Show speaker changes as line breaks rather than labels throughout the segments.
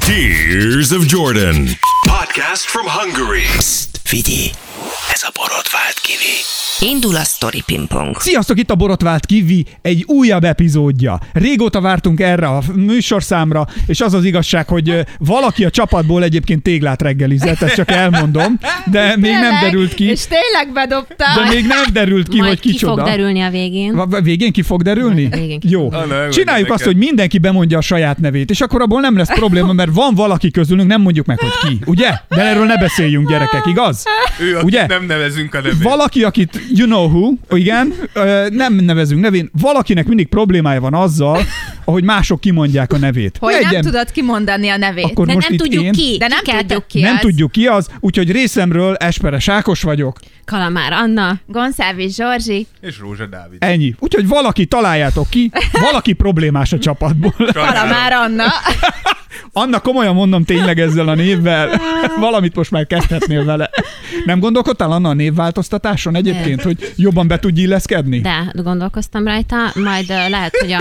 Tears of Jordan.
Podcast from Hungary.
Figyelj, ez a borotvált kivi.
Indul a Story Pingpong.
Sziasztok, itt a Borotvált Kivi egy újabb epizódja. Régóta vártunk erre a műsorszámra, és az az igazság, hogy ö, valaki a csapatból egyébként téglát reggelizett, ezt csak elmondom, de még nem
Tényleg?
derült ki,
És tényleg bedobtál.
de még nem derült ki,
Majd
hogy
ki fog
kicsoda.
derülni a végén.
Va- va- Végén ki fog derülni?
Majd a végén ki
Jó. Csináljuk azt, hogy mindenki bemondja a saját nevét, és akkor abból nem lesz probléma, mert van valaki közülünk, nem mondjuk meg, hogy ki. Ugye? De erről ne beszéljünk, gyerekek, igaz?
Ő, akit
Ugye?
nem nevezünk a nevét.
Valaki, akit you know who, igen, ö, nem nevezünk nevén, valakinek mindig problémája van azzal, ahogy mások kimondják a nevét.
Hogy
Legyen-
nem tudod kimondani a nevét.
Akkor
De
most
nem
itt
tudjuk
én,
ki.
De nem
ki kell
tudjuk
de-
ki
nem
az.
tudjuk ki az, úgyhogy részemről Esperes Ákos vagyok.
Kalamár Anna.
Gonszávi Zsorzsi,
És Rózsa Dávid.
Ennyi. Úgyhogy valaki találjátok ki, valaki problémás a csapatból.
Sajnálom.
Kalamár Anna.
Anna, komolyan mondom tényleg ezzel a névvel. Valamit most már kezdhetnél vele. Nem gondolkodtál Anna a névváltoztatáson egyébként, hogy jobban be tudj illeszkedni?
De gondolkoztam rajta, majd ö, lehet, hogy a,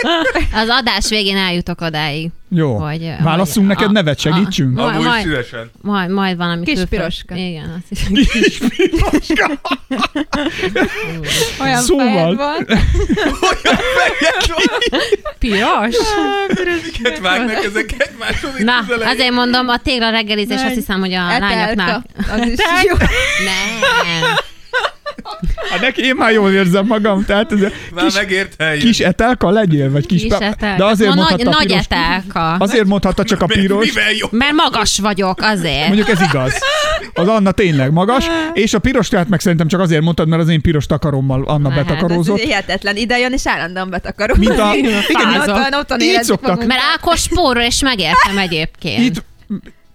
az adás végén eljutok odáig.
Jó.
Hogy, ö,
Válasszunk
hogy-
neked
a-
nevet,
a-
segítsünk?
Majd,
Amúgy
majd,
szívesen.
majd, majd valami
Kis
külföld-
piroska.
Igen, azt is.
Olyan
Szóval-
fejed van.
Piros?
Miket vágnak ezek egymáshoz?
Na, azért mondom, a tégla reggelizés azt hiszem, hogy a lányoknál.
Etelka. Hát Az is jó.
Nem.
Hát neki én már jól érzem magam, tehát ez a
Már
kis,
megért helyet.
kis etelka legyél, vagy kis,
Kis
pe-
etelka.
De azért
Ma nagy-
mondhatta
nagy
piros.
etelka.
Azért mondhatta csak a piros.
Mivel jó?
Mert magas vagyok, azért.
Mondjuk ez igaz. Az Anna tényleg magas, és a piros tehát meg szerintem csak azért mondtad, mert az én piros takarommal Anna
Hát,
Ez
betakarózott.
hihetetlen. Ide jön és állandóan betakarom.
Mint a- igen,
igen, ott van, ott van
így
érezzük
szoktak.
magunkat.
Mert Ákos spórol, és megértem egyébként.
Itt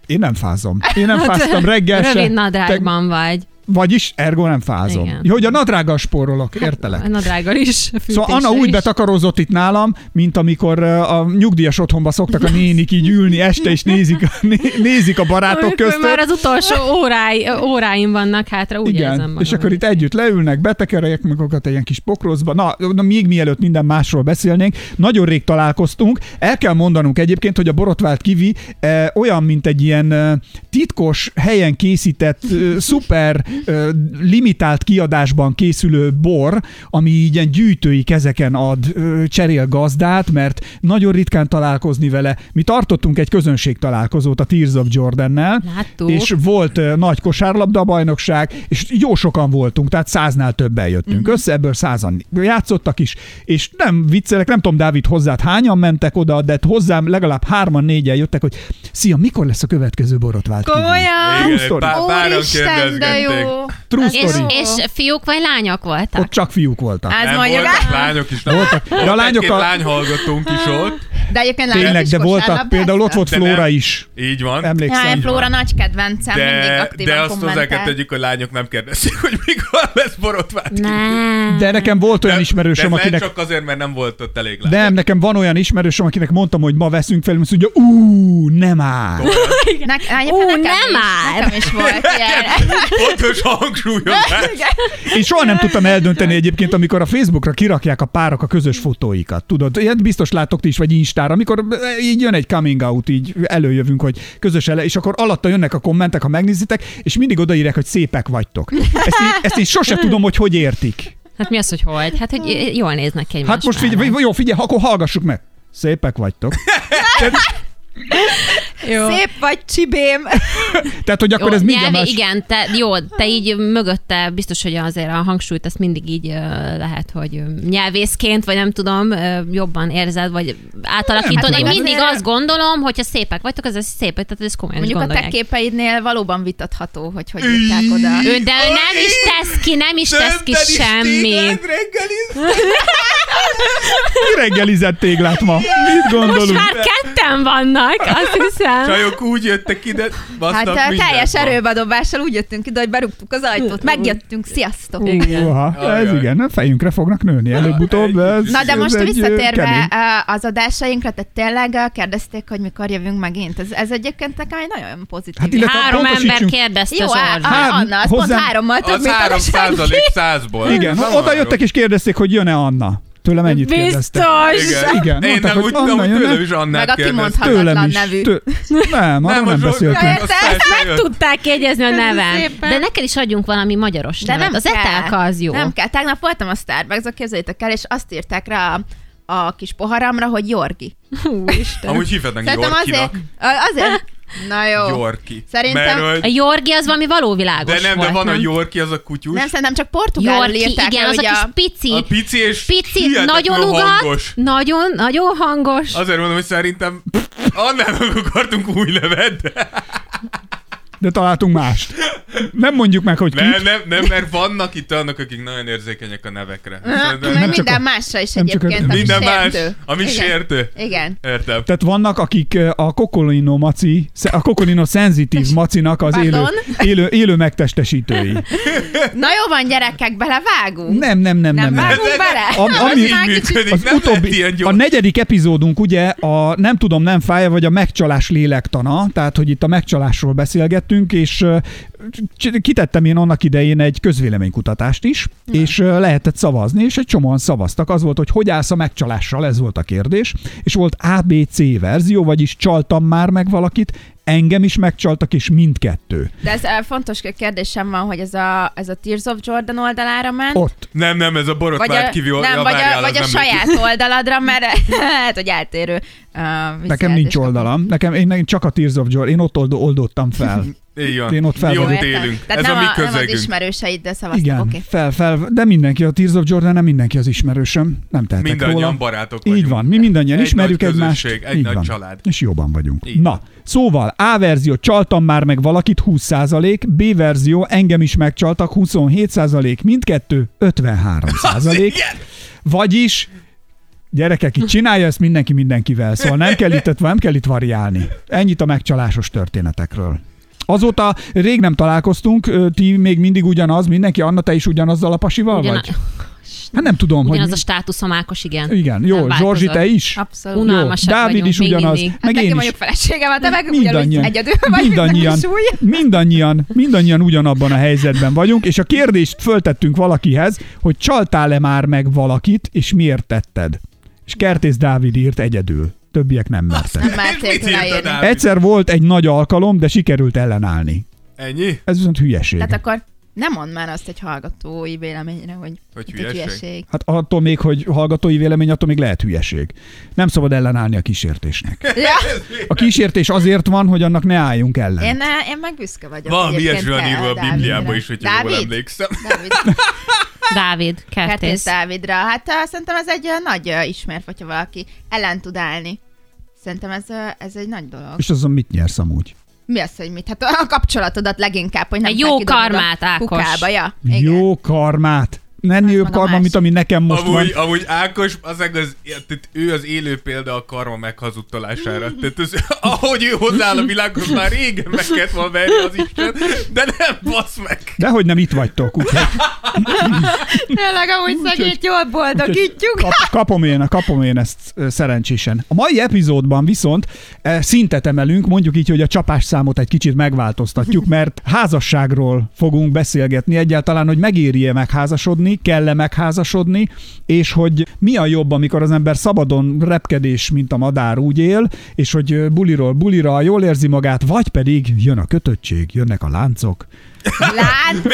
én nem fázom. Én nem fáztam reggel se.
Hát, Rövid
Te-
nadrágban vagy.
Vagyis, ergo nem fázom.
Igen.
Jó, hogy a nadrággal spórolok, értelek.
A nadrággal is. a
Szóval Anna
fűtéssel
úgy
is.
betakarózott itt nálam, mint amikor ö, a nyugdíjas otthonba szoktak a nénik így ülni este, és nézik, né- nézik a barátok
Amikor
közt.
Már az utolsó órái, óráim vannak hátra, úgy érzem
Igen,
magam.
és akkor itt együtt leülnek, betekerelják magukat egy ilyen kis pokrozba. Na, na, még mielőtt minden másról beszélnénk, nagyon rég találkoztunk. El kell mondanunk egyébként, hogy a borotvált kivi eh, olyan, mint egy ilyen eh, titkos helyen készített, eh, szuper eh, limitált kiadásban készülő bor, ami így ilyen gyűjtői kezeken ad, eh, cserél gazdát, mert nagyon ritkán találkozni vele. Mi tartottunk egy közönség találkozót a Tears of Jordannel,
Láttuk.
és volt ö, nagy kosárlabda bajnokság, és jó sokan voltunk, tehát száznál többen jöttünk
Mhm.
mm-hmm. össze, ebből százan játszottak is, és nem viccelek, nem tudom, Dávid, hozzád hányan mentek oda, de hozzám legalább hárman, négyen jöttek, hogy szia, mikor lesz a következő borotvált? kivi?"
Komolyan.
True story.
pár- páran
Úristen, de
kérdezgették.
jó.
True
és,
story.
és fiúk vagy lányok voltak?
Ott csak fiúk voltak.
Á, Ez
Nem
mondjuk-
voltak lányok is. Nem voltak.
De a lányok
Egy-két
a...
lány hallgatónk is
Ah.
ott.
De egyébként lányok
Tényleg,
is
de voltak,
kosárlabdáztak?
például ott volt
De nem.
Flóra is.
Így van.
Jaj,
Emlékszem.
Flóra nagy kedvencem, mindig
De,
aktívan
de azt hozzá kell
kommentál.
tegyük, hogy lányok nem kérdezik, hogy mikor lesz borotvált.
Nem.
De nekem volt olyan
De ez
ismerősöm,
lehet
akinek
csak azért, mert nem volt ott elég lány.
nem, nekem van olyan ismerősöm, akinek mondtam, hogy ma veszünk fel, és mondja, ú, nem áll.
Ne, ne,
Ú,
nekem
nem
is,
már.
Nekem is volt ilyen.
Pontos hangsúlyozás.
Én soha nem tudtam eldönteni egyébként, amikor a Facebookra kirakják a párok a közös fotóikat. Tudod, ilyet biztos látok ti is, vagy Instára, amikor eh, így jön egy coming out, így előjövünk, hogy közös ele, és akkor alatta jönnek a kommentek, ha megnézitek, és mindig odaírják, hogy szépek vagytok. Ezt így, ezt így sose tudom, hogy hogy értik.
Hát mi az, hogy hogy? Hát, hogy jól néznek egymásra.
Hát most figyelj, jó, figyelj, akkor hallgassuk meg. Szépek vagytok.
Jó.
Szép vagy, csibém.
Tehát, hogy akkor
jó,
ez mindjárt
nyelvi-
más.
Igen, te, jó, te így mögötte biztos, hogy azért a hangsúlyt azt mindig így ö, lehet, hogy ö, nyelvészként, vagy nem tudom, ö, jobban érzed, vagy átalakítod.
Hát
Én
meg
mindig
azért-
azt gondolom, hogyha szépek vagytok, ez az szépek, tehát ez komolyan is
Mondjuk a te
gondolják.
képeidnél valóban vitatható, hogy hogy írták oda.
Ő, de ő nem is tesz ki, nem is tesz ki semmit.
Ki reggelizett téglát ma? Mit
Most
gondolunk?
már ketten vannak, azt hiszem.
Csajok úgy jöttek ide,
Hát
basztak
a
mindent
teljes
ma.
erőbedobással úgy jöttünk ide, hogy berúgtuk az ajtót, megjöttünk, sziasztok!
Uha, ez
Ajaj.
igen, a fejünkre fognak nőni előbb-utóbb. ez-
Na de
ez
most
egy, ö, kemény.
visszatérve ö, az adásainkra, tehát tényleg ö, kérdezték, hogy mikor jövünk megint. Ez, ez egyébként nekem egy nagyon pozitív.
Hát illetve
Három ember
pontosítsunk- Hát,
kérdezte
Jó, hát- á,
Zsorzsit.
Három-
á, Anna, az pont
hozzám-
hárommal több,
Az
mint a
3
senki.
százalék százból.
Igen,
Nem
oda jöttek és kérdezték, hogy jön-e Anna. Tőlem ennyit kérdeztek.
Igen.
Biztos!
Igen,
Én
mondták,
nem
hogy
úgy
onnan
tudom, hogy
jönnek.
tőlem is
Meg
Annát
a
kérdeztem.
kimondhatatlan nevű.
Tő... Nem, arról
a
nem
Zsolt-
beszéltünk.
Ja,
Ezt,
Aztán
ezt meg
jött.
tudták jegyezni a nevem.
szépen.
De neked is adjunk valami magyaros
De
nevet.
nem
Az
kell.
etelka az jó.
Nem kell. Tegnap voltam a Starbucks-ba, képzeljétek el, és azt írták rá a, a kis poharamra, hogy Jorgi.
Úristen.
Amúgy hívhatnak
Szerintem azért,
Yorkinak.
a- azért, na jó.
Yorki.
Szerintem-
Mert,
A
hogy-
Jorgi az valami valóvilágos
de nem,
volt,
de van a
nem?
Yorki, az a kutyus.
Nem, szerintem csak portugálul
Jorki,
írták
igen,
rá,
az a
ugye
kis pici,
A pici és
pici,
hihetetlen
nagyon ugat,
hangos.
nagyon, nagyon hangos.
Azért mondom, hogy szerintem annál meg akartunk új nevet, de
De találtunk mást. Nem mondjuk meg, hogy
nem,
kit.
nem, nem, mert vannak itt olyanok, akik nagyon érzékenyek a nevekre.
Aha,
Szerintem-
Meg
csak
minden
a-
másra is
nem csak a-
egyébként, ami
Minden más,
sértő.
ami
Igen.
sértő.
Igen.
Értem.
Tehát vannak, akik eh, a kokolino maci, a kokolino szenzitív macinak az élő,
Pardon?
élő, élő megtestesítői.
Na jó van, gyerekek, belevágunk?
Nem, nem, nem,
Nem
nem. nem.
vágunk
De- de-
bele?
Am-
Az
ami-
már kicsit-
működik.
Az
nem lehet
utóbbi,
ilyen gyors.
a negyedik epizódunk ugye a nem tudom, nem fája, vagy a megcsalás lélektana, tehát hogy itt a megcsalásról beszélgettünk, és ö, c- kitettem én annak idején egy közvéleménykutatást is, és ö, lehetett szavazni, és egy csomóan szavaztak. Az volt, hogy hogy állsz a megcsalással, ez volt a kérdés, és volt ABC verzió, vagyis csaltam már meg valakit, engem is megcsaltak, és mindkettő.
De ez eh, fontos kérdésem van, hogy ez a, ez a Tears of Jordan oldalára ment.
Ott.
Nem, nem, ez a
Vagy
borotvált
a,
kivi
nem,
oldal,
vagy a,
várjál, az
vagy a
nem
saját oldaladra, mert hát, hogy eltérő. Uh,
Nekem nincs oldalam, nekem én én csak a Tears of Joy, én ott oldó- oldottam fel.
működik. Így van.
Én ott fel
Mi
vagyok.
ott élünk.
Tehát
ez
nem,
a mi
nem az
közegünk.
ismerőseid, de
Igen,
szavaztam, oké.
fel, fel, de mindenki, a Tears of Jordan nem mindenki az ismerősöm, nem tehetek róla.
Mindannyian barátok vagyunk.
Így van, mi mindannyian
Egy
ismerjük
nagy
egymást.
közösség, egy
Így
nagy
van.
család.
És jóban vagyunk.
Így.
Na, szóval A verzió, csaltam már meg valakit 20%, B verzió, engem is megcsaltak 27%, mindkettő 53%. Vagyis Gyerekek, itt csinálja ezt mindenki mindenkivel, szóval nem kell itt, nem kell itt variálni. Ennyit a megcsalásos történetekről. Azóta rég nem találkoztunk, ö, ti még mindig ugyanaz, mindenki, Anna, te is ugyanazzal a pasival
Ugyana-
vagy? Hát nem tudom,
Ugyanaz a
hogy...
státuszom, Ákos, igen.
mi- Igen, jó,
Nem
Zsorzsi, te
változott.
is?
Abszolút.
Unalmas. Unalmasak
Dávid
vagyunk
is
még
ugyanaz,
mindig.
meg
hát
én
nekem
is.
mondjuk feleségem, hát te meg ugyanúgy
Mindannyian,
egyedül vagy,
mindannyian, mindannyian, mindannyian ugyanabban a helyzetben vagyunk, és a kérdést föltettünk valakihez, hogy csaltál-e már meg valakit, és miért tetted? És Kertész Dávid írt egyedül. Többiek nem mertek.
Nem
És mit
merték
írtad
leírni.
át?
Egyszer volt egy nagy alkalom, de sikerült ellenállni.
Ennyi?
Ez viszont hülyeség.
Tehát akkor nem mondd már azt egy hallgatói véleményre, hogy
Hogy
ez egy
hülyeség?
Hát attól még, hogy hallgatói vélemény, attól még lehet hülyeség. Nem szabad ellenállni a kísértésnek.
Ja,
A kísértés azért van, hogy annak ne álljunk ellen.
én, én meg büszke vagyok.
Van
egyébként
ilyesmi van
te,
írva a
Dávidra.
Bibliában is, hogyha jól
Dávid?
emlékszem.
Dávid,
Dávid,
Kertész
kertész.
Dávidra. Hát uh, szerintem ez egy uh, nagy uh, ismert, hogyha valaki ellen tud állni. Szerintem ez, uh, ez egy nagy dolog.
És azon mit nyersz amúgy?
Mi az, hogy mit? Hát a kapcsolatodat leginkább, hogy nem
Egy
kell
jó
kidobnod a
karmát, Ákos.
Kukába, ja. Igen.
Jó karmát! Nem jobb
meg a
karma,
másik.
mint ami nekem most van.
Amúgy, amúgy Ákos, az, az, tehát ő az élő példa a karma
Mm.
meghazudtolására. Tehát az, ahogy ő hozzááll a világhoz, már régen meg kellett volna verni az Isten, de nem, basz meg!
Dehogy nem itt vagytok, úgyhogy
Tényleg, amúgy szegényt jól boldogítjuk.
kap, kapom, én, kapom én ezt ö, szerencsésen. A mai epizódban viszont eh, szintet emelünk, mondjuk így, hogy a csapásszámot egy kicsit megváltoztatjuk, mert házasságról fogunk beszélgetni egyáltalán, hogy megéri-e megházasodni, kell-e megházasodni, és hogy mi a jobb, amikor az ember szabadon repkedés, mint a madár úgy él, és hogy ö, buliról bulira jól érzi magát, vagy pedig jön a kötöttség, jönnek a láncok.
Láncok!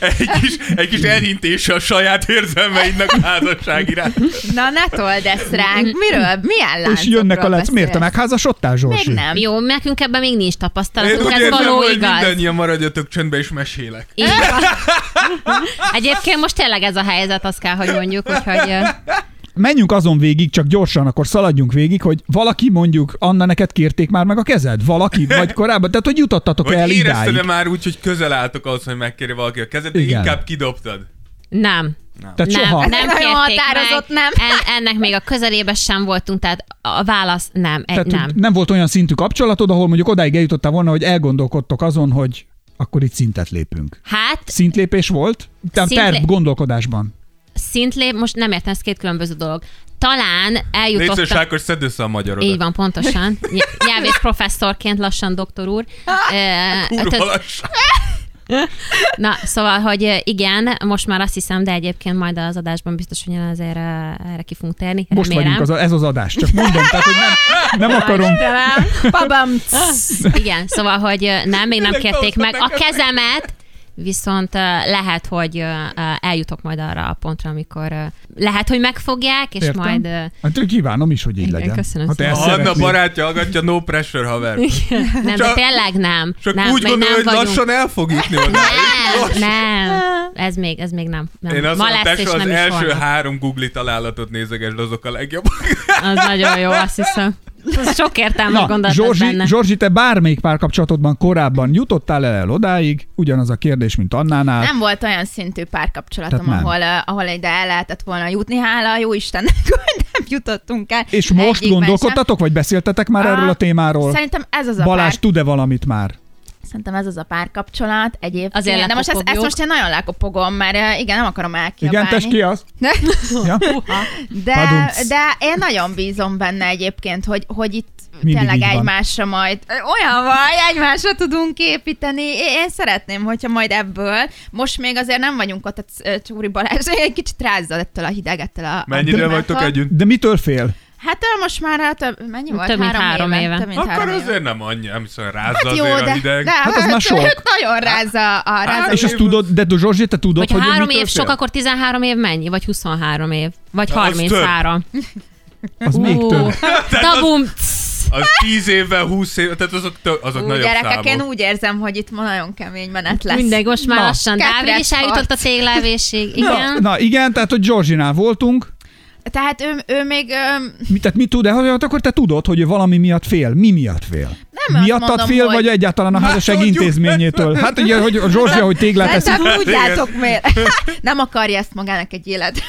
Egy kis, egy kis elhintése a saját érzelmeinek a házasság iránt.
Na ne told ezt ránk. Miről? Milyen láncokról
és jönnek a lánc. Miért te
beszélsz?
megházasodtál, Zsorsi?
Még nem.
Jó, nekünk ebben még nincs
Én
tapasztalatunk,
úgy
ez
érzem,
való
hogy
igaz.
mindannyian maradjatok csöndbe és mesélek.
Így van. Egyébként most tényleg ez a helyzet, azt kell, hogy mondjuk, úgyhogy ö,
menjünk azon végig, csak gyorsan, akkor szaladjunk végig, hogy valaki mondjuk, Anna, neked kérték már meg a kezed? Valaki, vagy korábban? Tehát, hogy jutottatok el
Vagy érezted -e
idáig?
már úgy, hogy közel álltok ahhoz, hogy megkérje valaki a kezed, de
Igen.
inkább kidobtad.
nem.
Tehát
nem,
Hát soha.
nem
Nagyon
kérték
határozott
meg.
nem.
En, ennek még a közelébe sem voltunk, tehát a válasz nem, egy
Tehát,
nem.
hogy nem volt olyan szintű kapcsolatod, ahol mondjuk odáig eljutottál volna, hogy elgondolkodtok azon, hogy akkor itt szintet lépünk.
Hát
Szintlépés volt? Tehát
Szintlé-
terv gondolkodásban.
szintlép, most nem értem, ez két különböző dolog. Talán
Légy szíves,
eljutottam...
Ákos, szedd össze a magyarodat.
Így van, pontosan. Ny- Nyelvész professzorként lassan, doktor úr. Ö,
Hát, Kurva
tehát-
lassan.
Na, szóval, hogy eh, igen, most már azt hiszem, de egyébként majd az adásban biztos, hogy azért eh, erre ki fogunk térni.
Most
Remélem.
vagyunk, az, a- ez az adás, csak mondom, tehát, hogy nem, nem akarom.
Istenem.
Babam!
Igen, szóval, hogy ö, nem, még nem
Tényleg
kérték
behoztad
meg a
nekem.
kezemet, viszont ö, lehet, hogy ö, ö, eljutok majd arra a pontra, amikor ö, lehet, hogy megfogják, és
Értem.
majd... ö,
Hát hogy kívánom is, hogy így
Igen,
legyen. Hát,
köszönöm
ha te
szépen.
ezt
Anna
szeretnéd.
barátja hallgatja, no pressure, haver.
Nem, de
Csak-
tényleg nem.
Csak
nem,
úgy
még
gondolom, hogy
nem vagyunk.
lassan el fog jutni oda.
Nem, nem, ez még, ez még nem. nem.
Én azt
Ma
mondom,
lesz, és
tesó, az
nem is
első
holnap.
három Google találatot nézegesd, azok a legjobbak.
Az nagyon jó, azt hiszem. Ez Sok értelme
Na,
gondoltad
Zsorzsi,
benne.
Zsorzsi, te bármelyik párkapcsolatodban korábban jutottál el, el odáig? Ugyanaz a kérdés, mint Annánál.
Nem volt olyan szintű párkapcsolatom,
Hát. Tehát nem.
ahol, eh, ahol ide el lehetett volna jutni, hála a jó Istennek, hogy nem jutottunk el.
És most
Egyikben
gondolkodtatok, vagy beszéltetek már
Á,
erről a
sem.
témáról?
Szerintem ez az a
Balázs,
Balázs... pár,
tud-e valamit már?
szerintem ez az a párkapcsolat egyébként.
Azért
de most ezt, ezt,
lekopogjuk.
most én nagyon lekopogom, mert eh, igen, nem akarom
Igen,
elkiabálni.
tess ki az? Ja?
De,
Padumc.
de én nagyon bízom benne egyébként, hogy, hogy itt
Mindig
Mindig tényleg
így van.
egymásra majd, olyan vagy, egymásra tudunk építeni. Én, én szeretném, hogyha majd ebből, most még azért nem vagyunk ott, a C- ö, Csúri Balázs egy kicsit rázza ettől a hidegettől a... a
Mennyire
témától.
vagytok együtt?
De mitől fél?
Hát ö, most már ö, több, mennyi volt?
Több mint három éve.
Több mint
Akkor
három éve.
azért nem annyi, nem hiszem, rázza
Hát jó,
azért a
de,
hideg.
de
Hát az már sok.
nagyon rázza a rázza.
És azt tudod, de Zsorzsi, te tudod,
Hogyha
hogy ő
három
mitől
év
fél?
sok, akkor 13 év mennyi? Vagy 23 év? Vagy
Az
33?
Az még
Ú,
több.
Tabum!
Az 10 évvel, 20 évvel, tehát azok, tö- azok
Ú,
nagyobb
gyerekek, én
számok.
úgy érzem, hogy itt ma nagyon kemény menet lesz.
Mindegy, most már
Na.
lassan. Dávid is
Ketrec
eljutott a
harc.
téglevésig. Igen.
Na, na igen, tehát hogy Zsorzsinál voltunk,
Tehát ő, ő még... Öm,
mi, tehát mit tud, de hogy akkor te tudod, hogy ő valami miatt fél. Mi miatt fél?
azt
Miattad
mondom,
fél,
hogy-
vagy egyáltalán a
Hát
házasság
tudjuk.
intézményétől? Hát ugye, hogy a Zsorzsi, hogy téglát
Nem,
eszik.
csak tudjátok miért. Nem akarja ezt magának egy élet.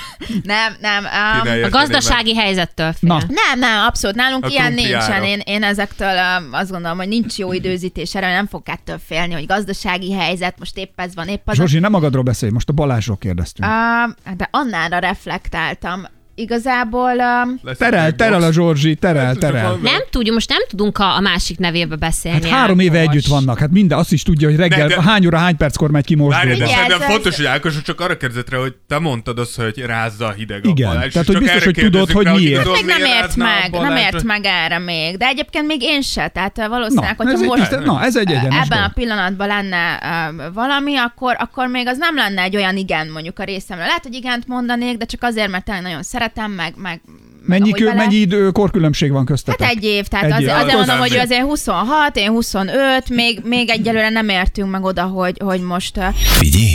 Nem, nem.
Kéne
Um,
A
érteni, mert-
gazdasági helyzettől fél.
Na,
nem, nem, abszolút. Nálunk
A
ilyen
krumpliára.
nincsen. Én, én ezektől um, azt gondolom, hogy nincs jó időzítés erre, nem fog ettől félni, hogy gazdasági helyzet, most épp ez van, épp az.
Zsorzsi, nem magadról beszélj, most a Balázsról kérdeztünk.
Um, de annára reflektáltam. Igazából um,
Lesz
Terel,
egy
terel a
box.
Zsorzsi, terel,
Csak
terel.
van-
Nem tudjuk, most nem tudunk a, a másik nevébe beszélni.
Hát három éve
Ákos.
együtt vannak, hát minden azt is tudja, hogy reggel
Ne, de-
hány óra, hány perckor megy ki most.
Várj, de
Figyelj,
szerintem
ez-
fontos, hogy Ákos csak arra kérdezett rá, hogy te mondtad azt, hogy rázza a hideg
Igen,
a Balázs, és
tehát, hogy
csak
biztos,
erre
hogy tudod,
kérdezik
hogy
rá,
miért.
tudod,
még nem
miért
ért
rázná a
meg, nem
Balázs.
ért meg erre még. De egyébként még én se, tehát uh,
Na,
valószínűleg,
ez
hogyha
egy,
most
most, na, ez egy egyenes
ebben a
dolog.
pillanatban lenne ö, valami, akkor, akkor még az nem lenne egy olyan igen mondjuk a részemről. Lehet, hogy igent mondanék, de csak azért, mert tényleg nagyon szeretem, meg... meg
Mennyi,
ahogy
kö,
vele-
mennyi idő, korkülönbség van
Hát
köztetek?
egy év, tehát
Egy
egy azért,
év.
azért
Az
mondom,
nem
hogy ő
év.
azért 26, én 25, még, még egyelőre nem értünk meg oda, hogy, hogy most... ö,
Figyelj!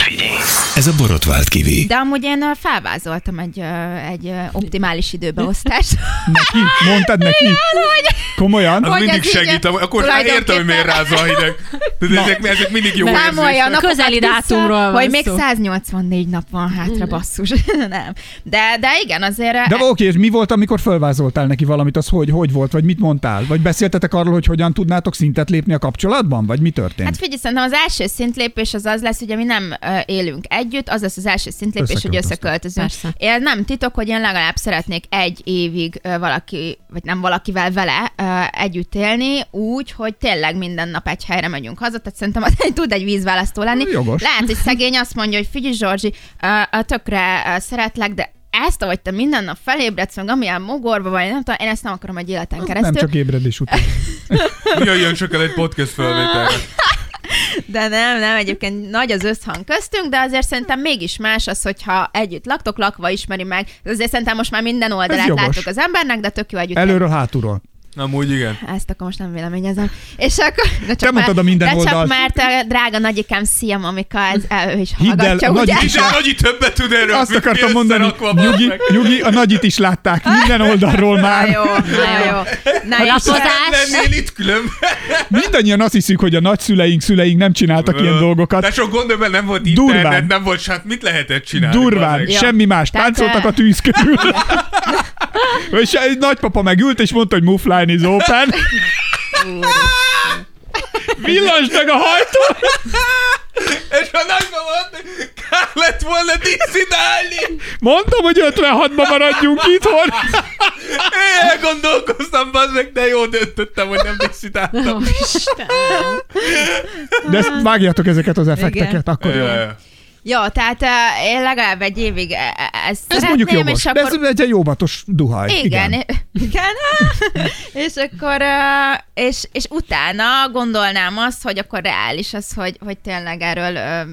Ez a borotvált kivi.
De amúgy én ö, felvázoltam egy, ö, egy ö, optimális időbeosztást.
Neki? Mondtad neki? Komolyan?
Az
Hogy
mindig
ez így-
segít, am- akkor már értem, hogy miért rázza a hideg. Tehát ezek, ezek mindig jó
Számolja a
érzések.
napokat
Közeli
vissza,
dátumról van
Hogy még
szó.
184 nap van hátra, basszus. nem. De, de igen, azért... ö,
De oké, és mi volt, amikor fölvázoltál neki valamit, az hogy, hogy volt, vagy mit mondtál? Vagy beszéltetek arról, hogy hogyan tudnátok szintet lépni a kapcsolatban, vagy mi történt?
Hát
Hát,
figyelj, szerintem az első szintlépés az az lesz, hogy mi nem ö, élünk együtt, az lesz az első szintlépés, hogy
Összeköltöztök.
összeköltözünk. Én nem titok, hogy én legalább szeretnék egy évig ö, valaki, vagy nem valakivel vele ö, együtt élni, úgy, hogy tényleg minden nap egy helyre megyünk haza, tehát szerintem az tud egy vízválasztó lenni.
Jogos.
Lehet, hogy szegény azt mondja, hogy figyelj Zsorzsi, ö, ö, tökre ö, szeretlek, de ezt, ahogy te minden nap felébredsz, meg amilyen mogorba vagy, nem tudom, én ezt nem akarom egy életen
nem
keresztül.
csak ébredés után.
Jöjjön csak el egy podcast felvételre.
De nem, nem, egyébként nagy az összhang köztünk, de azért szerintem mégis más az, hogyha együtt laktok, lakva ismeri meg. Azért szerintem most már minden
Ez
oldalát
jogos.
láttuk az embernek, de tök jó együtt.
Előről, hátulról.
Amúgy igen.
Ezt akkor most nem véleményezem. És akkor, de csak
Te mondtad a minden
de csak
oldalt.
mert a drága nagyikám, szia mamika, ez, ő is
Hidd el,
hallgatja,
a
ugye?
nagyik is
És a nagyi többet tud erről,
Azt
mint mi
akartam mondani,
összerakva van
nyugi,
meg.
nyugi, a nagyit is látták minden oldalról
Na jó,
már.
na jó.
Hát
Na jó.
Lapozás.
Lennél itt különben.
Mindannyian azt hiszük, hogy a nagyszüleink, szüleink nem csináltak ilyen
De
dolgokat.
sok gondolom, mert nem volt
Durván.
internet, nem volt hát mit lehetett csinálni?
Durván,
bazeg?
Ja.
semmi más.
Tehát,
Táncoltak
eh,
a tűz körül. És egy nagypapa megült, és mondta, hogy muflálni is open. Villansd meg a hajtót!
És a nagyban volt, már lett volna disszidálni!
Mondtam, hogy 56-ban maradjunk itthon.
Én elgondolkoztam, bazzeg, de jó döntöttem, hogy nem disszidáltam.
Ó, Isten.
De ezt vágjátok ezeket az effekteket, akkor jó.
Ö,
Jó, tehát eh, én legalább egy évig eh, eh, ezt
Ez mondjuk
szeretném,
jogos.
és
De
akkor...
ez egy ilyen jóbatos duhaj.
Igen, igen, igen. és akkor, eh, és, és utána gondolnám azt, hogy akkor reális az, hogy, hogy tényleg erről eh,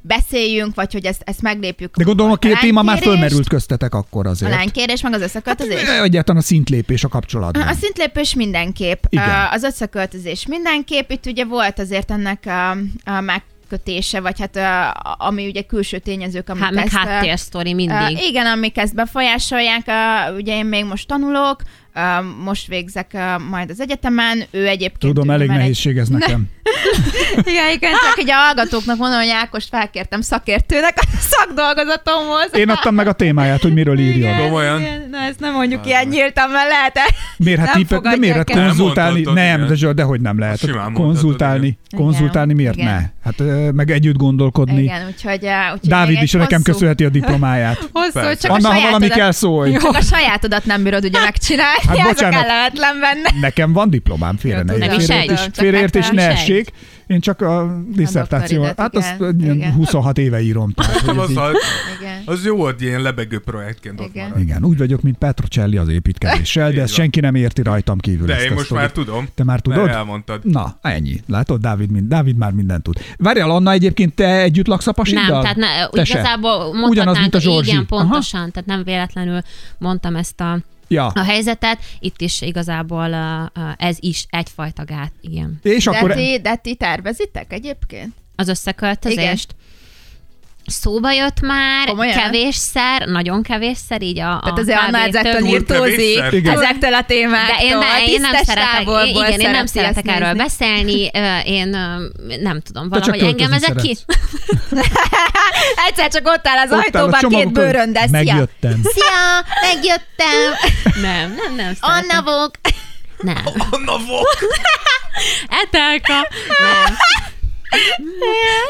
beszéljünk, vagy hogy ezt, ezt meglépjük.
De gondolom a két téma már
lánykérést,
fölmerült köztetek akkor
A
azért.
lánykérés, meg az összeköltözés.
Hát, egyáltalán a szintlépés a kapcsolatban.
Ah, A szintlépés mindenképp.
Igen.
Ö, Az összeköltözés mindenképp. Itt ugye volt azért ennek a, a megkötése, vagy hát ö, ami ugye külső tényezők, amik
Hát, meg
ezt, ö,
háttérsztori mindig.
ö, igen, amik ezt befolyásolják. Ö, Ugye én még most tanulok, ö, most végzek ö, majd az egyetemen. Ő egyébként...
Tudom,
ő
elég
már egy-
nehézség ez nekem.
Igen, igen, csak így a hallgatóknak mondom, hogy Ákost felkértem szakértőnek a szakdolgozatomhoz.
Én adtam meg a témáját, hogy miről írjon.
Komolyan?
Igen, Na ezt nem mondjuk ilyen nyíltan, mert lehet -e?
Miért hát
Nem
tippek, de
fogadják
miért hát
el.
Nem
konzultálni?
mondhatod,
Nem,
igen.
de Zsolt, dehogy nem lehet.
Azt simán
Konzultálni,
igen.
konzultálni miért
Igen.
ne? Hát ö, meg együtt gondolkodni.
Igen, úgyhogy... ö, úgyhogy még
Dávid
egy
is nekem
hosszú-
köszönheti a diplomáját.
Hosszú, csak
Anna,
a
ha valami
sajátodat,
kell szólj.
csak a sajátodat nem bírod ugye megcsinálni,
Hát
hát, az a
bocsánat.
kellemetlen benne.
Nekem van diplomám, félre
Jó,
ne
tudom,
félreértés-
tudom,
csak
félreértés
nem
ne
tudom,
essék. Én csak a diszertáció.
doktoridat,
Hát azt
igen,
ilyen
igen.
26 éve írom. tehát, hogy
Nem
ez
az,
így-
a-
Igen.
az jó, hogy ilyen lebegő projektként ott
Igen.
marad.
Igen, úgy vagyok, mint Petrocelli az építkezéssel,
Így
de ezt
van.
senki nem érti rajtam kívül.
De
ezt
én
a
most
sztorit.
már tudom.
Te már
Mert
tudod?
Elmondtad.
Na, ennyi. Látod, Dávid, mind, Dávid már mindent tud. Várjál, Anna, egyébként te együtt laksz a pasiddal?
Nem, tehát ne,
Te se?
igazából
Ugyanaz, mint
mondhatnánk,
a Zsorzsi.
igen,
Aha.
pontosan, tehát nem véletlenül mondtam ezt a,
Ja.
a helyzetet. Itt is igazából uh, uh, ez is egyfajta gát, igen.
És
De,
akkor...
ti, de ti tervezitek egyébként?
Az összeköltözést. Szóba jött már,
Komolyan?
kevésszer, nagyon kevésszer, így a, a
Tehát azért
kb.
Anna ezektől
több-
nyílt
írtózik,
kevésszer.
Igen.
ezektől a témáktól.
de én, ne, én nem
tisztes
szeretek,
távolból
én- igen, én nem
szereti ezt
szeretek erről
nézni.
beszélni, ö, én ö, nem tudom,
Te csak
valahogy engem ezek
költözni
ki...
Egyszer csak ott áll az
Ott áll a
ajtóban
csomag
két
után,
bőröndel. Szia!
Megjöttem.
Szia! Megjöttem!
Nem, nem, nem szeretem.
Anna vok!
Nem.
Anna Vok!
Etelka! Nem.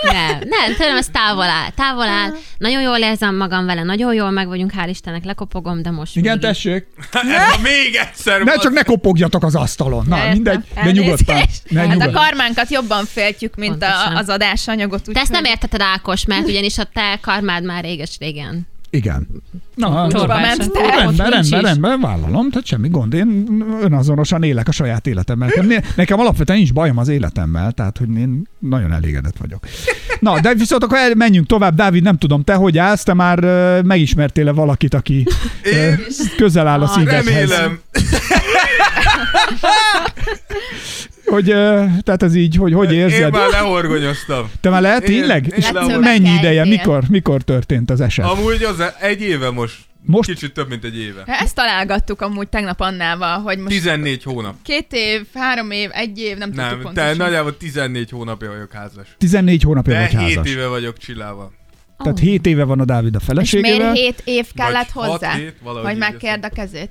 Nem, nem, tőlem ez távol áll, távol áll. Nagyon jól érzem magam vele, nagyon jól meg vagyunk, hál' Istennek, lekopogom, de most
Igen,
még-
tessék.
Ez még egyszer
Ne
volt.
csak ne kopogjatok az asztalon. Na,
Értem.
mindegy, de
Elnézést.
nyugodtan. Ne
Hát a
nyugodtan.
karmánkat jobban féltjük, mint a,
Pontosan.
az adásanyagot.
Te ezt nem
úgyhogy-
érteted, Ákos, mert ugyanis a te karmád már réges-régen.
Igen. Na,
Csorba
rendben,
ment.
Ott
rendben,
nincs
rendben,
is.
rendben, vállalom, tehát semmi gond. Én önazonosan élek a saját életemmel. Nekem, nekem alapvetően nincs bajom az életemmel, tehát hogy én nagyon elégedett vagyok. Na, de viszont akkor el- menjünk tovább. Dávid, nem tudom, te hogy állsz, te már ö, megismertél-e valakit, aki ö,
Én- Ah,
közel áll a szívedhez.
Remélem.
Hogy, ö, tehát ez így, hogy hogy
Én
érzed?
már lehorgonyoztam.
Te már lehet
Én-
tényleg?
én
És
leolvastam.
mennyi ideje?
Megkeltél.
Mikor, mikor történt az eset?
Amúgy az e- egy éve most.
Most-
most. Kicsit több, mint egy éve.
Ezt találgattuk amúgy tegnap Annával, hogy Hát most
14 hónap.
Két év, három év, egy év, nem, nem tudtuk
Nem, te
pontosan.
nagyjából 14 hónapja vagyok házas.
14 hónapja
De
vagy
7
házas.
éve vagyok Csillával.
Tehát 7 éve van a Dávid a
És miért
feleségével.
hét év kellett
Vagy hat
hozzá?
hét, valahogy
hogy
így
megkérd a kezét?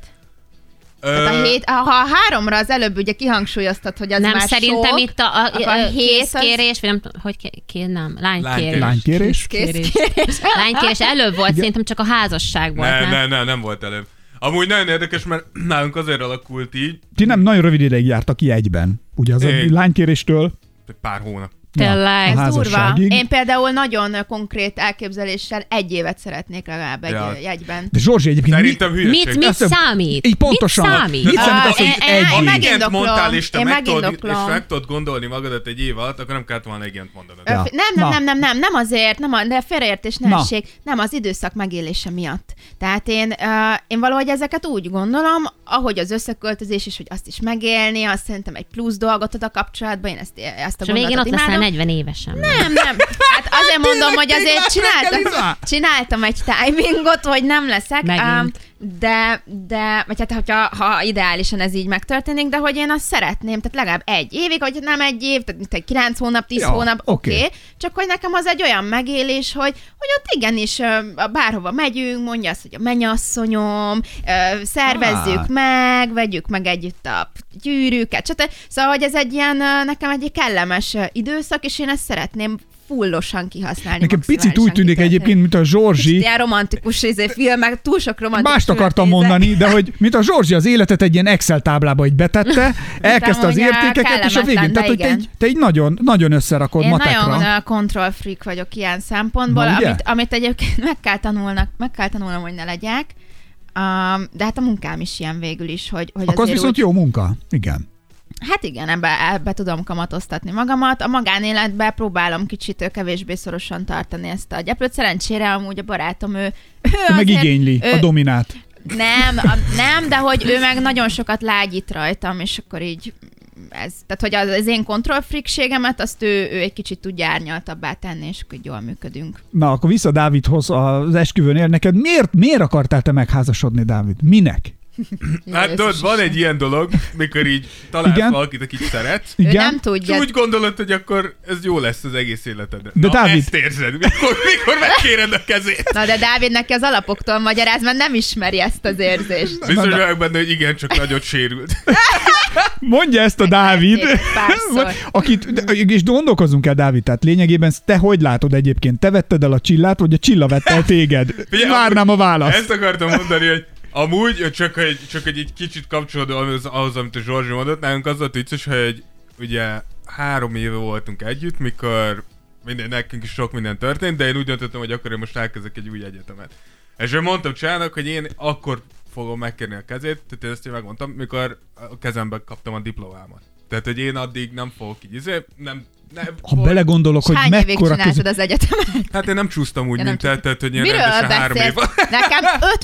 Tehát a
Ö,
hét, ha a háromra az előbb ugye kihangsúlyoztad, hogy az
nem,
már
szerintem
sok,
itt a, a,
akkor
a, a
hét az-
készkérés, vagy nem tudom, hogy ké- ké, nem, lánykérés.
Lánykérés.
Lánykérés?
kész,
Kérés.
kérés.
Lánykérés előbb volt, szerintem csak a házasság volt.
Ne,
nem?
ne, ne, nem volt előbb. Amúgy nagyon érdekes, mert nálunk azért alakult így,
Ti nem nagyon rövid ideig jártak ki egyben. Ugye az
Ég.
a lánykéréstől
hogy pár hónap.
Tényleg.
a
Ez
Durva.
házasságig.
Én például nagyon konkrét elképzeléssel egy évet szeretnék legalább egy
Ja.
ja. jegyben.
De Zsorzsi egyébként... mi-
Szerintem hülyeség.
Mit, mit
Azt-
számít?
Így pontosan.
Mit számít?
Mit számít
Á,
az, hogy
én- én-
egy
én
év?
meg-
Igent
Megindoklom.
mondtál, és te
Én
meg tudod, és
megindoklom.
meg tudod gondolni magadat egy év alatt, akkor nem kellett volna igent mondanod.
Ja.
Ja. Nem, nem,
Na.
nem, nem, nem, nem azért, nem, a, de félreértés ne
Na.
essék, nem az időszak megélése miatt. Tehát én, uh, én valahogy ezeket úgy gondolom, ahogy az összeköltözés is, hogy azt is megélni, azt szerintem egy plusz dolgot ad a kapcsolatban, én ezt, ezt a
És a végén
gondolatot
ott leszel
hát imádom.
40 évesen.
Nem, nem. Hát azért mondom, hogy azért csináltam, csináltam egy timingot, hogy nem leszek.
Megint.
ám, de, de, vagy hát hogyha, ha ideálisan ez így megtörténik, de hogy én azt szeretném, tehát legalább egy évig, vagy nem egy év, tehát mint egy kilenc hónap, tíz
Ja,
hónap,
oké.
oké. Okay. Csak hogy nekem az egy olyan megélés, hogy, hogy ott igenis ö, bárhova megyünk, mondja azt, hogy a mennyasszonyom, ö, szervezzük
Á.
meg, vegyük meg együtt a gyűrűket, stb. Szóval, hogy ez egy ilyen ö, nekem egy kellemes ö, időszak, és én ezt szeretném fullosan kihasználni.
Nekem picit
maximálisan
úgy tűnik
kitölteni.
egyébként, mint a
Kicsit
Zsorzsi.
Ilyen romantikus izé, filmek, túl sok romantikus
Mást
filmet
akartam
nézek.
mondani, de hogy mint a Zsorzsi az életet egy ilyen Excel táblába így betette, elkezdte az
amúgy a
értékeket, és a végén,
kellemetlen,
tehát hogy te
de
így, te így nagyon, nagyon összerakod
Én
matekra.
nagyon ö, control freak vagyok ilyen szempontból,
Na, ugye?
amit, amit egyébként meg kell, tanulnak, meg kell tanulnom, hogy ne legyek. Um, de hát a munkám is ilyen végül is, hogy, hogy
Akkor az
azért
viszont
úgy,
jó munka. Igen.
Hát igen, ebbe, ebbe tudom kamatoztatni magamat. A magánéletbe próbálom kicsit ö, kevésbé szorosan tartani ezt a gyeplőt. Szerencsére amúgy a barátom, ő, ő
Ő meg
azért-
igényli
ő-
a dominát.
Nem, a, nem, de hogy ő meg nagyon sokat lágyít rajtam, és akkor így ez, tehát hogy az, az én kontrollfrikségemet, azt ő, ő egy kicsit tud árnyaltabbá tenni, és akkor így jól működünk.
Na, akkor vissza Dávidhoz az esküvőnél. Neked miért, miért akartál te megházasodni, Dávid? Minek?
Hát tudod, van egy ilyen dolog, mikor így találsz
Igen.
Igen? valakit, akit szeretsz,
Ő
Igen?
nem
és
tudja.
úgy gondolod, hogy akkor ez jó lesz az egész életed. De
Dávid-
Ezt érzed, mikor, mikor megkéred a kezét.
Na de Dávid neki az alapoktól magyaráz, mert nem ismeri ezt az érzést.
Biztos vagyok benne, hogy igen, csak nagyot sérült.
Mondja ezt a Dávid.
Megverték párszor.
Akit, de- és gondolkozunk el, Dávid, tehát lényegében te hogy látod egyébként? Te vetted el a csillát, vagy a csilla vette el téged?
Figyelj,
Várnám a
amúgy
választ.
Ezt akartam mondani, hogy amúgy, csak hogy, csak hogy egy kicsit kapcsolódó ahhoz, ahhoz, amit a Zsorzsi mondott, nálunk az volt vicces, hogy ugye három éve voltunk együtt, mikor minden, nekünk is sok minden történt, de én úgy döntöttem, hogy akkor én most elkezdek egy új egyetemet. És én mondtam Csának, hogy én akkor fogom megkérni a kezét, tehát én ezt én megmondtam, mikor a kezembe kaptam a diplomámat. Tehát, hogy én addig nem fogok így, izé, nem, nem,
Ha belegondolok, hogy
Hány évig
mekkora
csináltad
között...
az egyetemet?
hát én nem csúsztam úgy,
Ja, nem
mint te,
csúsztam.
tehát, hogy én
Miről
rendesen három év.
beszélsz?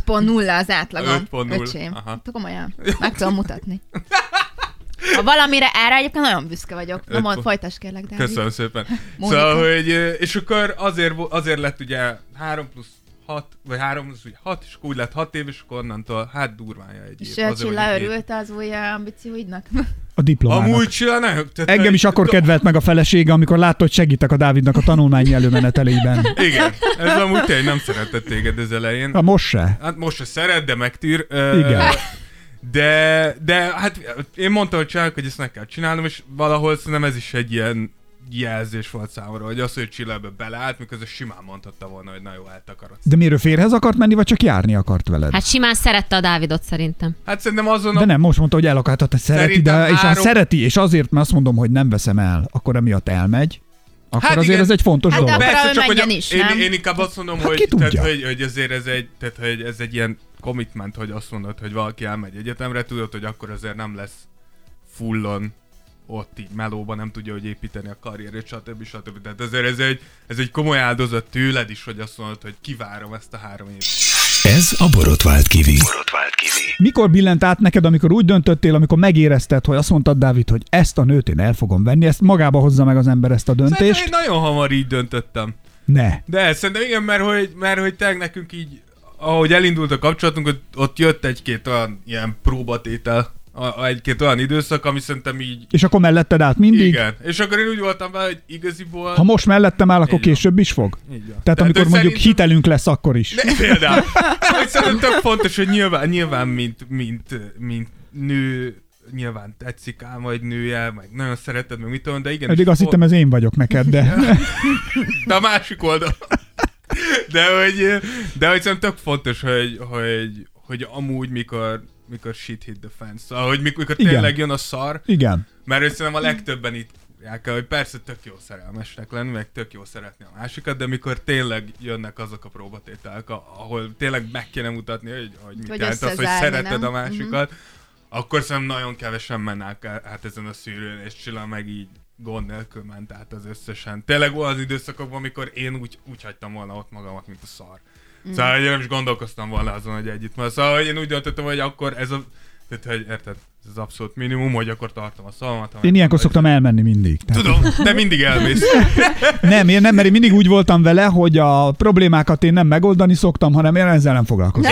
Nekem 5.0 az átlagom.
5.0,
Öcsém.
aha.
Komolyan. Meg tudom mutatni. Ha valamire erre egyébként nagyon büszke vagyok. Na mond,
5.0.
folytasd kérlek, Dávid.
Köszönöm szépen.
Mónika.
Szóval, hogy, ö, és akkor azért, vo- azért lett ugye 3 plusz 6, vagy 3 plusz ugye 6, és akkor úgy lett 6 év, és akkor onnantól hát durvánja egy év.
És
azért,
ő
vagy
Csilla
egy év.
örült az új ambícióidnak.
A diplomának.
Amúgy Csilla nem. Tehát,
Engem is akkor
do-
kedvelt meg a felesége, amikor látta, hogy segítek a Dávidnak a tanulmányi előmeneteleiben.
Igen, ez amúgy tényleg nem szeretett téged az elején.
Na most se.
Hát most se szeret, de megtűr. Ö,
Igen.
De, de hát én mondtam, hogy csinálok, hogy ezt meg kell csinálnom, és valahol szerintem ez is egy ilyen jelzés volt számomra, hogy az, hogy Csilla ebbe beleállt, miközben simán mondhatta volna, hogy na jó, eltakarodsz.
De miért ő férhez akart menni, vagy csak járni akart veled?
Hát simán szerette a Dávidot szerintem.
Hát szerintem azon a
De nem, most mondta, hogy el akarta, te szereti, de,
Szerintem
és ha
három-
szereti, és azért, mert azt mondom, hogy nem veszem el, akkor emiatt elmegy, akkor
Hát
azért
igen.
ez egy fontos
Hát
dolog.
akkor-
Persze,
ő
csak hogy a,
menjen is,
én,
nem?
én inkább azt mondom,
Hát ki
hogy, tehát,
tudja?
hogy, hogy azért ez egy, tehát, hogy ez egy ilyen commitment, hogy azt mondod, hogy valaki elmegy egyetemre, tudod, hogy akkor azért nem lesz fullon ott így melóban nem tudja, hogy építeni a karrierét, stb. stb. Tehát azért ez egy, ez egy komoly áldozat tőled is, hogy azt mondod, hogy kivárom ezt a három évet.
Ez a borotvált kivi.
Borotvált Kivi.
Mikor billent át neked, amikor úgy döntöttél, amikor megérezted, hogy azt mondtad, Dávid, hogy ezt a nőt én el fogom venni, ezt magába hozza meg az ember ezt a
Szerintem én
döntést?
nagyon hamar így döntöttem.
Ne.
De szerintem igen, mert hogy, mert hogy tényleg nekünk így, ahogy elindult a kapcsolatunk, ott, ott jött egy-két olyan ilyen próbatétel, a- a- egy-két olyan időszak, ami szerintem így
És akkor melletted át mindig?
igen. És akkor én úgy voltam vele, hogy igaziból...
Ha most mellettem áll, akkor
Így van.
később is fog?
Így van.
Tehát
Tehát,
amikor
hogy
mondjuk
szerintem-
hitelünk lesz, akkor is.
Ne, például. Hogy szerintem tök fontos, hogy nyilván, nyilván mint, mint, mint nő, nyilván tetszik ám egy nője, meg nagyon szereted, meg mit tudom, de igen.
Eddig
és
azt
fo-
hittem, ez én vagyok neked, de...
De a másik oldal. De hogy, de hogy szerintem tök fontos, hogy, hogy, hogy amúgy mikor, mikor shit hit the fence. Szóval, hogy mikor, mikor
Igen.
tényleg jön a szar,
Igen.
mert hogy szerintem a legtöbben itt járják el, hogy persze tök jó szerelmesnek lenni, meg tök jó szeretni a másikat, de mikor tényleg jönnek azok a próbatételek, a- ahol tényleg meg kéne mutatni, hogy, hogy mit
Hogy
jelent az, hogy
összezárni,
szereted
nem?
a másikat, akkor szerintem nagyon kevesen mennek el- hát ezen a szűrőn, és Csilla meg így gond nélkül ment át az összesen. Tényleg olyan időszakokban, amikor én úgy, úgy hagytam volna ott magamat, mint a szar. Mm. Szóval hogy én nem is gondolkoztam volna azon, hogy együtt van. Szóval hogy én úgy döntöttem, hogy akkor ez a... Tehát, hogy érted, ez az abszolút minimum, hogy akkor tartom a szavamat. ha
Én
meg-
ilyenkor szoktam elmenni mindig. Tehát
Tudom, de mindig elmész.
Nem, én nem, mert én mindig úgy voltam vele, hogy a problémákat én nem megoldani szoktam, hanem én ezzel nem foglalkozom.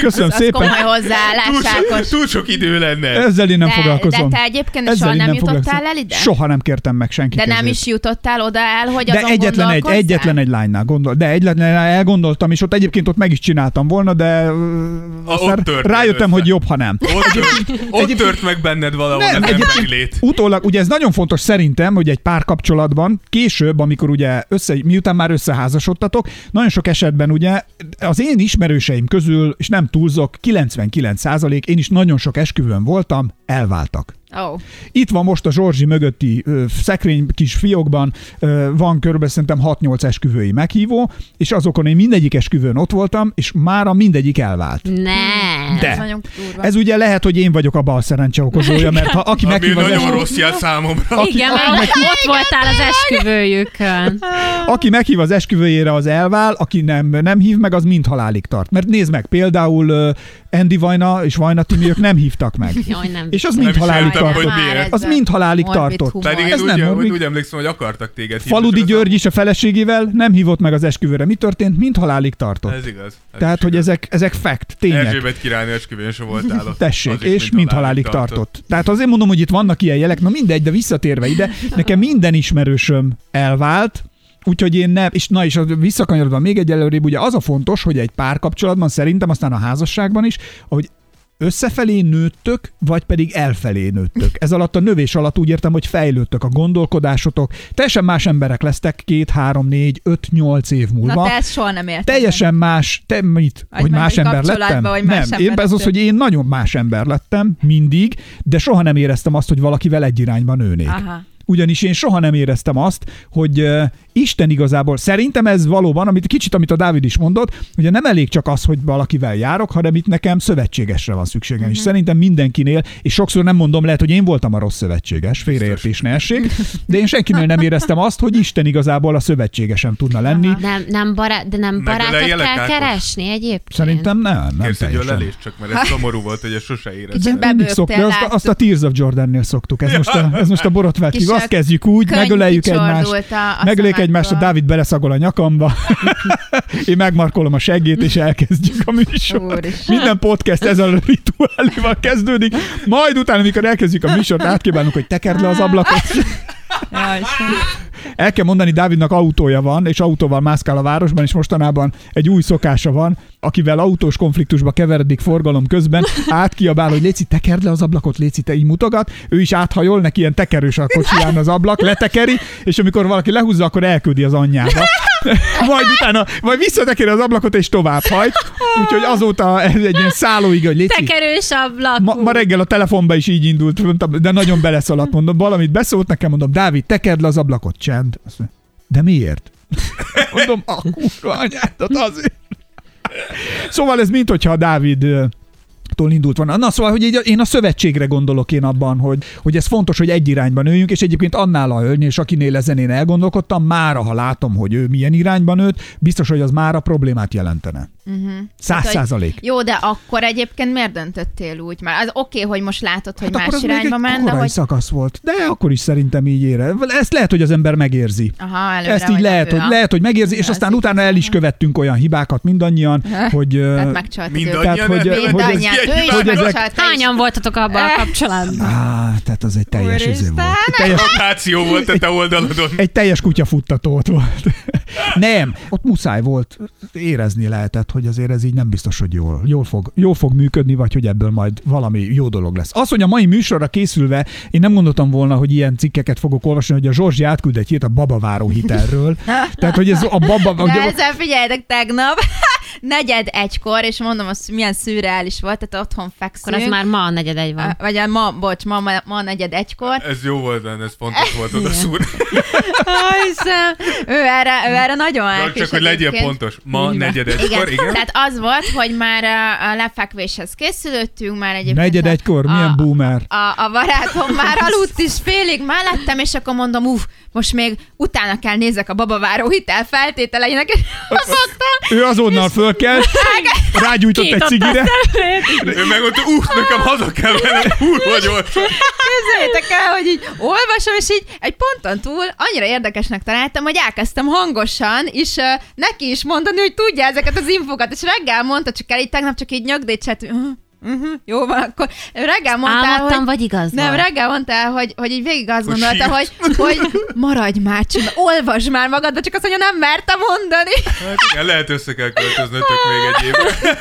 Köszönöm
Az
szépen.
komoly
Túl
hozzáállás,
sok,
Ákos.
túl sok idő lenne.
Ezzel én nem
de,
foglalkozom.
De te egyébként
Ezzel
soha
én
nem, jutottál
foglalkozom.
el ide?
Soha nem kértem meg senki
De nem
kezét.
is jutottál oda el, hogy
De
azon
egyetlen egy,
gondolkoztál?
egyetlen egy lánynál gondol, de egyetlen egy lánynál elgondoltam, és ott egyébként ott meg is csináltam volna, de ö,
A-
aztán
ott történt
rájöttem,
össze.
hogy jobb, ha nem.
Ott, ott nem tört meg benned valahol
Nem,
az
egyébként-
emberi lét.
Utólag, ugye ez nagyon fontos szerintem, hogy egy párkapcsolatban később, amikor ugye össze, miután már összeházasodtatok, nagyon sok esetben ugye az én ismerőseim közül, és nem túlzok, 99% én is nagyon sok esküvőn voltam, elváltak.
Ó,
Itt van most a Zsorzsi mögötti ö, szekrény kis fiókban, ö, van körülbelül szerintem 6-8 esküvői meghívó, és azokon én mindegyik esküvőn ott voltam, és mára mindegyik elvált.
Nem.
De.
ez nagyon durva.
Ez ugye lehet, hogy én vagyok a bal szerencse okozója, mert ha aki
Ami
meghív az
nagyon
esküvőn,
rossz jel számomra.
Igen, mert ott voltál az esküvőjükön.
Aki meghív az esküvőjére, az elvál, aki nem, nem hív meg, az mind halálig tart. Mert nézd meg, például ö, Andy Vajna és Vajna Timi, ők nem hívtak meg.
Jaj, nem.
És az
vicces.
Nem
mind
is
halálig
értem, hogy
tartott.
miért.
Az mind halálig
Morbid
tartott.
humor.
Pedig
Ez
én úgy,
nem morbid.
úgy, úgy emlékszem, hogy akartak téged hívni.
Faludi
csak az-
György is a feleségével nem hívott meg az esküvőre. Mi történt? Mind halálig tartott.
Ez igaz. Ez
Tehát,
is
hogy
igaz.
ezek, ezek fact, tények.
Erzsébet királynő esküvőn sem voltál. ott.
Tessék,
Az is
és mind halálig tartott. Tehát azért mondom, hogy itt vannak ilyen jelek, na mindegy, de visszatérve ide, nekem minden ismerősöm elvált, Úgyhogy én nem, és na és az- visszakanyarodva még egy előrébb, ugye az a fontos, hogy egy párkapcsolatban szerintem, aztán a házasságban is, hogy összefelé nőttök, vagy pedig elfelé nőttök. Ez alatt a növés alatt úgy értem, hogy fejlődtök a gondolkodásotok, teljesen más emberek lesztek két, három, négy, öt, nyolc év múlva.
Na, te ezt soha nem érted.
Teljesen más, te mit?
Vagy
hogy
már
más
egy
ember lettem?
kapcsolatban, vagy más
nem,
ember
én ez az,
lettél.
hogy én nagyon más ember lettem mindig, de soha nem éreztem azt, hogy valakivel egy irányba nőnék.
Aha.
Ugyanis én soha nem éreztem azt, hogy uh, Isten igazából, szerintem ez valóban, amit kicsit, amit a Dávid is mondott, ugye nem elég csak az, hogy valakivel járok, hanem itt nekem szövetségesre van szükségem. Mm-hmm. És
Mhm.
szerintem mindenkinél, és sokszor nem mondom, lehet, hogy én voltam a rossz szövetséges, félreértés ne essék, de én senkinél nem éreztem azt, hogy Isten igazából a szövetségesem tudna lenni. Aha.
Nem, nem barát, de nem
Meg hát
barátot kell
öleljelek, Ákos?
keresni egyébként.
Szerintem nem, nem
Kérsz egy
teljesen. Hát.
ölelést csak, mert ez szomorú volt, hogy ezt sose
Kicsit
éreztem.
De mindig
bebőgtél,
szok, de azt,
láttuk.
azt a Tears of Jordannél szoktuk. Ez most a, ez most a borotvált
Kis
hív.
a
Azt kezdjük úgy,
könyv
megöleljük
kicsordult
egymást.
a- a
Megöljük egymást, a
szemekből.
Dávid beleszagol a nyakamba. Én megmarkolom a seggét, és elkezdjük a műsort.
Úristen.
Minden podcast ezzel a rituáléval kezdődik. Majd utána, amikor elkezdjük a műsort, átkívánunk, hogy tekerd le az ablakot.
Jaj, Istenem.
El kell mondani, Dávidnak autója van, és autóval mászkál a városban, és mostanában egy új szokása van, akivel autós konfliktusba keveredik forgalom közben, átkiabál, hogy Léci, tekerd le az ablakot, Léci, te így mutogat, ő is áthajol, neki ilyen tekerős a kocsiján az ablak, letekeri, és amikor valaki lehúzza, akkor elküldi az anyjába. Majd utána, majd visszatekeri az ablakot, és tovább hajt. Úgyhogy azóta ez egy ilyen szállóig, hogy Léci,
Tekerős ablak.
Ma, ma reggel a telefonba is így indult, mondtam, de nagyon beleszaladt, mondom, valamit beszólt nekem, mondom, Dávid, tekerd le az ablakot, csend. Azt mondja, de miért? Mondom, a kurva anyádat azért. Szóval ez mint hogyha a Dávid ö, tól indult volna. Na szóval, hogy így, én a szövetségre gondolok én abban, hogy, hogy ez fontos, hogy egy irányban nőjünk, és egyébként annál a hölgynél, és akinél ezen én elgondolkodtam, mára, ha látom, hogy ő milyen irányban nőtt, biztos, hogy az mára problémát jelentene. Száz
Hát, hogy-
százalék.
Jó, de akkor egyébként miért döntöttél úgy? Már az oké, hogy most látod, hogy
Hát akkor
más
az még
irányba
egy
ment, de
korai
hogy...
szakasz volt. De akkor is szerintem így ére. Ezt lehet, hogy az ember megérzi.
Aha, előre
Ezt
vagy
így lehet
nem ő
hogy,
a-
lehet, hogy megérzi, és
Ja,
aztán
ez
utána el is követtünk olyan hibákat mindannyian, hogy... ö,
Tehát megcsaltad
Mindannyian
Tehát,
őt.
hogy-
el-
hogy ez-
Mindannyian, ő is
hogy ezek-
megcsalta, és-
Hányan voltatok abban a kapcsolatban?
Á, tehát az egy teljes izé volt. Egy teljes,
Rotáció Hát volt a te oldaladon.
egy teljes kutyafuttató ott volt. Nem, ott muszáj volt, érezni lehetett, hogy azért ez így nem biztos, hogy jól, jól, fog, jól fog működni, vagy hogy ebből majd valami jó dolog lesz. Az, hogy a mai műsorra készülve, én nem gondoltam volna, hogy ilyen cikkeket fogok olvasni, hogy a Zsorzsi átküld egy hírt a babaváró hitelről. Tehát, hogy ez a baba...
De ezzel figyeljetek tegnap, negyed egykor, és mondom, az milyen szürreális volt, tehát otthon fekszünk.
Akkor az már ma a negyed egy
Á,
van.
Vagy a ma, bocs, ma, ma, ma negyed egykor.
Ez jó volt, benne, ez fontos volt oda szúrni.
Á, Istenem, ő erre, ő erre nagyon elkés
Csak, hogy legyél
Hát, egyébként.
pontos. Ma negyed
Igen.
egykor,
igen,
igen?
tehát az volt, hogy már a, a lefekvéshez készülöttünk, már egyébként...
Negyed
a-
egykor,
a-
milyen boomer.
a, a barátom már aludt is félig mellettem, és akkor mondom, uff, most még utána kell nézek a babaváró hitel feltételeinek, és hazadtam.
Ő azonnal fölkelt, rágyújtott egy cigire.
Ő meg ott, uff, nekem haza kell mennem, hú, hogy olcsó.
Képzeljétek el, hogy így olvasom, és így egy ponton túl annyira érdekesnek találtam, hogy elkezdtem hangosan is uh, neki is mondani, hogy tudja ezeket az infokat, és reggel mondta, csak el így tegnap csak így nyögdécselt, hogy, "Hm, Uh-huh, jó van, akkor reggel mondtál,
Álmodtam,
hogy...
vagy igaz
Nem,
volt?
reggel mondtál, hogy, hogy így végig azt
Hogy
gondolta, hogy, hogy maradj már, csinál, olvasd már magadba, csak azt mondja, nem merte mondani.
Hát igen, lehet össze kell költöznötök még egy évre.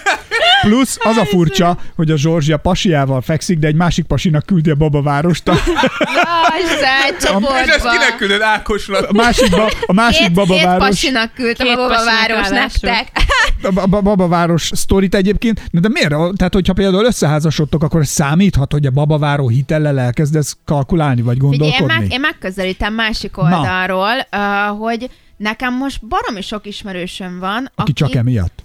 Plusz az a furcsa, hogy a Zsorzsia pasiával fekszik, de egy másik pasinak küldi a babavárost. A
Jaj, egy
És ezt
csoportba.
kinek küldöd Ákosnak?
másikba, a másik
Két, két
babaváros,
pasinak küldtem
Két
a babaváros
pasinak ráadásul.
nektek.
a ba- ba- babaváros sztorit egyébként. Na de miért? Tehát, hogyha például összeházasodtok, akkor számíthat, hogy a babaváró hitellel elkezdesz kalkulálni, vagy
Figyelj, én, meg,
gondolkodni?
én megközelítem másik
Na.
oldalról, uh, hogy nekem most baromi sok ismerősöm van, aki,
Ki csak emiatt.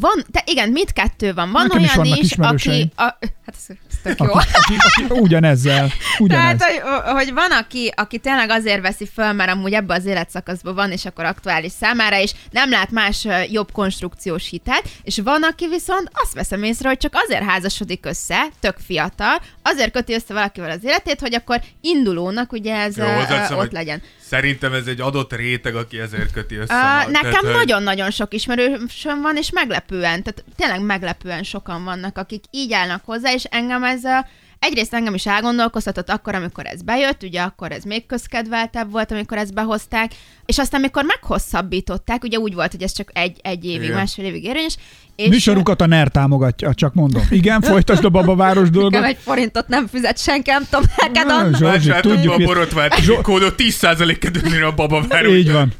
van, te igen, mit kettő van. Van
Nekem is
olyan
vannak
is,
ismerőseim.
aki... A, hát ez, ez tök jó.
Aki, aki, aki, ugyanezzel. Ugyanez.
Tehát, hogy, hogy van, aki, aki tényleg azért veszi föl, mert amúgy ebbe az életszakaszban van, és akkor aktuális számára, és nem lát más ö, jobb konstrukciós hitelt, és van, aki viszont azt veszem észre, hogy csak azért házasodik össze, tök fiatal, azért köti össze valakivel az életét, hogy akkor indulónak ugye ez
Jó,
ö, ö,
hozzáteszem,
ott
hogy
legyen.
Szerintem ez egy adott réteg, aki ezért köti össze.
Uh,
magát. Tehát,
nekem
hogy-
nagyon-nagyon sok ismerősöm van, és meglepően, tehát tényleg meglepően sokan vannak, akik így állnak hozzá, és engem ez a, egyrészt engem is elgondolkoztatott akkor, amikor ez bejött, ugye akkor ez még közkedveltebb volt, amikor ezt behozták, és aztán amikor meghosszabbították, ugye úgy volt, hogy ez csak egy, egy évig,
Igen.
másfél évig érvényes, és
Műsorukat a NER támogatja, csak mondom. Igen, folytasd a babaváros dolgot.
nekem egy forintot nem fizet senki, nem tudom neked
Na,
annak.
Zsolzsi,
Vásároljuk
tudjuk,
a
mi-
borotvált kódot 10%-et dönni a babaváró.
Így van.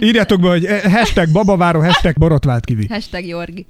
Írjátok be, hogy eh, hashtag babaváró, hashtag borotvált kivi.
Hashtag Jorgi.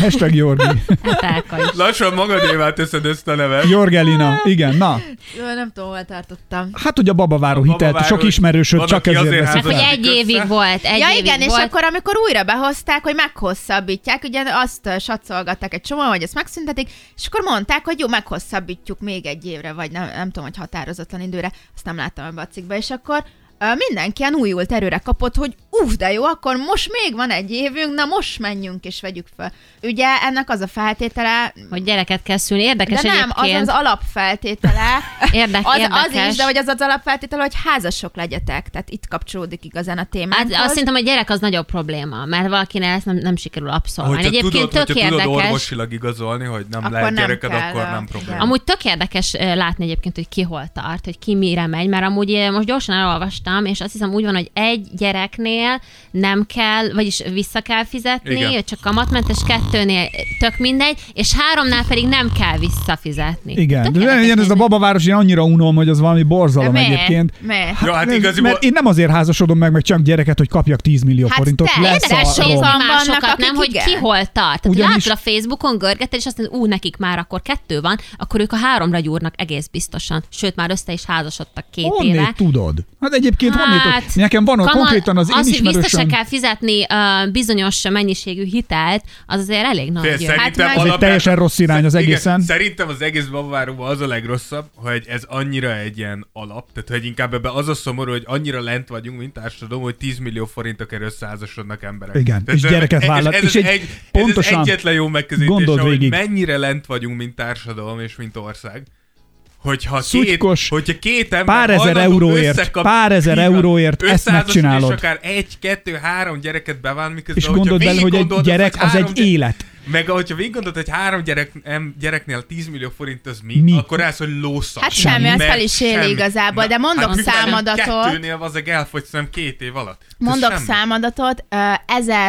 Hashtag Jorgi.
Hát Áka is.
Lassan magadévá teszed ezt a nevet.
Jorgelina, igen, na.
Jó, nem tudom, hol tartottam.
Hát, hogy a babaváró hitelt,
Babaváró,
sok ismerősöd
van,
csak
aki
ezért
azért hát
veszik
Hát
Mert Hát, hogy
fel.
házasodik
egy
össze.
évig volt, egy
ja
évig
igen,
volt.
és akkor amikor újra behozták, hogy meghosszabbítják, ugye azt ö, satszolgatták egy csomóan, hogy ezt megszüntetik, és akkor mondták, hogy jó, meghosszabbítjuk még egy évre, vagy nem, nem tudom, hogy határozatlan időre, azt nem láttam ebbe a cikkbe, és akkor ö, mindenki ilyen újult erőre kapott, hogy uff, de jó, akkor most még van egy évünk, na most menjünk és vegyük fel. Ugye ennek az a feltétele,
Hogy gyereket kell szülni. Érdekes
de nem, az
egyébként.
az alapfeltétele,
Érdek,
az, az
érdekes.
is, de hogy az az alapfeltétele, hogy házasok legyetek. Tehát itt kapcsolódik igazán a témához.
Hát azt hiszem, hogy gyerek az nagyobb probléma, mert valakinek ezt nem, nem sikerül abszolválni.
Hogyha
Egyébként
tudod,
tök
hogyha
érdekes.
tudod orvosilag igazolni, hogy nem
Akkor
lehet
nem
gyereked,
kell,
akkor
ö,
nem probléma.
Amúgy tök érdekes ö, látni egyébként, hogy ki hol tart, hogy ki mire megy, mert amúgy ö, most gyorsan elolvastam, és azt hiszem úgy van, hogy egy gyereknél nem kell, vagyis vissza kell fizetni,
Igen.
Igen. csak kamatmentes, kettőnél tök mindegy, és háromnál pedig nem kell visszafizetni.
Igen,
Tök
de
érdekes
legyen ez a
nézni.
babaváros, én annyira unom, hogy az valami borzalom
miért?
egyébként.
Miért?
Jó, hát
ez-
igaziból
mert én nem azért házasodom meg, meg csak gyereket, hogy kapjak 10 millió
Hát
forintot.
te,
lesz
Érdekes
a
sokan
nézni
rom.
vannak,
másokat,
akik
nem, hogy
igen.
ki hol tart. Tehát
Ugyanis-
Ugyanis... látod a Facebookon, görgeted, és azt mondod, ú, nekik már akkor kettő van, akkor ők a háromra gyúrnak egész biztosan. Sőt, már össze is házasodtak két
Honnét
éve.
tudod? Hát egyébként hát, honnét tudod? Nekem van ott
kamat-
konkrétan az én
az, hogy vissza se
ismerősöm.
kell fizetni uh, bizonyos mennyiségű hitelt, az azért elég nagy.
Fél,
jön. Hát,
szerintem
már- Ez egy
alapján-
teljesen rossz irány az
Igen,
egészen.
Szerintem az egész babavárúban az a legrosszabb, hogy ez annyira egy ilyen alap, tehát hogy inkább ebbe az a szomorú, hogy annyira lent vagyunk, mint társadalom, hogy 10 millió forintokért összeházasodnak emberek.
Igen,
tehát
és gyereket vállal-
Ez,
és
ez,
egy-
egy, egy, pontosan, ez
pontosan.
az egyetlen jó megközelítés,
Gondold
hogy
végig.
mennyire lent vagyunk, mint társadalom és mint ország. Hogyha
Szutykos,
két, hogyha két ember
pár ezer
hajlandó
euróért,
összekap-
pár ezer
Így van.
euróért ezt
Összeházasodni,
megcsinálod.
És akár egy, kettő, három gyereket beván, miközben
És
hogyha
gondold bele, hogy egy
végiggondolod,
gyerek
hogy
az
három
egy
gyere-
élet.
meg ahogyha végig gondolod, hogy három gyerek, em, gyereknél 10 millió forint az mi,
Mi?
mi? akkor rász, hogy lószak.
Hát semmi, az fel is éli igazából, de mondok számadatot.
hát Kettőnél az elfogysz, nem két év alatt. Ez
Mondok
semmi.
számadatot, ö,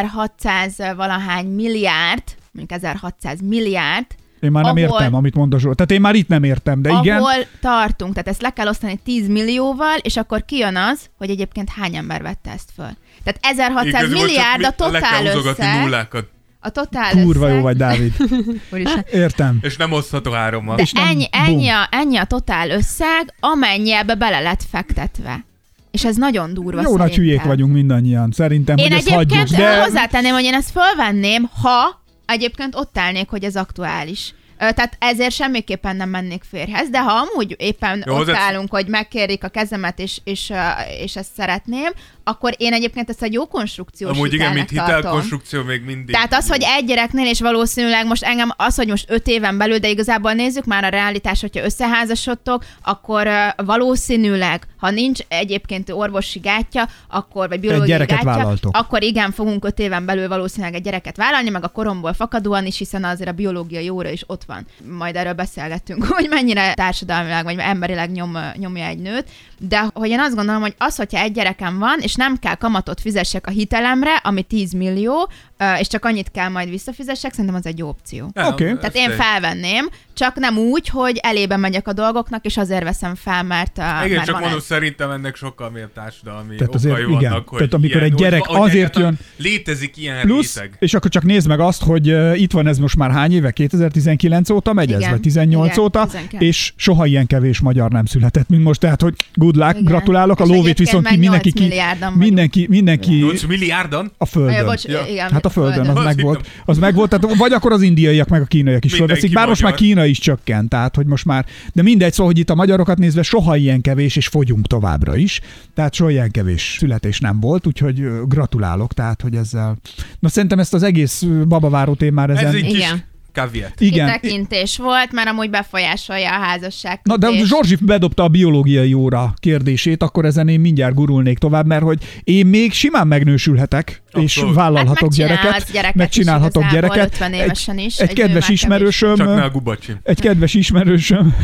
1600 valahány milliárd, mondjuk 1600 milliárd,
Én már nem
ahol-
értem, amit mond a Zsolt. Tehát én már itt nem értem, de igen.
ahol tartunk. Tehát ezt le kell osztani 10 millióval, és akkor kijön az, hogy egyébként hány ember vette ezt föl. Tehát 1600
Igazából csak
milliárd a
mi- Le
totál
kell húzogatni
összeg.
nullákat,
A totál
Kurva
összeg.
jó vagy, Dávid.
Úristen.
Értem.
és nem osztható hárommal.
De
És nem
ennyi,
bum.
ennyi, a, ennyi a totál összeg, amennyi ebbe bele lett fektetve. És ez nagyon durva
Jó nagy
szerintem.
hülyék vagyunk mindannyian. Szerintem,
Én
hogy ezt
egyébként
hagyjuk. De
hozzátenném, hogy én ezt fölvenném, ha egyébként ott állnék, hogy ez aktuális. Ö, Tehát ezért semmiképpen nem mennék férhez, de ha amúgy éppen
Jó,
Jó, ott
hozzátesz-
állunk, hogy megkérik a kezemet, és, és, ö, és ezt szeretném, akkor én egyébként ezt egy jó konstrukciós
Amúgy igen, mint
hitelnek tartom.
hitelkonstrukció még mindig.
Tehát az,
jó.
hogy egy gyereknél, és valószínűleg most engem az, hogy most öt éven belül, de igazából nézzük már a realitás, hogyha összeházasodtok, akkor ö, valószínűleg, Ha nincs egyébként orvosi gátja, akkor, vagy biológiai
gyereket
gátja,
vállaltok.
akkor igen, fogunk öt éven belül valószínűleg egy gyereket vállalni, meg a koromból fakadóan is, hiszen azért a biológiai óra is ott van. Majd erről beszélgetünk, hogy mennyire társadalmilag, vagy emberileg nyom, nyomja egy nőt. De hogy én azt gondolom, hogy az, hogyha egy gyerekem van, és nem kell kamatot fizessek a hitelemre, ami 10 millió, ö, és csak annyit kell majd visszafizessek, szerintem az egy jó opció.
Oké.
Tehát én felvenném, csak nem úgy, hogy elébe megyek a dolgoknak, és azért veszem fel, mert, a,
Igen,
mert
csak
van
mondom,
ez.
szerintem ennek sokkal mélyebb társadalmi
Tehát
Tehát
azért
azért, okai
igen.
vannak, hogy
Tehát amikor
ilyen,
egy gyerek
hogy- hogy
azért
egyáltalán
jön-
Létezik ilyen
Plusz,
réteg.
és akkor csak nézd meg azt, hogy uh, itt van ez most már hány éve, 2019 óta megy ez,
Igen.
vagy 18
Igen,
óta,
19.
és soha ilyen kevés magyar nem született, mint most, tehát hogy good luck,
Igen.
gratulálok, a
És
lóvét
egyébként
viszont
meg
ki mindenki,
8
ki,
milliárdan
mindenki, mindenki
8 milliárdan?
a
Ö,
földön.
bocs,
Ja.
igen,
Hát a földön, az
Azt
megvolt.
hittem.
Az megvolt, tehát vagy akkor az indiaiak, meg a kínaiak is
Mindenki
fölveszik, bár most már
magyar.
Kína is csökkent, tehát hogy most már, de mindegy, szóval, hogy itt a magyarokat nézve soha ilyen kevés, és fogyunk továbbra is, tehát soha ilyen kevés születés nem volt, úgyhogy ö, gratulálok, tehát hogy ezzel, na szerintem ezt az egész ö, babaváró témára
Ez
ezen,
egy kis
Igen.
kaviet.
igen,
kitekintés volt, mert amúgy befolyásolja a házasság.
Na, de
kötés.
Zsorzsi bedobta a biológiai óra kérdését, akkor ezen én mindjárt gurulnék tovább, mert hogy én még simán megnősülhetek, és
Abszolút.
vállalhatok
Hát megcsinálhatsz
gyereket,
gyereket is
megcsinálhatok
igazából,
gyereket.
50 évesen
egy,
is,
Egy
egy
kedves
bőven
ismerősöm,
Csak ne a gubacsi.
egy kedves ismerősöm.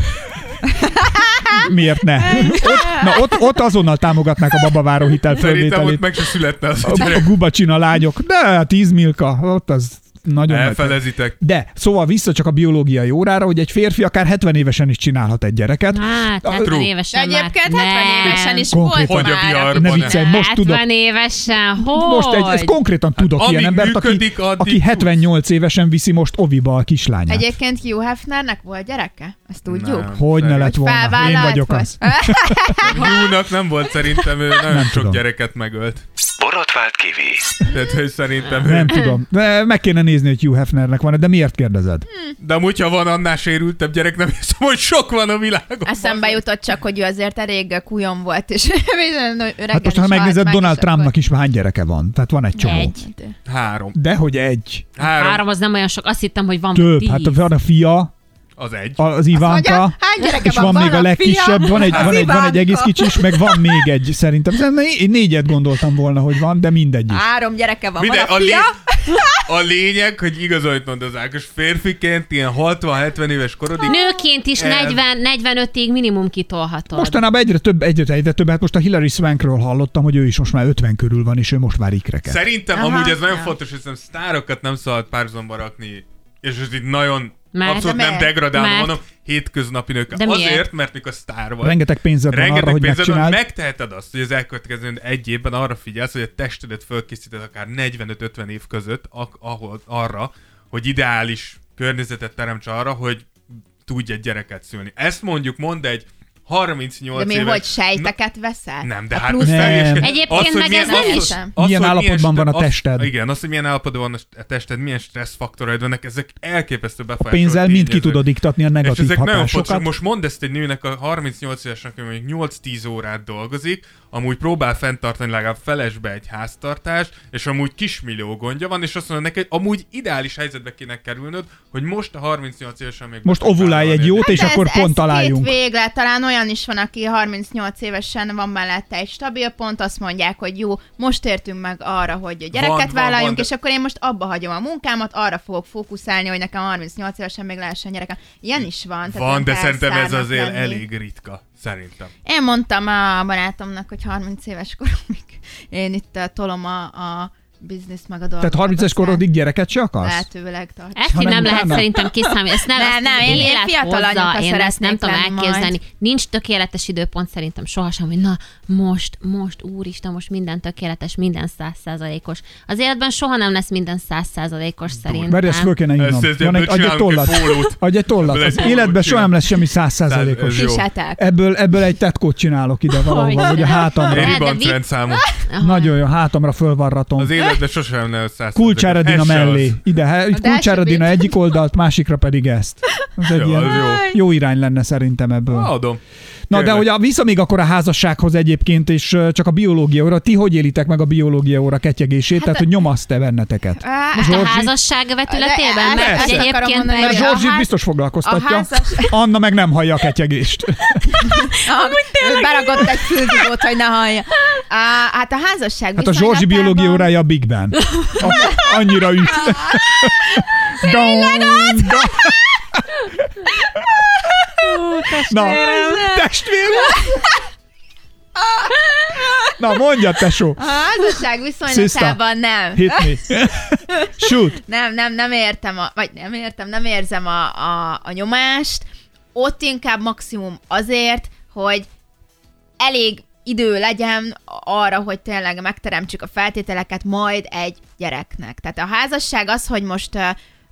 Miért ne? Ott, na, ott, ott azonnal támogatnák a babaváró hitel
Szerintem ott
fölvételét.
meg se születne az a
A, a
gyerek.
gubacsina lányok, de a tíz milka, ott az nagyon nagy-
Elfelezitek.
de, szóval vissza csak a biológiai órára, hogy egy férfi akár 70 évesen is csinálhat egy gyereket.
Hát, 70
True.
De
évesen
egyébként
már.
70
nem.
évesen is
Konkrétan.
volt
Hogy a
már.
viharban.
Ne
Van-e?
viccelj, most
70
tudok.
évesen, hogy?
Most egy, ezt konkrétan tudok
Hát amíg
ilyen embert, aki,
működik, addig
aki
tudsz.
78 évesen viszi most oviba a kislányát. Egyéb...
Egyébként Hugh Hefnernek volt gyereke? Ezt tudjuk?
Nem.
Hogy ne
Hogy
lett Hát volna? Én
felvállalt
vagyok
volt?
az.
Nyúlnak nem volt szerintem, ő nagyon
Nem
sok
tudom.
gyereket megölt.
Borotvált Kivi.
Tehát, hogy szerintem ő...
Nem tudom. De meg kéne nézni, hogy Hugh Hefnernek van de miért kérdezed?
Hmm,
De amúgy, ha van annál sérültebb gyerek, nem hiszem, hogy sok van a világon.
Eszembe jutott csak, hogy ő azért elég kujon volt, és öregen
Hát most,
is
ha megnézed,
halt meg,
Donald
és akkor-
Trumpnak is már hány gyereke van? Tehát van egy csomó.
Egy.
Három.
De hogy egy.
Három.
Három az nem olyan sok, azt hittem, hogy van
Több.
tíz.
Hát van a fia,
Az egy.
a- az Ivánka,
Mondja, hány gyereke
és van,
van
még a
fia?
legkisebb, van egy, van, egy, van egy
Ivánka.
egész kicsi is, meg van még egy szerintem. Szerintem Én négyet gondoltam volna, hogy van, de mindegy is.
Három gyereke van,
Minden-
van a fia,
a lényeg, hogy igazolt mond az Ákos, férfiként ilyen 60-70 éves korodig
Nőként is
Em.
40-45-ig minimum kitolhatod.
Mostanában egyre több, egyre, egyre több, hát most a Hillary Swankről hallottam, hogy ő is most már 50 körül van, és ő most már ikreket.
Szerintem
Aha,
amúgy ez nagyon
ja.
fontos, hogy szerintem sztárokat nem szabad párhuzamba rakni, és ez itt nagyon
Mert-
abszolút
De
nem
miért?
degradálva
Mert-
mondom, hétköznapi nők.
De miért?
Azért, mert mikor sztár vagy.
Rengeteg pénzed van
Rengeteg
arra, hogy
pénzed van,
megcsináld.
megteheted azt, hogy az elkövetkező egy évben arra figyelsz, hogy a testedet fölkészíted akár 45-50 év között ak- ahol, arra, hogy ideális környezetet teremts arra, hogy tudj egy gyereket szülni. Ezt mondjuk mond egy 38
de mi
éves...
hogy sejteket veszel?
Nem, de
A
hát
plusz-
Nem.
teljesen-
Egyébként
hogy
meg
milyen-
ez nem
hogy-
hiszem.
Milyen
hogy
állapotban van a
st- az-
tested?
Igen, az, hogy milyen állapotban van a st- a tested, milyen stresszfaktoraid vannak, ezek elképesztő befolyásoló
Pénzzel mind ki
tényezők.
tudod iktatni a
És
negatív
ezek nagyon fontosak.
hatásokat.
Most mondd ezt egy nőnek a 38 évesnek, aki mondjuk 8-10 órát dolgozik, amúgy próbál fenntartani legalább felesbe egy háztartást, és amúgy kismillió gondja van, és azt mondod neki, hogy amúgy ideális helyzetbe kéne kerülnöd, hogy most a 38 évesen még...
Most
be tudsz
ovulálj egy
vállalni.
jót, és
De
akkor
Hát ez,
pont
ez
találjunk.
Két végre, talán olyan is van, aki 38 évesen van mellette egy stabil pont, azt mondják, hogy jó, most értünk meg arra, hogy gyereket
Van, van,
vállaljunk,
van, de-
és akkor én most abba hagyom a munkámat, arra fogok fókuszálni, hogy nekem 38 évesen még lehessen gyerekem. Ilyen is van. tehát
Van,
nem
de
kell
szerintem ez
sztárnak
azért
lenni.
elég ritka. Szerintem.
Én mondtam a barátomnak, hogy 30 éves koromig én itt uh, tolom a, a biznisz meg a dolgokat.
Tehát 30-es
aztán
korodig gyereket se akarsz?
Lehetőleg tartsa.
Ezt így
Hanem
nem lehet
utána?
szerintem kiszámítani. Ezt nem,
Nem,
ezt
nem, én- én
élet
fiatal
hozza,
anyuka
én ezt nem
szeretnék
tudom
lenni majd.
elképzelni. Nincs tökéletes időpont szerintem sohasem, hogy na most, most, úristen, most minden tökéletes, minden százszázalékos. Az életben soha nem lesz minden százszázalékos szerintem.
Mert ezt föl kéne írnom.
Ezt- ezt
Van egy, adj egy
csinálunk egy
tollat.
pólót.
Adj egy tollat.
Ebből egy
Az
pólót
életben soha
csinálunk.
nem lesz semmi százszázalékos.
Ez jó.
Kisáták.
Ebből, ebből egy tetkót csinálok ide valahova,
Hogy?
hogy a hátamra.
Én
de
ribanc
vicc-
rendszámot.
Aha.
Nagyon jó, hátamra föl van ratom.
Az én de, de sosem nem száz.
Kulcsáradina mellé. Ide, he-
De
kulcsáradina
se
egyik oldalt, másikra pedig ezt. Ez egy
Jó,
ilyen
az jó.
jó irány lenne szerintem ebből.
Adom.
Na, de
Tényleg.
hogy a, vissza még akkor a házassághoz egyébként, és ö, csak a biológia óra, ti hogy élitek meg a biológia óra ketyegését,
Hát
tehát
a-
hogy nyomaszt-e benneteket?
Á,
Most a
Zsorzsi-
házasság
De-
vetületében, mert
ezt
hogy
akarom
egyébként
mondani,
meg...
Mert
hogy
a-
Zsorzsi-
Zsorzsit
ház-
biztos
hát a
foglalkoztatja.
házas-
Anna meg nem hallja a ketyegést.
Amúgy Beragott egy füldugót, hogy ne hallja. Á, hát a házasság
Hát a Zsorzsi
viszonylatában-
biológia órája a Big Ben. A, annyira üt. Tényleg az? Na, testvérem! Na, mondja, tesó!
A házasság viszonylatában nem.
Hit me. Shoot!
Nem, nem, nem értem, a, vagy nem értem, nem érzem a, a, a nyomást. Ott inkább maximum azért, hogy elég idő legyen arra, hogy tényleg megteremtsük a feltételeket majd egy gyereknek. Tehát a házasság az, hogy most ö,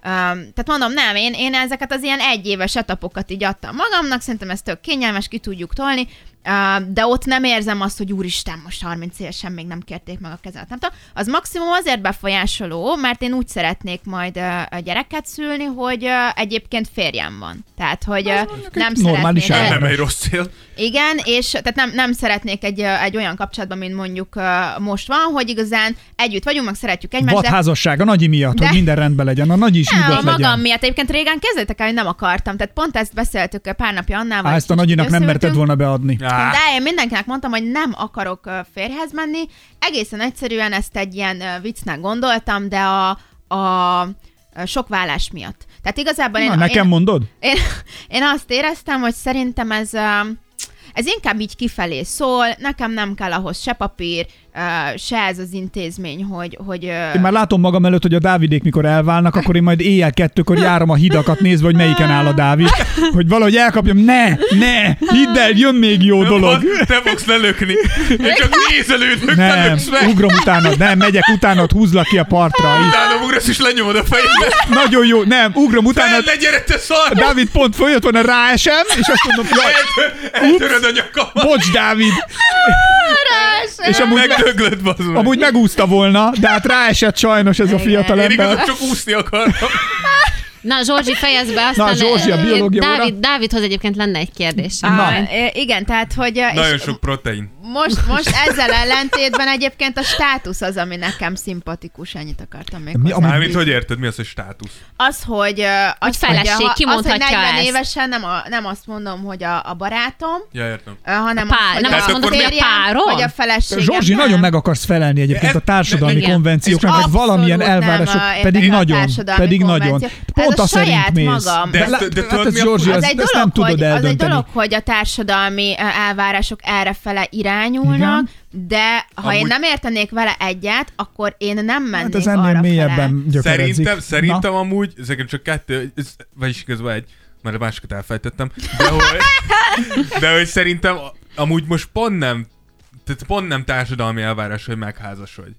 Öm, tehát mondom, nem, én, én ezeket az ilyen egyéves etapokat így adtam magamnak, szerintem ez tök kényelmes, ki tudjuk tolni, öm, de ott nem érzem azt, hogy úristen, most 30 évesen még nem kérték meg a kezemet. Nem tudom, az maximum azért befolyásoló, mert én úgy szeretnék majd ö, a gyereket szülni, hogy ö, egyébként férjem van. Tehát, hogy ö, nem
egy normális
szeretnék...
elem.
Nem egy rossz cél.
Igen, és tehát nem, nem szeretnék egy, ö, egy olyan kapcsolatban, mint mondjuk ö, most van, hogy igazán együtt vagyunk, meg szeretjük egymást,
Vad
de
házasság a nagyi miatt,
De-
hogy minden rendben legyen. A nagyi is
nem, a
nyugodt
magam
legyen.
miatt. Egyébként régen kezdetek el, hogy nem akartam. Tehát pont ezt beszéltük pár napja annál.
Á, ezt a nagyinak nem merted volna beadni.
Á,
De én mindenkinek mondtam, hogy nem akarok ö, férjhez menni. Egészen egyszerűen ezt egy ilyen ö, viccnek gondoltam, de a, a ö, sok vállás miatt. Tehát igazából én,
Na, nekem
én,
mondod?
én, én azt éreztem, hogy szerintem ez ö, ez inkább így kifelé szól, nekem nem kell ahhoz se papír, ö, se ez az intézmény, hogy... hogy ö,
Én már látom magam előtt, hogy a Dávidék mikor elválnak, akkor én majd éjjel kettőkor járom a hidakat nézve, hogy melyiken áll a Dávid. Hogy valahogy elkapjam, ne, ne, hidd el, jön még jó dolog.
Te fogsz lelökni. Én csak nézelődök, te
Nem,
löksz meg.
ugrom utána, nem, megyek utána, húzlak ki a partra. Így.
Utána ugrasz és lenyomod a fejedbe.
Nagyon jó, nem, ugrom utána,
Fel, ne gyere, te szar!
Dávid pont följött volna, ráesem, és azt mondom, jaj,
Eltör- Eltöröd a nyakamat.
bocs, Dávid. És amúgy, meg,
Megdöglöd, bazd meg.
amúgy megúszta volna, de hát ráesett sajnos ez a fiatal
Én
ember.
igazából csak úszni akartam.
Na, Zsorzsi, fejezd be, aztán...
Zsorzsi, a biológia óra.
Dávid, Dávidhoz egyébként lenne egy kérdés.
Á, ö, igen, tehát, hogy... ö,
Nagyon
és
sok protein.
Most, most ezzel ellentétben egyébként a státusz az, ami nekem szimpatikus, ennyit akartam még
Mi,
mi,
ami-
Mármint, hogy érted, mi az, hogy státusz?
Az, hogy, ö, az,
Hogy feleség,
hogy, a-
ki
az, hogy
mondhatja
40
ezt?
évesen nem, a, nem azt mondom, hogy a, a barátom,
Ja, értem.
ö, hanem
A pár-
hogy
nem
azt mondod, hogy a
férjem,
párom?
Hogy a feleségem.
Zsorzsi,
nem.
nagyon meg akarsz felelni egyébként a
Ez-
társadalmi
igen.
konvencióknak, meg
Abszolút
valamilyen
nem,
elvárások,
ö,
pedig
érdekel a
nagyon,
társadalmi
pedig nagyon.
konvenció. Ez
Pont
a
a szerint
saját
mész.
magam.
De,
De-
de,
de- de
de,
tudod,
hát ez,
mi a
Zsorzsi,
fura?
az,
az
ezt
egy dolog,
nem tudod
hogy, az egy
eldönteni.
dolog, hogy a társadalmi ö, elvárások errefele irányulnak, de ha én
Amúgy-
nem értenék vele egyet, akkor én nem
Hát
mennék
ez
arra
ennél
fele.
mélyebben gyökerezik.
Szerintem,
Na,
szerintem amúgy, ezeken csak kettő, ez, vagyis igazából egy, mert a másikat elfejtettem, de hogy, de hogy szerintem a- amúgy most pont nem, tehát pont nem társadalmi elvárás, hogy megházasodj.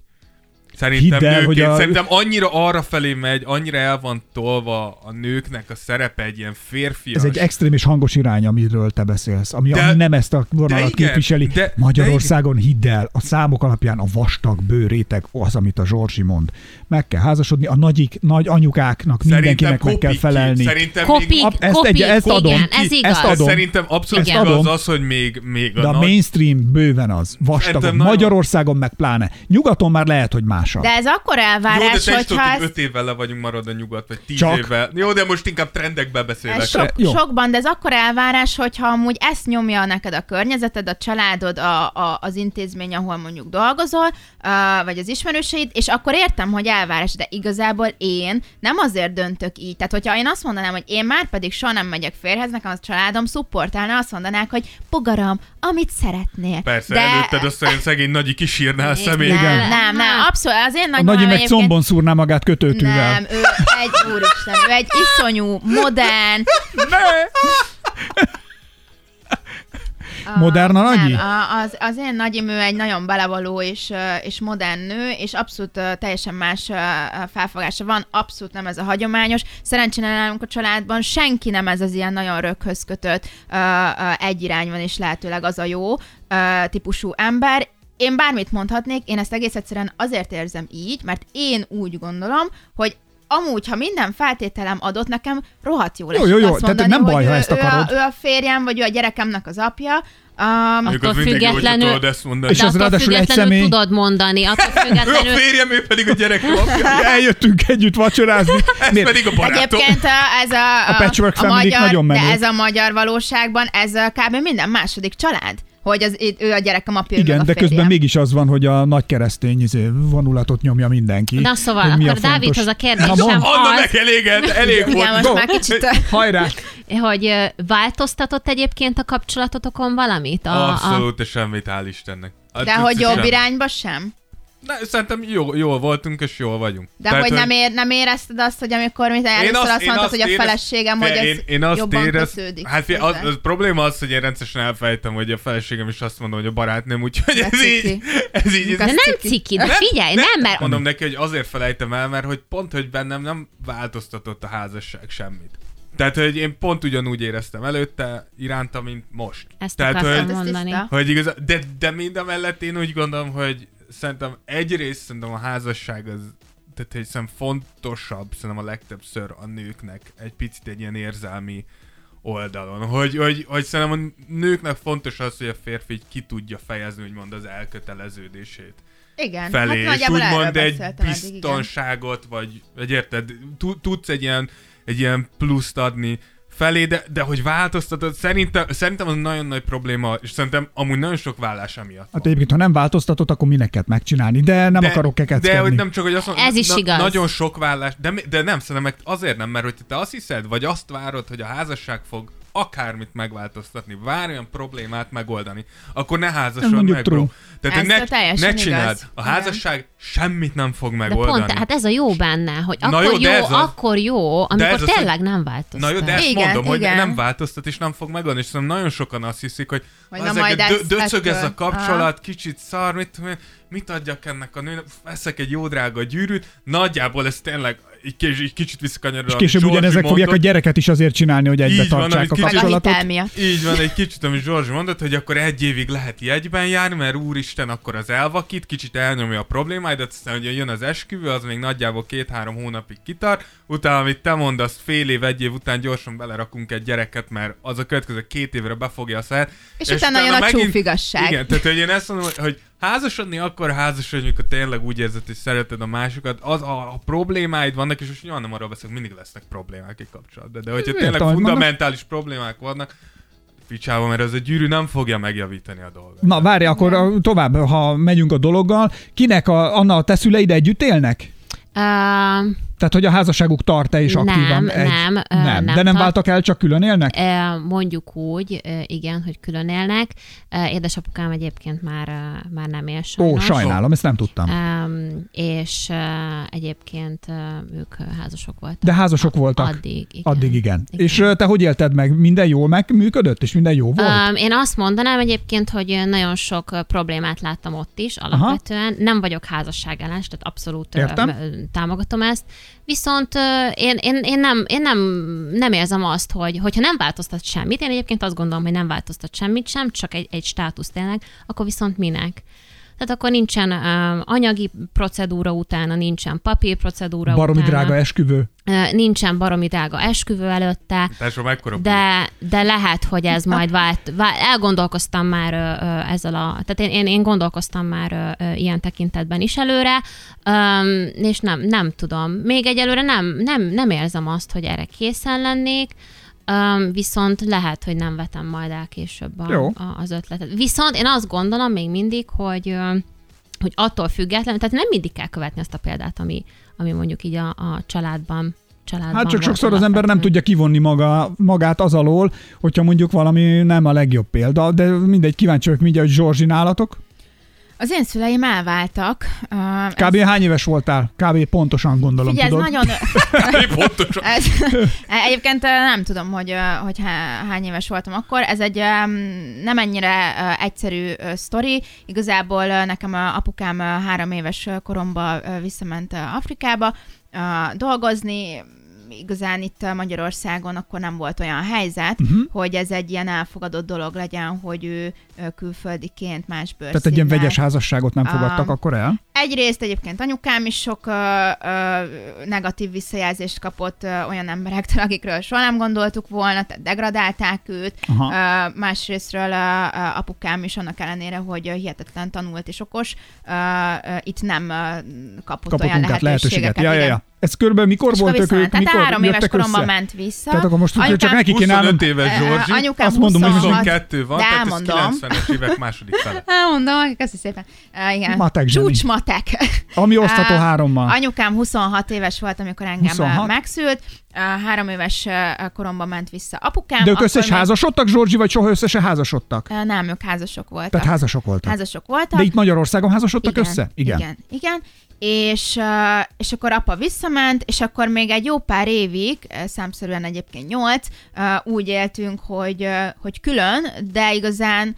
Szerintem
Hidd el,
nőként,
hogy a-
szerintem annyira arra felé megy, annyira el van tolva a nőknek a szerepe egy ilyen férfias.
ez egy extrém és hangos irány, amiről te beszélsz, ami
De-
de, nem ezt a
de
vonalat
igen,
képviseli.
de- de
Magyarországon hidd el, a számok alapján a vastag bőrétek az, amit a Zsorzsi mond. Meg kell házasodni, a nagyik, nagy anyukáknak mindenkinek meg kell
kopik ki.
felelni.
Szerintem még,
Kopik,
Ab- ezt
kopik,
egy- ezt adom
igen,
ki,
ez
ezt
igaz.
de
adom.
szerintem abszolút
Igen.
igaz
Adom.
az, hogy még, még a,
De a
nagy-
mainstream bőven az, vastagon.
Szerintem nagyon-
Magyarországon meg pláne. Nyugaton már lehet, hogy másabb.
De ez akkor
Jó, de
elvárás,
te is tudod,
hogyha
hogy
ez,
5 évvel le vagyunk marad a nyugat, vagy 10
Csak.
évvel. Jó, de most inkább trendekbe beszélek.
ez sok,
Jó.
sokban, de ez akkor elvárás, hogyha amúgy ezt nyomja neked a környezeted, a családod, a, a, az intézmény, ahol mondjuk dolgozol, a, vagy az ismerőseid, és akkor értem, hogy elvárás, de igazából én nem azért döntök így. Tehát, hogyha én azt mondanám, hogy én már pedig soha nem megyek férhez, nekem a családom szupportálna, azt mondanák, hogy pogaram, amit szeretnél.
Persze,
de...
de... előtted azt olyan szegény nagyi kisírnál a személy.
nem, nem, nem, abszolút, az én
A
nagy
nagyi meg combon szúrná magát kötőtűvel.
Nem, ő egy úristen, ő egy iszonyú, modern,
Modern a nagyi?
Nem, a- az, az én nagyim, ő egy nagyon belevaló és, ö, és modern nő, és abszolút ö, teljesen más ö, ö, felfogása van, abszolút nem ez a hagyományos. Szerencsére nálunk a családban senki nem ez az ilyen nagyon röghöz kötött, ö, ö, egy irány van, és lehetőleg az a jó ö, típusú ember, én bármit mondhatnék, én ezt egész egyszerűen azért érzem így, mert én úgy gondolom, hogy amúgy, ha minden feltételem adott nekem, rohadt jó lesz.
Jó, jó, jó,
azt
tehát nem
mondani,
baj,
hogy
ha
ő,
ezt
ő, a,
akarod.
ő a férjem, vagy ő a gyerekemnek az apja. Um,
Mondjuk az
Attól
mindegy, hogyha
függetlenül-
tudod ezt mondani.
És
De
az
attól
ráadásul egy
függetlenül
személy.
tudod mondani, attól
Ő a
függetlenül
férjem, ő pedig a gyerek apja,
Eljöttünk együtt vacsorázni.
ez
Miért?
pedig a barátom.
Egyébként a, ez a,
A patchwork family-k
magyar,
nagyon menők.
De ez a magyar valóságban, ez a kb. minden második család, hogy az, ő a gyerekem apja, ő meg
Igen,
a
de közben
férjem.
mégis az van, hogy a nagy keresztény izé, vonulatot nyomja mindenki.
Na szóval,
Hogy mi a
akkor Dávid,
fontos.
az a kérdésem
Na, mondd.
az,
Anna meg elég, elég
Igen,
volt.
most
Go.
már kicsit...
Hajrá!
hogy ö, változtatott egyébként a kapcsolatotokon valamit? A, a...
Abszolút semmit, hál' Istennek. Hát
De hogy
tudsz,
jobb
semmi.
irányba sem?
Ne, szerintem jó, jól voltunk és jól vagyunk.
De hogy nem, ér, nem érezted azt, hogy amikor mit először azt,
én
mondtad, hogy a
érez-
feleségem, hogy
Fe-
ez
én, én azt
jobban
érez,
kötődik.
Hát fi, az,
hozzá?
az probléma az, hogy én rendszeresen elfejtem, hogy a feleségem is azt mondom, hogy a barátnőm, úgyhogy
De
ez
cuki.
így, ez így,
De
az
nem
ciki.
ciki, de figyelj, nem, mert
Mondom neki, hogy azért felejtem el, mert hogy pont, hogy bennem nem változtatott a házasság semmit. Tehát, hogy én pont ugyanúgy éreztem előtte iránta, mint most.
ezt
Tehát,
akartam
hogy,
Ez tiszta.
mondani.
hogy igaz, de, de mind a mellett én úgy gondolom, hogy szerintem egyrészt szerintem a házasság az, tehát hogy szerintem fontosabb, szerintem a legtöbbször a nőknek egy picit egy ilyen érzelmi oldalon, hogy, hogy, hogy szerintem a nőknek fontos az, hogy a férfi így ki tudja fejezni, úgymond az elköteleződését
Igen,
felé,
hát
és
nagyjából erről
úgymond egy
beszéltem eddig, igen.
biztonságot, vagy, vagy érted, tu- tudsz egy ilyen, egy ilyen pluszt adni felé, de, de hogy változtatod, szerintem, szerintem az nagyon nagy probléma, és szerintem amúgy nagyon sok vállás emiatt
Hát
van.
egyébként, ha nem változtatott, akkor minek kell megcsinálni, de nem
de,
akarok kekeckedni.
De hogy nem csak, hogy azt mondom,
Ez is igaz.
Nagyon sok vállás, de, mi- de nem, szerintem meg azért nem, mert hogy te azt hiszed, vagy azt várod, hogy a házasság fog akármit megváltoztatni, bármilyen problémát megoldani, akkor ne házasodj
mondjuk
meg, bro.
true.
Tehát
Ez
hogy ne,
teljesen
ne
igaz.
csináld. A
Igen.
házasság semmit nem fog
De
megoldani.
pont, hát ez a jó benne, hogy
Na
akkor
jó,
jó,
de ez az-
akkor jó, amikor
ez az,
tényleg nem változtat.
Na jó, de ezt
Igen,
igen, mondom, hogy
igen.
nem változtat, és nem fog megadni, és szerintem nagyon sokan azt hiszik, hogy
Hogy
hogy
na
na
majd ez-
dö- döcög ez
ettől.
a kapcsolat, kicsit szar, mit, tudom én, mit adjak ennek a nőnek, veszek egy jó drága gyűrűt, nagyjából ez tényleg így, kés, így kicsit visszakanyarodom.
És később
amit Zsolti
ugyanezek fogják a
mondott.
gyereket is azért csinálni, hogy egybe
Így van,
tartsák
amit
a
kicsit-
Meg a
kapcsolatot.
hitel miatt.
így van, egy kicsit, amit Zsorzsi mondott, hogy akkor egy évig lehet jegyben járni, mert úristen, akkor az elvakít, kicsit elnyomja a problémáidat, aztán ugye jön az esküvő, az még nagyjából két-három hónapig kitart, utána, amit te mondasz, fél év, egy év után gyorsan belerakunk egy gyereket, mert az a következő két évre befogja a száját.
És utána jön a csúfigasság.
Igen, tehát hogy én ezt mondom, hogy házasodni akkor házasodj, mikor tényleg úgy érzed, hogy szereted a másokat, az a, a problémáid vannak, és most nyilván nem arról beszélek, mindig lesznek problémák egy kapcsolatban, de hogyha
Értem,
tényleg
hogy mondod.
fundamentális problémák vannak, picsába, mert ez a gyűrű nem fogja megjavítani a dolgot.
Na várj, akkor a- tovább, ha megyünk a dologgal, kinek a, Anna, a te szüleid együtt élnek?
Ö,
Tehát, hogy a házasságuk tart-e és
Nem,
aktívan? egy...
nem, ö,
nem.
nem
De nem
tart.
váltak el, csak külön élnek?
E, mondjuk úgy, e, igen, hogy külön élnek. E, Édesapukám egyébként már, e, már nem él sajnos.
Ó, sajnálom, ezt nem tudtam.
Um, és e, egyébként e, ők e, házasok voltak.
De házasok voltak.
Addig, igen.
Addig igen. És ö, te hogy élted meg? Minden jól megműködött? És minden jó volt?
Um, én azt mondanám egyébként, hogy nagyon sok ö, problémát láttam ott is alapvetően. Aha. Nem vagyok házasságállás, tehát abszolút ö,
Értem.
m- támogatom ezt. Viszont ö, én, én, én, nem, én nem, nem érzem azt, hogy hogyha nem változtat semmit, én egyébként azt gondolom, hogy nem változtat semmit sem, csak egy, egy státusz tényleg, akkor viszont minek? Tehát akkor nincsen um, anyagi procedúra utána, nincsen papír procedúra
Baromi
utána, Hát
drága e- esküvő.
ö, nincsen baromi drága esküvő előtte,
Társadalom, mekkora buli?
de, de lehet, hogy ez majd vált, vált elgondolkoztam már ö, ö, ezzel a, tehát én, én, én gondolkoztam már ö, ö, ilyen tekintetben is előre, öm, és nem, nem tudom. Még egyelőre nem, nem, nem érzem azt, hogy erre készen lennék, öm, viszont lehet, hogy nem vetem majd el később a,
Jó.
a, az ötletet. Viszont én azt gondolom még mindig, hogy ö, hogy attól függetlenül, tehát nem mindig kell követni azt a példát, ami, ami mondjuk így a, a családban családban
Hát csak
volt
sokszor az ember nem
alapvetően.
tudja kivonni maga, magát az alól, hogyha mondjuk valami nem a legjobb példa, de mindegy, kíváncsi vagyok mindjárt, hogy Zsorzsi nálatok.
Az én szüleim elváltak. Uh, ez-
Kb. hány éves voltál? Kb. pontosan gondolom,
Figyelj, ez
tudod?
nagyon...
Pontosan.
Ez, egyébként eh, nem tudom, hogy, eh, hogy há- hány éves voltam akkor. Ez egy eh, nem ennyire eh, egyszerű eh, sztori. Igazából eh, nekem eh, apukám eh, három éves eh, koromban eh, visszament eh, Afrikába eh, dolgozni, igazán itt ö, Magyarországon akkor nem volt olyan helyzet,
Mhm.
uh-huh. hogy ez egy ilyen elfogadott dolog legyen, hogy ő ö, külföldiként más bőrszínnel.
Tehát egy ilyen vegyes házasságot nem fogadtak
Ám.
akkor el?
Egyrészt egyébként anyukám is sok ö, ö, negatív visszajelzést kapott ö, olyan emberektől, akikről soha nem gondoltuk volna, tehát degradálták őt.
Aha.
Ö, másrésztről ö, ö, apukám is annak ellenére, hogy ö, hihetetlen tanult és okos, ö, ö, itt nem ö, kapott,
Kapott
olyan
munkát, lehetőséget.
lehetőségeket.
Ja, ja,
hát igen.
ja. Ez körülbelül mikor
És akkor
voltak ők,
visszament.
mikor
hát három éves
jöttek
koromban
össze?
ment vissza.
Tehát akkor most tudja, csak
Anyukám-
neki kéne állnom.
25 éves
Ö,
Zsorzsi,
Anyukám
Azt mondom, hogy
26,
22 van,
de
tehát ez
elmondom.
90-es évek második fele.
Elmondom, köszi szépen. Ö, igen.
Matek zseni.
Csúcs matek.
Ami osztható
Á,
hárommal.
Anyukám 26 éves volt, amikor engem
26?
26? megszült. Á, Három éves á, koromban ment vissza apukám.
De ők
akkor
összes
még-
házasodtak, Zsorzsi, vagy soha összesen házasodtak?
Á, Nem, ők házasok voltak.
Tehát házasok voltak.
házasok voltak.
De itt Magyarországon házasodtak
Hát, igen,
össze?
Igen, igen. És, ö, és akkor apa visszament, és akkor még egy jó pár évig, ö, számszerűen egyébként nyolc, ö, úgy éltünk, hogy, ö, hogy külön, de igazán,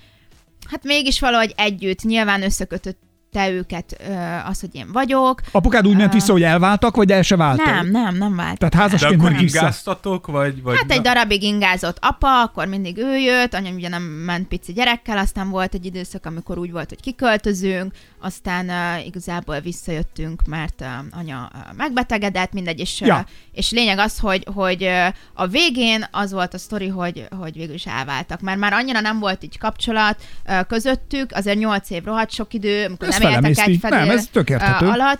hát mégis valahogy együtt, nyilván összekötötte őket ö, az, hogy én vagyok.
Apukád úgy ment vissza, hogy elváltak, vagy el se váltak?
Nem, nem, nem vált.
Tehát
De
házasként
akkor
ment vissza.
ingáztatok, vagy... vagy
Hát egy darabig ingázott apa, akkor mindig ő jött, anyám ugye nem ment pici gyerekkel, aztán volt egy időszak, amikor úgy volt, hogy kiköltözünk, aztán uh, igazából visszajöttünk, mert uh, anya uh, megbetegedett, mindegy, és,
Ja.
uh, és lényeg az, hogy, hogy uh, a végén az volt a sztori, hogy, hogy végül is elváltak, mert már annyira nem volt így kapcsolat uh, közöttük, azért 8 év rohadt sok idő, amikor
Ez
nem éltek
felemészti.
egy fedél,
Nem, ez tök
ö,
érthető.
alatt,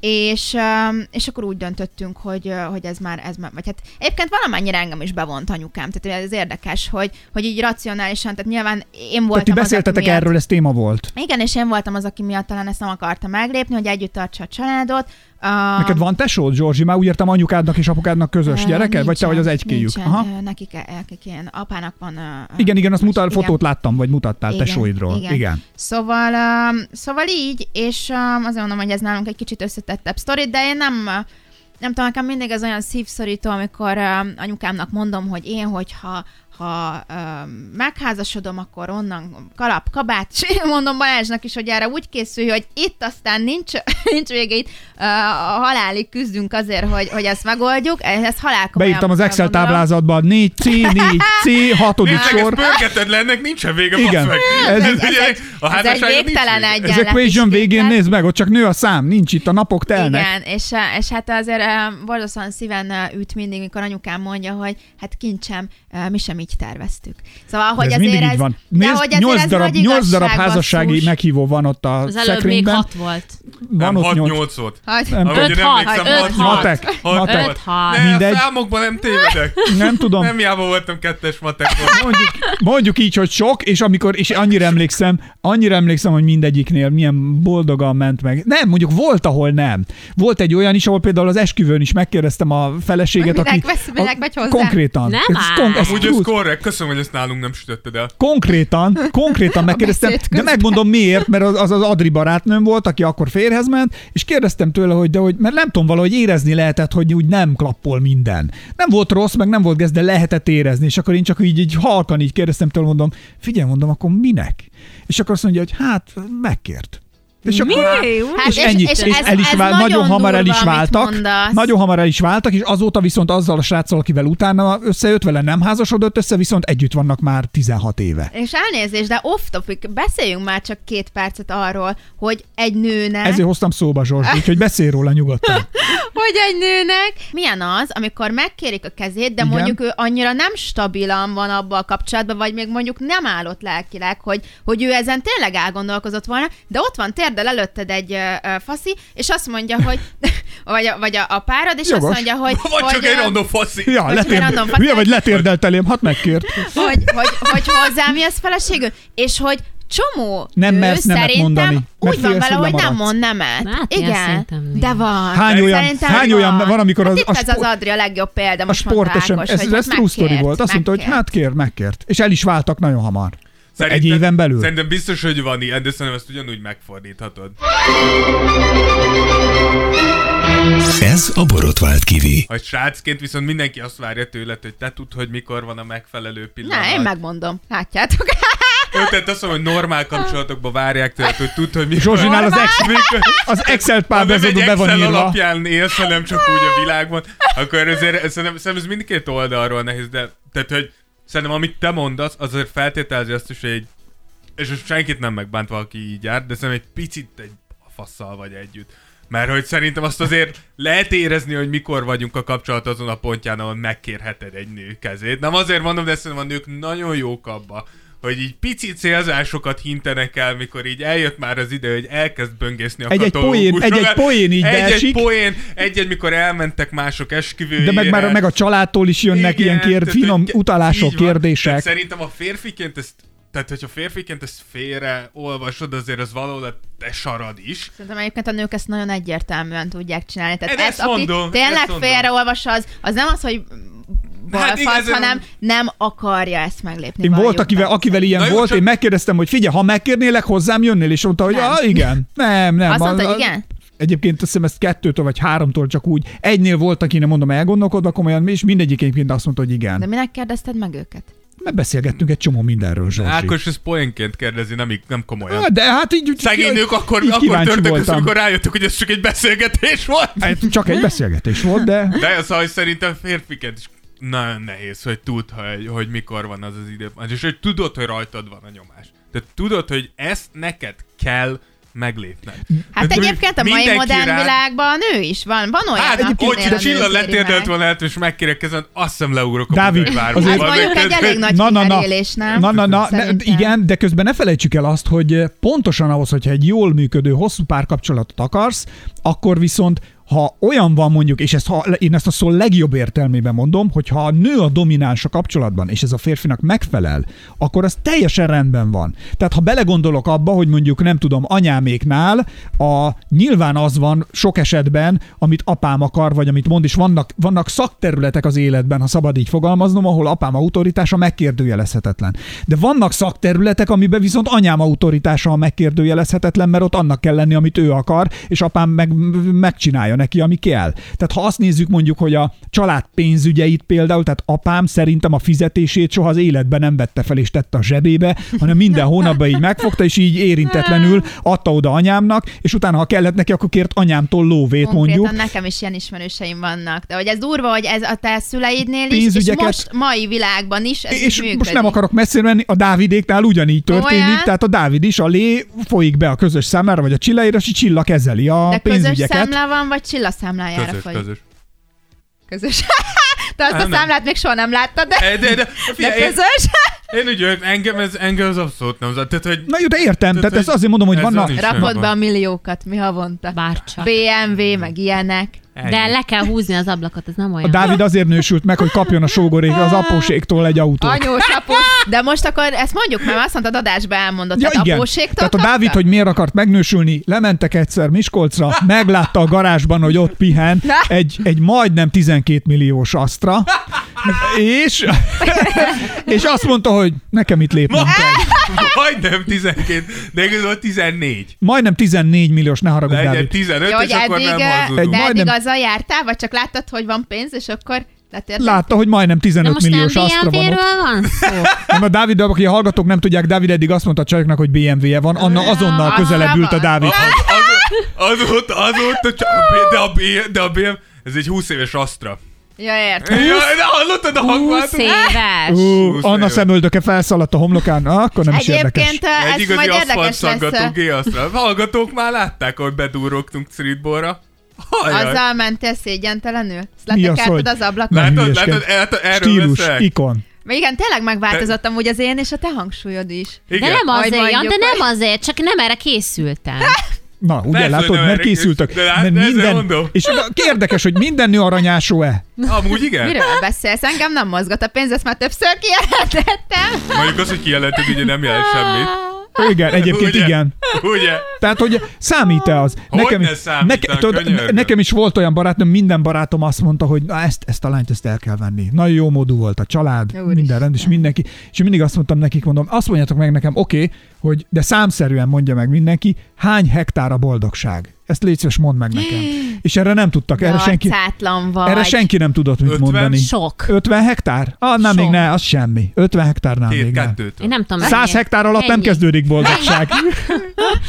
és, öm, és akkor úgy döntöttünk, hogy, ö, hogy ez már, ez már, vagy hát egyébként valamennyire engem is bevont anyukám, tehát ez érdekes, hogy, hogy így racionálisan, tehát nyilván
Tehát
én
ti
voltam az, aki
beszéltetek
miatt,
erről, ez téma volt.
Igen, és én voltam az, aki miatt talán ezt nem akarta meglépni, hogy együtt tartsa a családot. Um,
Neked van tesód, Zsorzsi? Már úgy értem anyukádnak és apukádnak közös gyereke? Vagy te vagy az egykéjük?
Nincsen,
Aha.
Aha. Nekik, nekik ilyen, apának van... ö, ö,
Igen, igen, azt mutat,
igen.
fotót láttam, vagy mutattál
Igen,
tesóidról.
igen.
Igen.
Szóval, um, szóval így, és um, azért mondom, hogy ez nálunk egy kicsit összetettebb sztori, de én nem, uh, nem tudom, nekem mindig az olyan szívszorító, amikor um, anyukámnak mondom, hogy én, hogyha ha um, megházasodom, akkor onnan kalap, kabát, és én mondom Balázsnak is, hogy erre úgy készülj, hogy itt aztán nincs, nincs vége, itt uh, a halálig küzdünk azért, hogy, hogy ezt megoldjuk, ez halál komolyan
Beírtam az Excel
gondolom.
táblázatban 4 C, 4 C, 6
Nézzek, ez
sor.
pörgetetlen, ennek nincsen vége,
Igen.
basz meg.
Ez- ez
Ez, ugye, a
Ez egy
házasságnak nincs
végtelen
vége.
Az
egyenlet.
equation
és
végén
képlet.
nézd meg, ott csak nő a szám, nincs itt, a napok telnek.
Igen, és, eh, és hát azért eh, borzasztóan szíven eh, üt mindig, mikor anyukám mondja, hogy hát kincsem, eh, mi sem így terveztük. Szóval,
De
hogy
ez
azért
mindig
ez,
így van.
de
Nézd,
hogy azért
8
ez
darab,
nagy
8 darab
igazság,
házassági
basszus.
meghívó van ott a
Az előbb még
szekrényben.
hat volt.
Van
Nem,
ott 8.
6-8 volt.
Hogy,
Nem.
Ahogy
Öt
én
hat,
emlékszem,
öt
6
hat.
volt.
Matek,
Hat
matek.
volt.
Öt hat.
Ne,
Mindegy.
a számokban nem tévedek.
Nem tudom.
Nem hiába voltam kettes matekból.
Mondjuk, mondjuk így, hogy sok, és amikor, és annyira emlékszem, annyira emlékszem, hogy mindegyiknél milyen boldogan ment meg. Nem, mondjuk volt, ahol nem. Volt egy olyan is, ahol például az esküvőn is megkérdeztem a feleséget,
Minek
aki...
vesz- minek vagy hozzá?
Konkrétan.
Nem
ez
áll.
kon- ez
Úgy ez
true
korrekt, köszönöm, hogy ezt nálunk nem sütötted el.
konkrétan, konkrétan megkérdeztem,
beszéd
de
közben.
megmondom miért, mert az az, az Adri barátnőm volt, aki akkor férhez ment, és kérdeztem tőle, hogy de hogy, mert nem tudom, valahogy érezni lehetett, hogy úgy nem klappol minden. Nem volt rossz, meg nem volt gez, de lehetett érezni, és akkor én csak így, így halkan így kérdeztem tőle, mondom, figyelj, mondom, akkor minek? És akkor azt mondja, hogy hát, megkért. És akkor,
Hát
és, és ennyit, és, és
ez-
el is
ez
vált, nagyon,
nagyon
hamar el
durva,
is
amit
váltak,
mondasz.
nagyon hamar el is váltak, és azóta viszont azzal a sráccal, akivel utána összejött, vele nem házasodott össze, viszont együtt vannak már 16 éve.
És elnézést, de off topic, beszéljünk már csak két percet arról, hogy egy nőnek...
Ezért hoztam szóba,
E?
Zsorzs, úgyhogy beszélj róla nyugodtan.
hogy egy nőnek milyen az, amikor megkérik a kezét, de
Igen.
Igen. mondjuk ő annyira nem stabilan van abban a kapcsolatban, vagy még mondjuk nem állott lelkileg, hogy, hogy ő ezen tényleg elgondolkozott volna, de ott van térdel előtted egy ö, ö, faszi, és azt mondja, hogy vagy, a, vagy a, a párod, és
Jogos.
azt mondja, hogy
Vagy
hogy,
csak
ö,
egy random faszi.
Ja,
Most már
letérd...
random
Hülye vagy
faktor.
letérdelt elém, hát megkért.
hogy, hogy, hogy hozzám jössz feleségül, és hogy csomó
Nem
nő
mersz nemet
szerintem
mondani, mert
úgy van
félsz,
vele,
hogy
hogy nem
lemaradsz.
mond nemet.
Hát ilyen
Igen,
szerintem nincs.
de van.
Hány olyan-
Szerintem
hány olyan van, amikor
hát
az-
itt
a
ez az
sport-
Adri a legjobb példa,
A
most mondta
sportesem,
Ákos,
ez,
hogy
ez
hát
true story
megkért,
volt. Azt mondta, hogy
megkért.
hát kér, megkért. És el is váltak nagyon hamar. Egy
Szerinted-
éven belül.
Szerintem biztos, hogy van ilyen, de szerintem ezt ugyanúgy megfordíthatod.
Ez a borotvált kivi.
A srácként viszont mindenki azt várja tőled, hogy te tudd, hogy mikor van a megfelelő pillanat.
Na, én megmondom. Látjátok.
Ő Jó, tehát azt mondom, hogy normál kapcsolatokban várják tőled, hogy tudd, hogy mikor...
Zsozsinál az, ex,
mikor,
az Excel
ha nem egy
párbeszédbe be
Excel
van írva.
alapján élsz, hanem csak úgy a világban, akkor azért szerintem, szerintem ez mindkét oldalról nehéz, de tehát, hogy szerintem amit te mondasz, azért feltételezi azt is, hogy egy, és most senkit nem megbántva, aki így jár, de szerintem egy picit egy fasszal vagy együtt. Mert hogy szerintem azt azért lehet érezni, hogy mikor vagyunk a kapcsolat azon a pontján, ahol megkérheted egy nő kezét. Nem azért mondom, de szerintem a nők nagyon jók abba, hogy így pici célzásokat hintenek el, mikor így eljött már az idő, hogy elkezd böngészni a
Egy-egy poén-
katalógusokat.
egy-egy poén így
Egy-egy
beesik.
poén, egy-egy, mikor elmentek mások esküvőjére.
De meg már meg a családtól is jönnek ilyen kér,
tehát,
finom
hogy ke-
utalások,
így van. Tehát
kérdések.
szerintem a férfiként ezt tehát, hogyha férfiként ezt félre olvasod, azért az valahol a te sarad is.
Szerintem egyébként a nők ezt nagyon egyértelműen tudják csinálni. Tehát
Én
ez,
ezt
aki
mondom, ezt
tényleg
mondom.
félreolvas, az, az nem az, hogy
Hát
hát
igen, ezért
hanem
mondom.
nem akarja ezt meglépni.
Én volt,
valójukban.
akivel, akivel ilyen
Na jó,
volt,
csak-
én megkérdeztem, hogy figyelj, ha megkérnélek, hozzám jönnél, és mondta, hogy
Nem.
ah, igen. Nem, nem.
Azt
a-
mondta, hogy
a-
igen?
Egyébként azt hiszem ezt kettőtől vagy háromtól csak úgy. Egynél volt, akinek mondom, elgondolkodva komolyan, és mindegyik egyébként azt mondta, hogy igen.
De minek kérdezted meg őket?
Mert beszélgettünk egy csomó mindenről, Zsorsi.
Ákos ezt poénként kérdezi, nem, így- nem komolyan.
Ah, De hát így... így-
Szegény nők akkor,
így
akkor
kíváncsi
törtek össze,
voltam.
amikor rájöttek, hogy ez csak egy beszélgetés volt.
Hát Csak egy beszélgetés volt, de...
De az, hogy szerintem férfiként is nagyon nehéz, hogy tudd, hogy, hogy mikor van az az időpont, és hogy tudod, hogy rajtad van a nyomás. De tudod, hogy ezt neked kell meglépned.
Hát
Tehát
egyébként a mai
mindenki
modern
rád-
világban ő is van. Van olyan,
Hát,
akinél
hogy
a
a
nő
Csilla
kéri
letérdelt
meg.
volna el, és megkérek ezen, azt hiszem leugrok a
Dávid,
budai várba.
azért-
Az mondjuk egy elég nagy
Na, na, na.
kimerélés, nem?
Na, na, na, ne,
Szerintem.
igen, de közben ne felejtsük el azt, hogy eh, pontosan ahhoz, hogyha egy jól működő, hosszú párkapcsolatot akarsz, akkor viszont ha olyan van mondjuk, és ezt, ha, én ezt a szó legjobb értelmében mondom, hogy ha a nő a domináns a kapcsolatban, és ez a férfinak megfelel, akkor az teljesen rendben van. Tehát ha belegondolok abba, hogy mondjuk nem tudom, anyáméknál a, nyilván az van sok esetben, amit apám akar, vagy amit mond, és vannak, vannak szakterületek az életben, ha szabad így fogalmaznom, ahol apám autoritása megkérdőjelezhetetlen. De vannak szakterületek, amiben viszont anyám autoritása a megkérdőjelezhetetlen, mert ott annak kell lenni, amit ő akar, és apám meg, megcsinálja neki, ami kell. Tehát ha azt nézzük mondjuk, hogy a család pénzügyeit például, tehát apám szerintem a fizetését soha az életben nem vette fel és tette a zsebébe, hanem minden hónapban így megfogta, és így érintetlenül adta oda anyámnak, és utána, ha kellett neki, akkor kért anyámtól lóvét
Konkrétan
mondjuk.
nekem is ilyen ismerőseim vannak. De hogy ez durva, hogy ez a te szüleidnél is, és
Pénzügyeket-
most mai világban is ez így
és
működik.
most nem akarok messzire menni, a Dávidéknál ugyanígy történik,
Komolyan?
tehát a Dávid is a lé folyik be a közös számlára, vagy a csilláira, és a csilla kezeli a
De közös
pénzügyeket.
számla van, vagy Csilla számlájára
Közös,
fogy?
közös.
Közös. Te azt
Á,
a
nem.
számlát még soha nem láttad, de,
De, de, de,
de
figyelj, én,
közös.
én úgy vagyok, engem ez, engem az abszolút nem zavar. Tehát, hogy
Na jó, de értem, tehát
hogy
ezt azért mondom, hogy
ezzel
vannak...
nincs
Rakod
semmi
be
baj.
a milliókat, mi havonta.
Bárcsak.
BMW, meg ilyenek.
De le kell húzni az ablakot, ez nem
A
olyan.
Dávid azért nősült meg, hogy kapjon a sógorék az apóséktól egy autót.
Anyós, após. De most akkor ezt mondjuk, mert azt mondtad adásba elmondott,
Ja,
tehát
igen.
apóségtól
Tehát a
kapta?
Dávid, hogy miért akart megnősülni, lementek egyszer Miskolcra, meglátta a garázsban, hogy ott pihen egy, egy majdnem 12 milliós Astra, és, és azt mondta, hogy nekem itt lépnem kell.
Majdnem 12, de igazából 14.
Majdnem 14 milliós, ne haragudj,
Legyen
Dávid.
15,
Jó, hogy
és akkor
eddig,
nem
eh,
hazudunk.
Egy
de eddig
Majdnem-
azzal jártál, vagy csak láttad, hogy van pénz, és akkor letértél?
Látta, hogy majdnem
De
15
most nem
milliós Astra van ott.
BMW-ről van szó?
Nem, a Dávid, aki a hallgatók nem tudják, Dávid eddig azt mondta a csajoknak, hogy BMW-je van, Anna azonnal
Astra
közelebb ült a
van.
Dávid.
Az, az, azóta, azóta, csak a, B- de a, B- de a BM, ez egy 20 éves Astra.
Ja, értem.
Ja, de hallottad a
20
hangváltót?
éves.
Ú,
20
Anna
éves.
szemöldöke felszaladt a homlokán, Ah, akkor nem is érdekes.
Egyébként eh,
Egy
ez majd
igazi aszfalt
érdekes lesz.
szaggató G-Astra. Hallgatók már látták, hogy bedurogtunk streetballra. Hajjaj.
Azzal mentél szégyentelenül? Ezt
Mi az,
letekerted
hogy-
az ablakon?
Nem
Látod,
hülyeskedj.
látod, látod, erről
Stílus,
beszélek.
ikon.
Mert igen, tényleg megváltozott amúgy az én és a te hangsúlyod is.
De
Igen.
nem
Majd
azért, Jan, de
mondjuk,
nem azért, csak nem erre készültem.
Na, ugye
Persze,
látod,
hogy nem
mert
erre
készültök.
készült, de lát-
mert
de ezért
minden,
mondom.
és na, érdekes, hogy minden nő aranyásó-e?
Amúgy igen.
Miről beszélsz? Engem nem mozgat a pénz, ezt már többször kijelentettem.
Mondjuk az, hogy kijelentünk, ugye nem jelent semmit.
Igen, egyébként
Ugye?
igen.
Ugye?
Tehát, hogy számít-e az?
ne számít, a könyörgöm.
nekem is volt olyan barátnőm, minden barátom azt mondta, hogy na, ezt, ezt a lányt ezt el kell venni. Nagyon jó módú volt a család,
Úristen.
minden rend, és mindenki. És mindig azt mondtam nekik, mondom, azt mondjátok meg nekem, oké, okay, hogy de számszerűen mondja meg mindenki, hány hektár a boldogság? Ezt légy szíves, mondd meg nekem. És erre nem tudtak, erre senki,
Arcátlan vagy.
erre senki nem tudott mit
50?
mondani.
Sok.
50 hektár? Ah, nem,
Sok.
még ne, az semmi. 50 hektárnál
Két,
még nem.
kettőtől.
Én nem tudom.
100
mennyi.
hektár alatt nem
Ennyi.
kezdődik boldogság.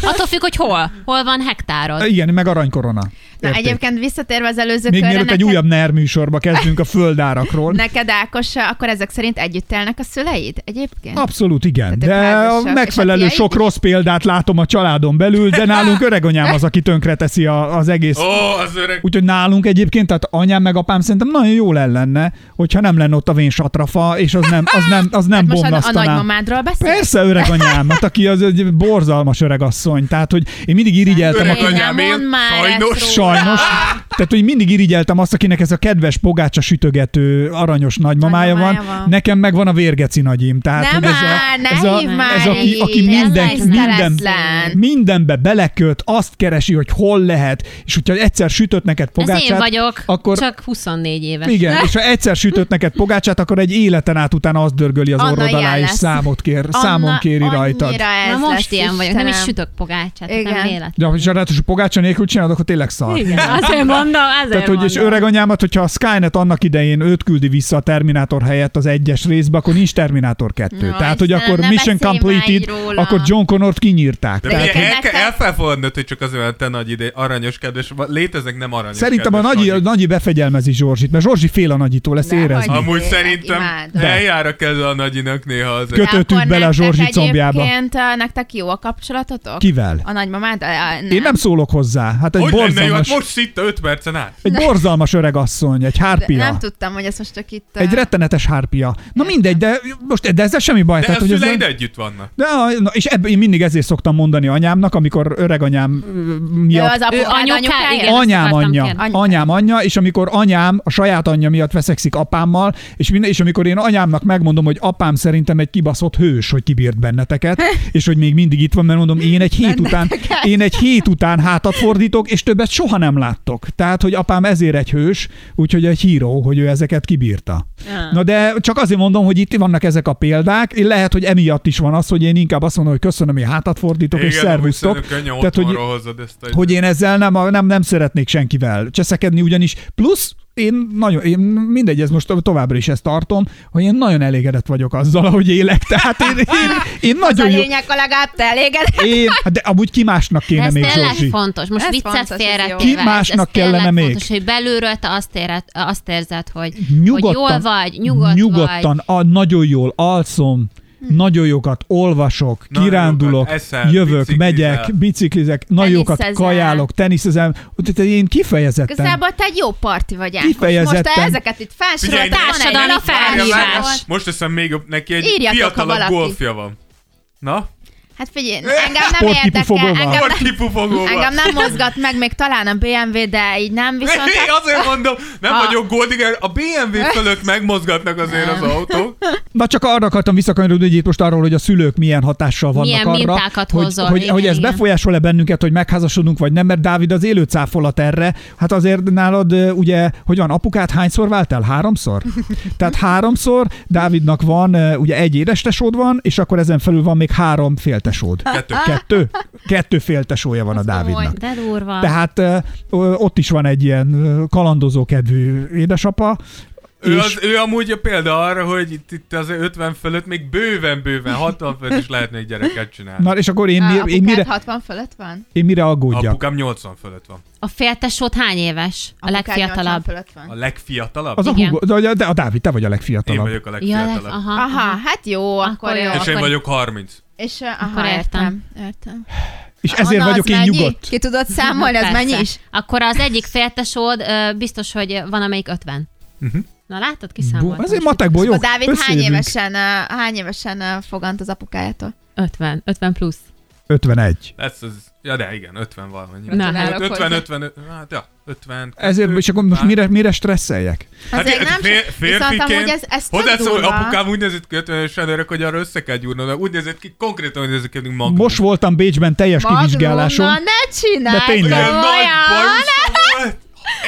Attól függ, hogy hol. Hol van hektárod.
Igen, meg aranykorona.
Na,
Érték.
egyébként visszatérve az előző
Még
körre,
mielőtt egy újabb NER műsorba kezdünk a földárakról.
neked Ákos, akkor ezek szerint együtt élnek a szüleid egyébként?
Abszolút igen, de
Tehát ők
a
házasak.
megfelelő
És a
sok
tiéd
rossz példát látom a családon belül, de nálunk öreganyám az, aki tönkreteszi a, az egész.
Ó, az öreg...
Úgyhogy nálunk egyébként, tehát anyám meg apám szerintem nagyon jól el lenne, hogyha nem lenne ott a vén satrafa, és az nem, az nem, az nem
Hát Most a, a
bomlasztaná.
nagymamádról beszél?
Persze öreg anyám, hát aki az egy borzalmas öreg asszony, tehát hogy én mindig irigyeltem,
Öreg
aki,
anyám,
mondd
én
már ezt
sajnos
róla.
sajnos, tehát hogy mindig irigyeltem azt, akinek ez a kedves pogácsa sütögető aranyos nagymamája van,
Nagymamája van.
nekem meg van a vérgeci nagyim, tehát
Nem
hogy ez
már,
a,
ne
ez a,
hívd már
ez aki,
így,
aki
ez
minden,
nagyon
minden,
tiszteletetlen.
mindenbe beleköt, azt keresi, hogy hol lehet, és hogyha egyszer sütött neked
Ez
pogácsát,
én vagyok,
akkor
csak 24 éves.
igen, és ha egyszer sütött neked pogácsát, akkor egy életen át utána azt dörgöli az
Anna
orrod alá,
ilyen
és
lesz.
számot kér,
Anna
számon kéri
annyira
rajtad.
ez
Na most
lesz,
ilyen vagyok, nem is
Istenem.
sütök pogácsát, tehát
Igen.
nem véletlen.
De ha ráadásul pogácsa nélkül csinálod, akkor tényleg szar.
Igen, azért mondom, azért
Tehát, hogy és
mondom.
öreganyámat, hogyha a Skynet annak idején őt küldi vissza a Terminátor helyett az egyes részbe, akkor nincs Terminátor 2.
Na,
Tehát, hogy
Istenem,
akkor
ne
Mission
beszélj már így
completed,
róla.
akkor John Connort kinyírták.
De
Tehát-
ugye
egyébként
el, kell,
nektek-
el kell fogadnod, hogy csak azért, mert te nagy ide, aranyos kedves, va- léteznek nem aranyos
Szerintem a
kedves
nagyi, a
anyuk.
nagyi befegyelmezi Zsorzsit, mert Zsorzsi fél a nagyitól, ezt
Dehogy.
érezni.
Amúgy
Tényleg,
szerintem
imádom.
eljár a keze a nagyinak néha az.
Köt- kötöttük
Akkor
bele a
nektek
Zsorzsi combjába.
Egyébként uh, nektek jó a kapcsolatotok?
Kivel?
A nagymamád? A- a-
Én nem szólok hozzá. Hát egy
Hogy lenne jó, hát
borzalmas, Hát
most szitta 5 percen át.
egy borzalmas öregasszony, egy
De
hárpia.
Nem tudtam, hogy ez most csak itt... uh,
Egy rettenetes hárpia. Na mindegy, de most de ezzel semmi baj.
De
tehát,
a
hogy ezzel-
szüleid együtt vannak.
de, na, és ebből én mindig ezért szoktam mondani anyámnak, amikor öreganyám ö,
ő
miatt
az apukád,
Ő anyuká-
anyukája?
igen. ezt
anyám
akartam
anyja,
kérni.
Any-
anyám anyja, és amikor anyám a saját anyja miatt veszekszik apámmal, és, minden, és amikor én anyámnak megmondom, hogy apám szerintem egy kibaszott hős, hogy kibírt benneteket, és hogy még mindig itt van, mert mondom, én egy hét után, én egy hét után hátat fordítok, és többet soha nem láttok. Tehát, hogy apám ezért egy hős, úgyhogy egy híró, hogy ő ezeket kibírta.
Ah.
Na de csak azért mondom, hogy itt vannak ezek a példák, Én lehet, hogy emiatt is van az, hogy én inkább azt mondom, hogy köszönöm, én hátat fordítok, és
amúgy
szervusztok.
szerintem Könnyen
Tehát, hogy,
otthonról hozod ezt a...
hogy én ezzel nem, nem, nem szeretnék senkivel cseszekedni, ugyanis plusz én nagyon, én mindegy, ez most továbbra is ezt tartom, hogy én nagyon elégedett vagyok azzal, ahogy élek. Tehát én, én, én
Az a
nagyon jó.
lényeg, a legalább te elégedett.
Én, hát de amúgy ki másnak kéne
ez
még,
tényleg
Zsorzsi.
fontos. Most
Ez
ez viccet
fontos, ez jó.
félre
Ki
téve, ez-
másnak
ez tényleg
kellene még?
fontos, hogy belülről te azt, éred, azt érzed, hogy,
Nyugodtan,
hogy jól vagy, nyugodt
nyugodtan
vagy. Hm.
A, nagyon jól alszom, nagyon jókat olvasok,
Nagyon
kirándulok,
jókat eszel,
jövök,
biciklizel.
megyek, biciklizek, nagyon jókat
Teniszezel.
kajálok, teniszezem. Tehát én kifejezetten...
Igazából te egy jó parti vagy, Ákos.
Kifejezetten.
Most te ezeket itt felsorolt
Figyelj, ne-
társadalmi
van egy
felhívás.
várja, várja.
Most teszem még jobb- neki egy
Írjatok, ha
fiatalabb
valaki.
golfja van. Na?
Hát figyelj, engem nem
Sportkipufogó
érdekel,
van.
engem,
Vagy kipufogóval.
engem nem mozgat meg még talán a BMW, de így nem, viszont hát-
Én azért mondom, nem
Ha.
vagyok Goldinger, a BMW fölött megmozgatnak azért az autók.
Na csak arra akartam visszakanyarodni, hogy itt most arról, hogy a szülők milyen hatással vannak
Milyen
arra,
mintákat
hogy,
hozol,
hogy,
igen,
hogy ez
igen.
befolyásol-e bennünket, hogy megházasodunk vagy nem, mert Dávid az élő cáfolat erre. Hát azért nálad ö, ugye, hogy van, apukát hányszor váltál? Háromszor? Tehát háromszor Dávidnak van ö, ugye egy édestesód van, és akkor ezen felül van még három féltesód.
Kettő.
Kettő?
Ah.
Kettő féltesója van a Dávidnak.
De durva.
Tehát ö, ö, ott is van egy ilyen ö, kalandozó kedvű édesapa,
Ő,
és-
az, ő amúgy a példa arra, hogy itt, itt az 50 fölött még bőven-bőven, 60 fölött is lehetne egy gyereket csinálni.
Na, és akkor én,
Á,
mi, én,
apukád
mire,
60 fölött van?
én mire aggódjak?
Apukám 80 fölött van.
A féltesód hány éves? A
Apukád 80
legfiatalabb.
fölött
A
van.
legfiatalabb?
Az a
Igen.
Hugo, de, de a Dávid, te vagy a
Én
legfiatalabb.
vagyok a
Ja, leg,
legfiatalabb.
aha.
Aha, hát jó,
Akkor
akkor
jó.
jó.
És én
akkor-
vagyok 30.
És uh, aha,
Akkor
értem.
értem.
értem.
És ezért
Anna,
vagyok
az
én
mennyi?
nyugodt.
Ki tudod számolni, az
Persze.
mennyi is?
Akkor az egyik féltesód ö, biztos, hogy van amelyik 50. Na látod,
Bu-
kiszámoltam.
Azért matekból jó.
A Dávid hány
Összejövünk.
évesen, uh, hány évesen uh, fogant az apukájától?
50, 50 plusz.
51.
Lesz az... Ja, de igen, 50 valamennyi.
Na, hát.
50, 50, hát ja, 50.
Ezért, és akkor most mire, mire stresszeljek?
Hát
Azért nem
fér-
sok- viszont amúgy ez, ez tök
hozzászól, hogy
durva.
apukám úgy nézett ki 50 évesen öreg, hogy arra össze kell gyúrnod, mert úgy nézett ki, konkrétan úgy nézett ki, mint Magnum.
Most voltam Bécsben teljes
Magnum,
kivizsgáláson.
Na ne csináld!
De tényleg.
Olyan nagy
komolyan!
bajusz volt!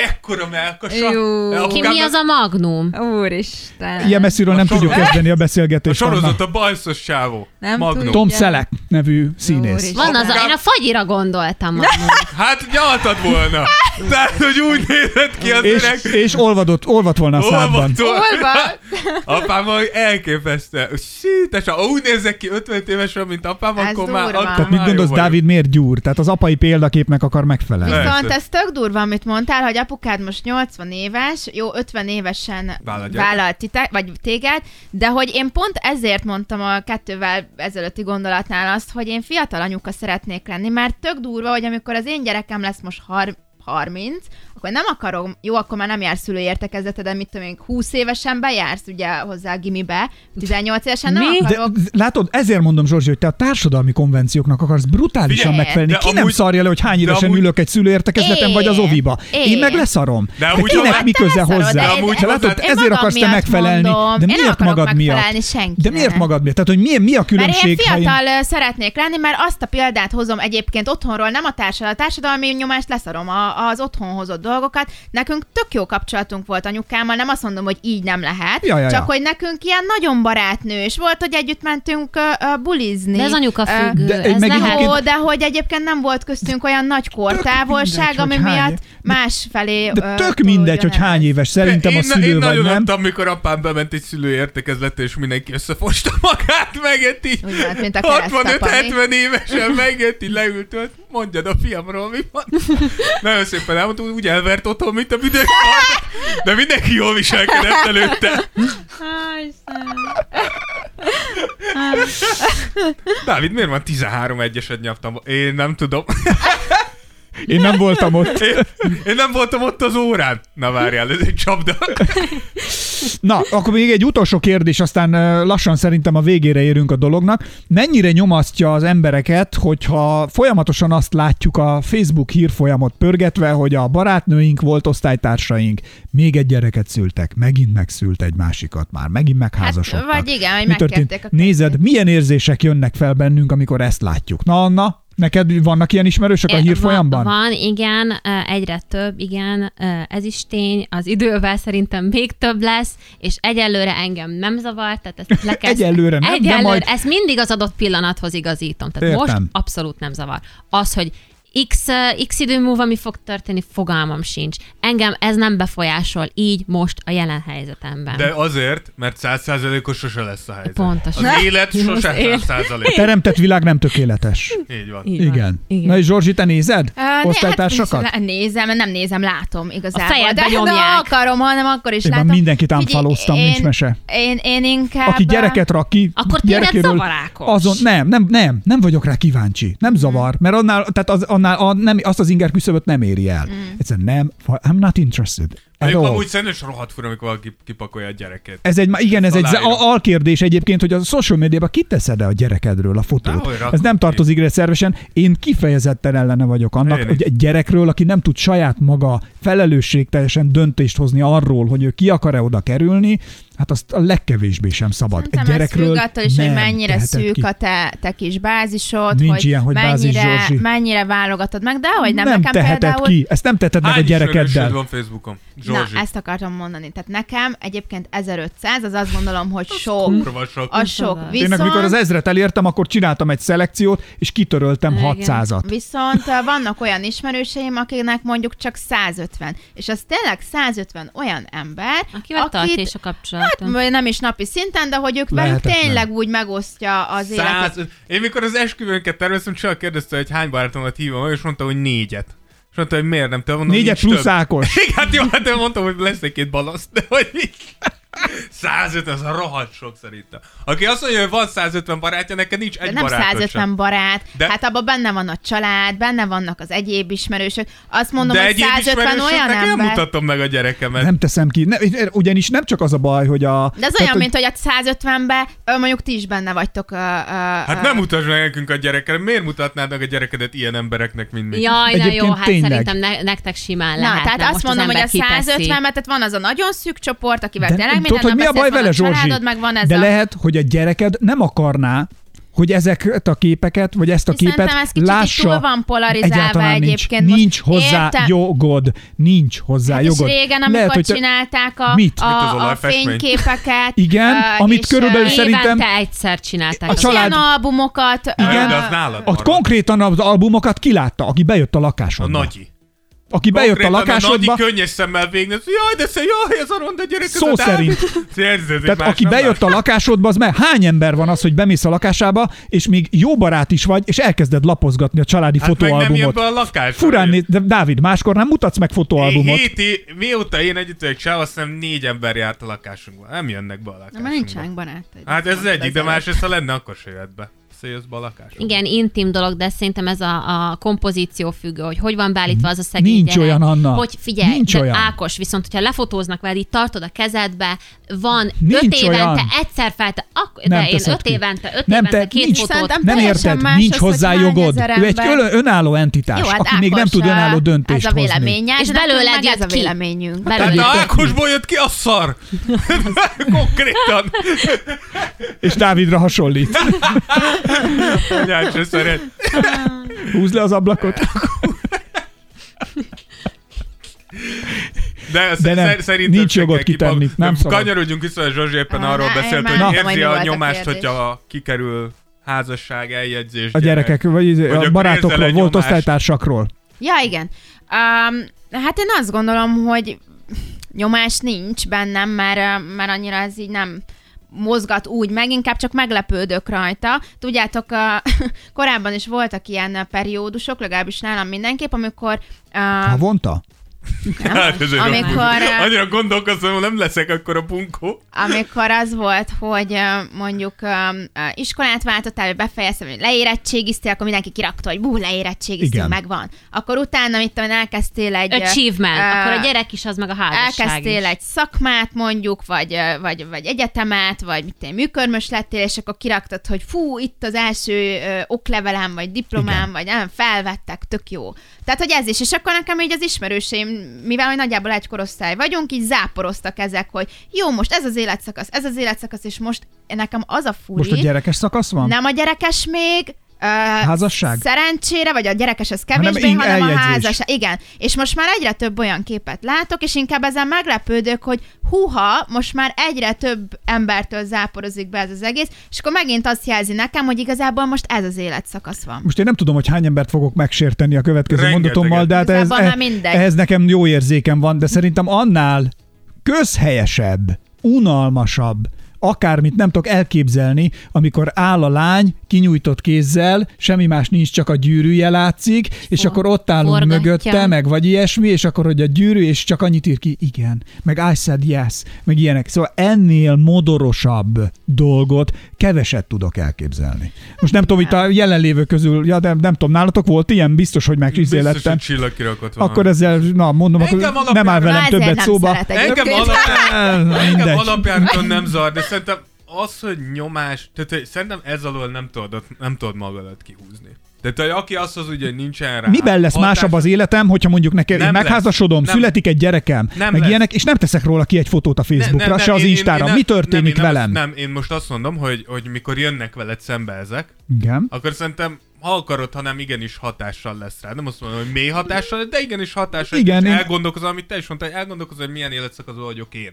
ekkora melkasa.
Jó.
A
Ki
apukám-
mi az a magnum?
Úristen.
Ilyen messziről nem
sorozat-
tudjuk kezdeni a
A
beszélgetést.
sorozat a bajszos sávó.
Nem
Magnum.
tudom.
Tom
Igen.
Szelek nevű színész.
Úristen.
Van az a, én a fagyira gondoltam. magnum.
Hát nyaltad volna. Tehát, hogy úgy nézett ki az
És,
öreg.
és olvadott, olvat volna a szádban.
Hol van?
Apám hogy elképesztő. Shit, és ha úgy nézek ki 50 évesen, mint apám,
Ez
akkor már...
durva.
Akkor
Tehát
Mit
már jó
gondolsz,
vagyok.
Dávid miért gyúr? Tehát az apai példaképnek akar megfelelni.
Ne.
Viszont
Persze.
ez tök durva, amit mondtál, hogy apukád most 80 éves, jó, 50 évesen
Vállalt gyerek.
vállalt titek, vagy téged, de hogy én pont ezért mondtam a kettővel ezelőtti gondolatnál azt, hogy én fiatal anyuka szeretnék lenni, mert tök durva, hogy amikor az én gyerekem lesz most har- 30, akkor nem akarom, jó, akkor már nem jársz szülőértekezete, de mit tudom én, 20 évesen bejársz ugye hozzá a gimibe, 18 évesen nem
Mi?
De
akarok.
z- látod, ezért mondom, Zsorzsi, hogy te a társadalmi konvencióknak akarsz brutálisan
Figyelj,
megfelelni.
de
Ki nem
amúgy-
szarja le, hogy hány évesen
amúgy-
ülök egy szülőértekezleten
Én.
vagy az oviba? Én
Én.
meg leszarom. De,
amúgy
kinek
hozzá-
mi köze
leszarod,
hozzá?
de-
De amúgy
te látod,
hozzá-
én
ezért
magam
akarsz te
miatt
megfelelni.
mondom.
de
Én nem
miért
akarok
magad
megfelelni
miatt? De
senkinek.
miért magad miatt? Tehát, hogy mi, mi a
Mert én
különbség? ha
fiatal én... szeretnék lenni, mert azt a példát hozom egyébként otthonról, nem a társadalmi, a társadalmi nyomást leszarom a, az otthon hozott dolgokat. Nekünk tök jó kapcsolatunk volt anyukámmal, nem azt mondom, hogy így nem lehet,
Ja, ja, ja.
csak hogy nekünk ilyen nagyon barátnős volt, hogy együtt mentünk ö, ö, bulizni.
De ez anyuka
Ö,
függő.
de egy
ez
meg
lehet.
egyébként-
Ó, de hogy egyébként nem volt köztünk olyan nagy kortávolság,
mindegy,
ami
hogy hány-
miatt másfelé.
De
ö,
tök mindegy,
tolódjon
hogy
el.
hány éves szerintem
én,
a szülő
én
vagy
nagyon
nem.
adtam, mikor apám bement egy szülő értekezletre, és mindenki összefosta magát, megeti.
Úgy volt, mint a
65-70 évesen megeti, leült, hogy mondjad a fiamról, mi van. Nagyon szépen elmondta, hogy úgy elvert otthon, mint a büdös kard, de mindenki jól viselkedett előtte. Dávid, miért már 13 egyesed nyaptam? Én nem tudom.
Én nem voltam ott.
Én, én nem voltam ott az órán. Na várjál, ez egy csapda.
Na, akkor még egy utolsó kérdés, aztán ö, lassan szerintem a végére érünk a dolognak. Mennyire nyomasztja az embereket, hogyha folyamatosan azt látjuk a Facebook hírfolyamot pörgetve, hogy a barátnőink volt osztálytársaink, még egy gyereket szültek, megint megszült egy másikat már, megint megházasodtak.
Hát, vagy igen, hogy
Mi történt?
megkérték a
Nézed, milyen érzések jönnek fel bennünk, amikor ezt látjuk? Na, Anna, neked vannak ilyen ismerősök
Eh,
a
Ö,
hírfolyamban?
Van, van, igen, ö, egyre több, igen, ö, ez is tény, az idővel szerintem még több lesz, és egyelőre engem nem zavar, tehát ezt le kell...
Egyelőre nem, de
egyelőre,
majd-
ezt mindig az adott pillanathoz igazítom, tehát
Értem.
most abszolút nem zavar. Az, hogy X, ö, X idő múlva mi fog történni, fogalmam sincs. Engem ez nem befolyásol így most a jelen helyzetemben.
De azért, mert százszázalékos sose lesz a helyzet.
Pontosan.
Az élet
Jó, az
sose
élet.
A
százszázalékos.
teremtett világ nem tökéletes.
Így van.
Így van.
Igen.
igen.
Na és Zsorzsi, te nézed?
Ö, né-
Osztálytársakat?
Hát, nézem, nem nézem, látom
A
igazából.
fejedbe
de de
nyomják.
ha akarom, hanem akkor is
Én már
látom.
mindenkit
Figyelj,
ámfalóztam, nincs
én-
mese.
Én, én inkább...
Aki gyereket rak ki,
Akkor téged
gyerekéről-
zavar, Ákos?
Azon, nem, nem, nem, nem vagyok rá kíváncsi. Nem
Hmm.
zavar, mert annál, tehát az, annál a, nem, azt az inger küszöböt nem éri el.
Hmm.
Egyszerűen nem, I'm not interested. At
Mondjuk
all.
amúgy szerintem rohadt fura, amikor valaki kipakolja a gyereket.
Ez egy, igen, ez egy za-
Aláírom.
a- alkérdés egyébként, hogy a social médiában kiteszed-e a gyerekedről a fotót.
Dehogy rakod
Ez nem
ki.
tartozik ide szervesen. Én kifejezetten ellene vagyok annak,
Én
hogy
is.
egy gyerekről, aki nem tud saját maga felelősségteljesen döntést hozni arról, hogy ő ki akar-e oda kerülni, hát azt a legkevésbé sem szabad.
Szerintem
egy gyerekről
ez függ attól is,
nem
hogy mennyire
teheted
szűk
ki.
a te, te kis bázisod,
Nincs
hogy,
ilyen, hogy bázis,
mennyire,
Zsózsi.
mennyire válogatod meg, de hogy nem,
nem
nekem
teheted
például...
ki, ezt nem teted meg a
Hány ismerősöd
gyerekeddel.
van Facebookon?
Na,
Zsorzsi.
ezt akartam mondani. Tehát nekem egyébként 1500, az azt gondolom, hogy sok.
kurva sok.
Az sok.
Én
Viszont...
amikor az ezret elértem, akkor csináltam egy szelekciót, és kitöröltem
Igen.
600-at.
Viszont eh, vannak olyan ismerőseim, akiknek mondjuk csak 150, és az tényleg 150 olyan ember,
Akivel tartás a
hát
kapcsolatom.
vagy nem is napi szinten, de hogy ők velük
Lehetetlen.
tényleg úgy megosztja az életet.
Száz... Én mikor az esküvőnket terveztem, csak kérdezte, hogy hány barátomat hívom, és mondta, hogy négyet. És mondta, hogy miért nem te mondom,
Négyet
nincs
plusz
több.
Ákos.
Igen, hát jó, hát én mondtam, hogy lesz egy két balaszt, de hogy mi? 150, az a rohadt sok szerintem. Aki azt mondja, hogy van 150 barátja, neked nincs
De
egy
nem
barátod
150
sem.
barát,
De-
de... hát abban benne van a család, benne vannak az egyéb ismerősök. Azt mondom,
de
hogy
egyéb
150 olyan
ismerősöknek nem
ember.
mutatom meg a gyerekemet.
Nem teszem ki. Ne, ugyanis nem csak az a baj, hogy a...
De ez
tehát,
olyan, mint hogy a 150-ben ö, mondjuk ti is benne vagytok.
Hát
Hát
nem mutasd meg nekünk a gyerekre. Miért mutatnád meg a gyerekedet ilyen embereknek, mint mi?
Jaj, de jó,
Egyébként
hát
tényleg.
szerintem ne, nektek simán
Na,
lehetne.
tehát azt
Most az
mondom, hogy
ember
a 150,
kiteszi.
mert tehát van az a nagyon szűk csoport, akivel
de,
tényleg minden
tudod, hogy
nap
mi a
beszélsz,
baj
van
vele, Zsorzsi?
családod, meg van ez
de
a...
lehet, hogy a gyereked nem akarná, hogy ezeket a képeket, vagy ezt a
Szerintem
képet
ez kicsit így
lássa.
túl van polarizálva
Egyáltalán nincs.
egyébként. Most
Nincs hozzá
értem.
jogod. Nincs hozzá
Hát és
jogod.
régen, amikor
Lehet, hogy te-
csinálták a,
Mit?
a,
Mit az
a,
olajfestmény?
fényképeket.
Igen,
ö,
amit
és,
körülbelül
ö,
szerint- szerintem-
Évente egyszer csinálták.
A
azt.
család-
Ilyen albumokat. ö,
Igen.
De az nálad
Ott
marad.
konkrétan az albumokat kilátta, aki bejött a
A
lakásodba.
nagyi.
Aki bejött a
Konkrétan
lakásodba,
nagyi könnyes szemmel végignéz, hogy jaj, de szép, jaj, ez a ronda gyerek.
Szó szerint. tehát aki bejött a lakásodba, az mert hány ember van az, hogy bemész a lakásába, és még jó barát is vagy, és elkezded lapozgatni a családi
hát meg nem jön
fotóalbumot.
be a lakásba.
Furán néz, de Dávid, máskor nem mutatsz meg fotóalbumot.
Hét é- mióta én együtt vagyok sáv, azt hiszem négy ember járt a lakásunkban. Nem jönnek be a
Na, már
lakásunkba.
nincsenek barátaid.
Hát ez az egyik, de
előtt.
másrészt, ha lenne, akkor se jött be. Szóval jössz be a lakásunkba.
Igen, intim dolog, de szerintem ez a, a kompozíció függő, hogy hogy van beállítva az a szegény
Nincs
gyerek.
olyan, Anna.
Hogy figyelj,
Nincs
de
olyan.
Ákos, viszont hogyha lefotóznak veled, így tartod a kezedbe, van
Nincs
öt évente
olyan.
egyszer felte, ak-
Nem
de én
teszed
öt
ki.
évente, öt
Nem,
évente
te-
két
nincs.
fotót.
Szerintem
Nem
teljesen
érted,
más
nincs
az,
hozzá
hogy hány
jogod.
ezer
Ő egy
ember-
külön önálló entitás,
Jó, hát
aki még nem
Ákos,
tud
ö,
önálló döntést
Ez a
hozni.
véleménye,
És belőle
meg ez a
jött ki.
véleményünk.
Tehát
Belőle.
Hát a Ákosból jött ki a szar! Konkrétan!
És Dávidra hasonlít.
Anyád se szeret.
Húzd le az ablakot.
De,
De nem,
szer- szerintem
nincs
se kell
jogod kitenni,
kipag-
nem
De
szabad.
Kanyarodjunk vissza, hogy Zsozsi éppen
Ah,
arról
na,
beszélt,
én
hogy
már tudom,
érzi
hogy mi
a
volt a
nyomást,
kérdés.
hogyha kikerül házasság, eljegyzés.
A gyerekek, vagy a
akkor
barátokról,
érzel-e
volt
nyomást?
osztálytársakról.
Ja, igen. Um, hát én azt gondolom, hogy nyomás nincs bennem, mert, ö, mert annyira ez így nem mozgat úgy meg, inkább csak meglepődök rajta. Tudjátok, a, korábban is voltak ilyen ö, periódusok, legalábbis nálam mindenképp, amikor... ö,
Ha vonta?
Hát ez egy rossz
Amikor,
buzi.
eh,
Annyira gondolkozom, hogy nem leszek akkor a bunkó.
amikor az volt, hogy ö, mondjuk ö, ö, iskolát váltottál, vagy befejeztem, hogy leérettségiztél, akkor mindenki kirakta, hogy bú,
Igen.
leérettségiztél, megvan. Akkor utána, mit tudom, én, elkezdtél egy... ö,
Achievement.
ö,
Akkor a gyerek is az, meg a házasság
elkezdtél
is.
egy szakmát mondjuk, vagy, ö, vagy, vagy egyetemet, vagy mit tudom, én, műkörmös lettél, és akkor kiraktad, hogy fú, itt az első ö, oklevelem, vagy diplomám, vagy nem, felvettek, tök jó. Tehát, hogy ez is. És akkor nekem így az ismerőseim, mivel hogy nagyjából egy korosztály vagyunk, így záporoztak ezek, hogy jó, most ez az életszakasz, ez az életszakasz, és most nekem az a furi,
Most a gyerekes szakasz van?
nem a gyerekes még, ö,
Házasság?
Szerencsére, vagy a gyerekes ez kevésbé,
ing-
hanem, hanem a
eljegyzés.
házasság. Igen. És most már egyre több olyan képet látok, és inkább ezen meglepődök, hogy huha, most már egyre több embertől záporozik be ez az egész, és akkor megint azt jelzi nekem, hogy igazából most ez az életszakasz van.
Most én nem tudom, hogy hány embert fogok megsérteni a következő
Rengeteget.
mondatommal, de hát ez,
Igazából
eh-
már mindegy.
ehhez nekem jó érzékem van, de szerintem annál közhelyesebb, unalmasabb, akármit nem tudok elképzelni, amikor áll a lány, kinyújtott kézzel, semmi más nincs, csak a gyűrűje látszik, és
for-
akkor ott állunk
forgatja.
mögötte, meg vagy ilyesmi, és akkor hogy a gyűrű, és csak annyit ír ki, igen, meg I said yes, meg ilyenek. Szóval ennél modorosabb dolgot keveset tudok elképzelni. Most nem tudom, itt a jelenlévő közül, ja, de nem tudom, nálatok volt ilyen, biztos, hogy meg izé
Biztos,
lettem.
hogy csillag kirakott van.
Akkor ezzel, na mondom, akkor
Engem alapján-
nem áll velem
Azért
többet
nem
szóba.
szeret egyébként.
Engem alapján,
Mindegy.
engem alapjárton nem zavar, de szerintem az, hogy nyomás, tehát hogy szerintem ez alól nem tudod, nem tudod magadat kihúzni. Tehát, hogy aki azt az, ugye nincsen rá.
Miben lesz
hatás-
másabb az életem, hogyha mondjuk nekem
Nem
én megházasodom,
lesz. Nem.
születik egy gyerekem,
Nem
meg
lesz.
ilyenek, és nem teszek róla ki egy fotót a
Ne-
Facebookra,
nem,
se
nem,
az
én- én-
Instára.
én nem-
Mi történik
nem, én
velem?
Nem, nem, én most azt mondom, hogy, hogy mikor jönnek veled szembe ezek,
Igen.
akkor szerintem ha akarod, hanem igenis hatással lesz rá. Nem azt mondom, hogy mély hatással, de igenis hatással.
Igen,
Igen,
én-
elgondolkozol, amit te is mondtál, elgondolkozol, hogy milyen életszakaszban vagyok én.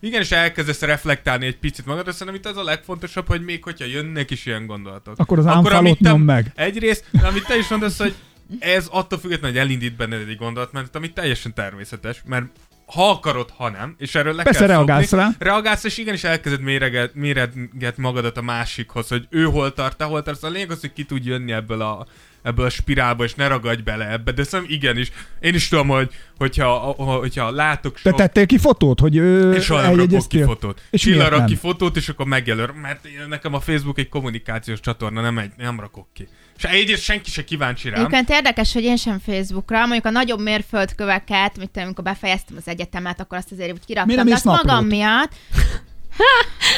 Igen, és elkezdesz reflektálni egy picit magadra, szerintem itt az a legfontosabb, hogy még hogyha jönnek is ilyen gondolatok.
Akkor az
amit
unfollow-t
te-
nyomd meg.
Egyrészt, de amit te is mondasz, hogy ez attól függetlenül, hogy elindít benned egy gondolat, mert ami teljesen természetes, mert ha akarod, ha nem, és erről le
Persze,
kell
reagálsz
szokni,
rá.
reagálsz, és igenis elkezded méreget, méreget magadat a másikhoz, hogy ő hol tart, te hol tartasz. A lényeg az, hogy ki tud jönni ebből a, ebből a spirálba, és ne ragadj bele ebbe. De szerintem igenis, én is tudom, hogy, hogyha, ha- hogyha látok
Te
sok...
tettél ki fotót, hogy ő
és arra rakok ki fotót.
És
És
miért
Csilla rak
nem?
ki fotót, és akkor megjelöl. Mert nekem a Facebook egy kommunikációs csatorna, nem, egy, nem rakok ki. És egyébként senki se kíváncsi rám.
Egyébként érdekes, hogy én sem Facebookra, mondjuk a nagyobb mérföldköveket, mit tudom, amikor befejeztem az egyetemet, akkor azt azért úgy
Miért
kiraktam,
nem
de
írsz
azt magam
naplót?
miatt.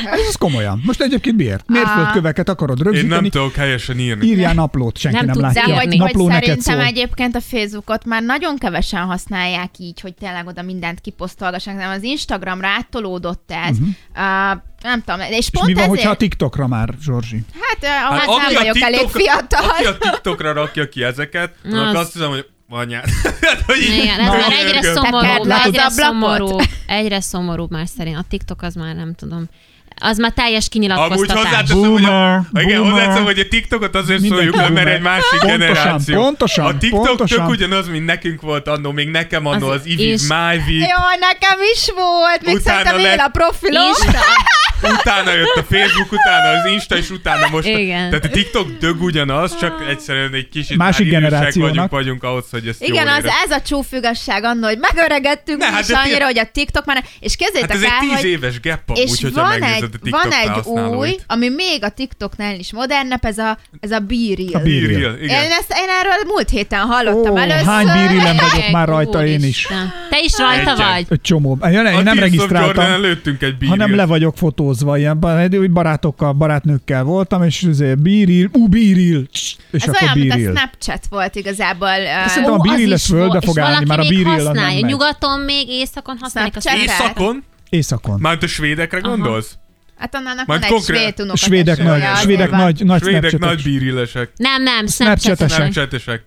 Hát Ez az komolyan. Most egyébként miért? Mérföldköveket akarod
Én
rögzíteni?
nem tudok helyesen írni.
Írjál naplót, senki nem,
Nem
nem
tudsz
látja.
De
elhagyni.
hogy, hogy
Napló neked
szerintem
szól.
egyébként a Facebookot már nagyon kevesen használják így, hogy tényleg oda mindent kiposztolgassanak, nem az Instagramra áttolódott ez. Uh-huh. Uh, nem tudom, és
Mhm. És
pont
mi van,
ezért,
hogyha a TikTokra már, Zsorzsi?
hát, uh, hát nem vagyok elég
Aki
fiatal.
a TikTokra rakja ki ezeket,
Na,
annak
az-
azt hiszem, hogy anyát. Hát, hogy így-
Igen, ez
Na,
már
könyörgöm.
egyre szomorúbb,
Tekert le
egyre
az ablakot?
szomorúbb, egyre szomorúbb már szerint. A TikTok az már nem tudom. Az már teljes
Amúgy
kinyilatkoztatás.
hozzáteszem, hogy
Boomer,
a, a- igen,
boomer.
hozzáteszem, hogy a TikTokot azért
Mindenki
szóljuk le, mert
boomer.
egy másik
Pontosan,
generáció.
pontosan,
a TikTok
pontosan.
tök ugyanaz, mint nekünk volt annó, még nekem annó
Az
az, Ivi,
is-
Májvi,
Jó, nekem is volt, még
Utána
szerintem él
lett-
a profilom.
Insta,
utána jött a Facebook, utána az Insta, és utána most. a-
Igen.
Tehát a TikTok dög ugyanaz, csak egyszerűen egy kicsit
Másik
már idősek
generációnak.
vagyunk, vagyunk ahhoz, hogy ezt
Igen,
jól
az,
érezzük.
ez a csúfügasság annó, hogy megöregettünk
Ne,
ne,
hát
is
de
annyira,
ti-
hogy a TikTok már... És
Hát
képzeljétek
ez
el,
egy tíz
hogy...
éves gap amúgy,
és
hogyha
van egy,
megnézed a TikTok
van egy új,
felhasználóit.
ami még a TikToknál is modernebb, ez a, ez a B-reel.
A B-reel.
Írja,
Én,
igen.
ezt, én erről múlt héten hallottam
Ó,
először.
hány bírilem vagyok
Meg,
már rajta én is.
úristen. Te is rajta
Egyen.
vagy?
Egy csomó. Ja, ne,
A
én nem
Tears of
regisztráltam.
Jordan-en lőttünk egy bírját.
hanem le vagyok fotózva, ilyen ba- úgy barátokkal, barátnőkkel voltam, és izé, bíril, ú, bíril, css, és
Ez
akkor
olyan, mint a
bíril.
Snapchat volt igazából. ö,
Szerintem a
Ó, az
biril
is
lesz földbe
volt,
fog
és
állni,
valaki
már a
még
biril az nem
használja.
megy.
Nyugaton még, éjszakon használják a
Snapchat-et?
Éjszakon?
Északon.
Mármint a svédekre gondolsz?
Hát annak
Majd
van egy
konkrét-
svéd unokat.
Svédek nagy,
Ja,
svédek
azért
nagy, nagy
Svédek
Snapchat-es.
nagy bírilesek.
Nem, nem,
Snapchatesek.
Snapchatesek.
Snapchatesek.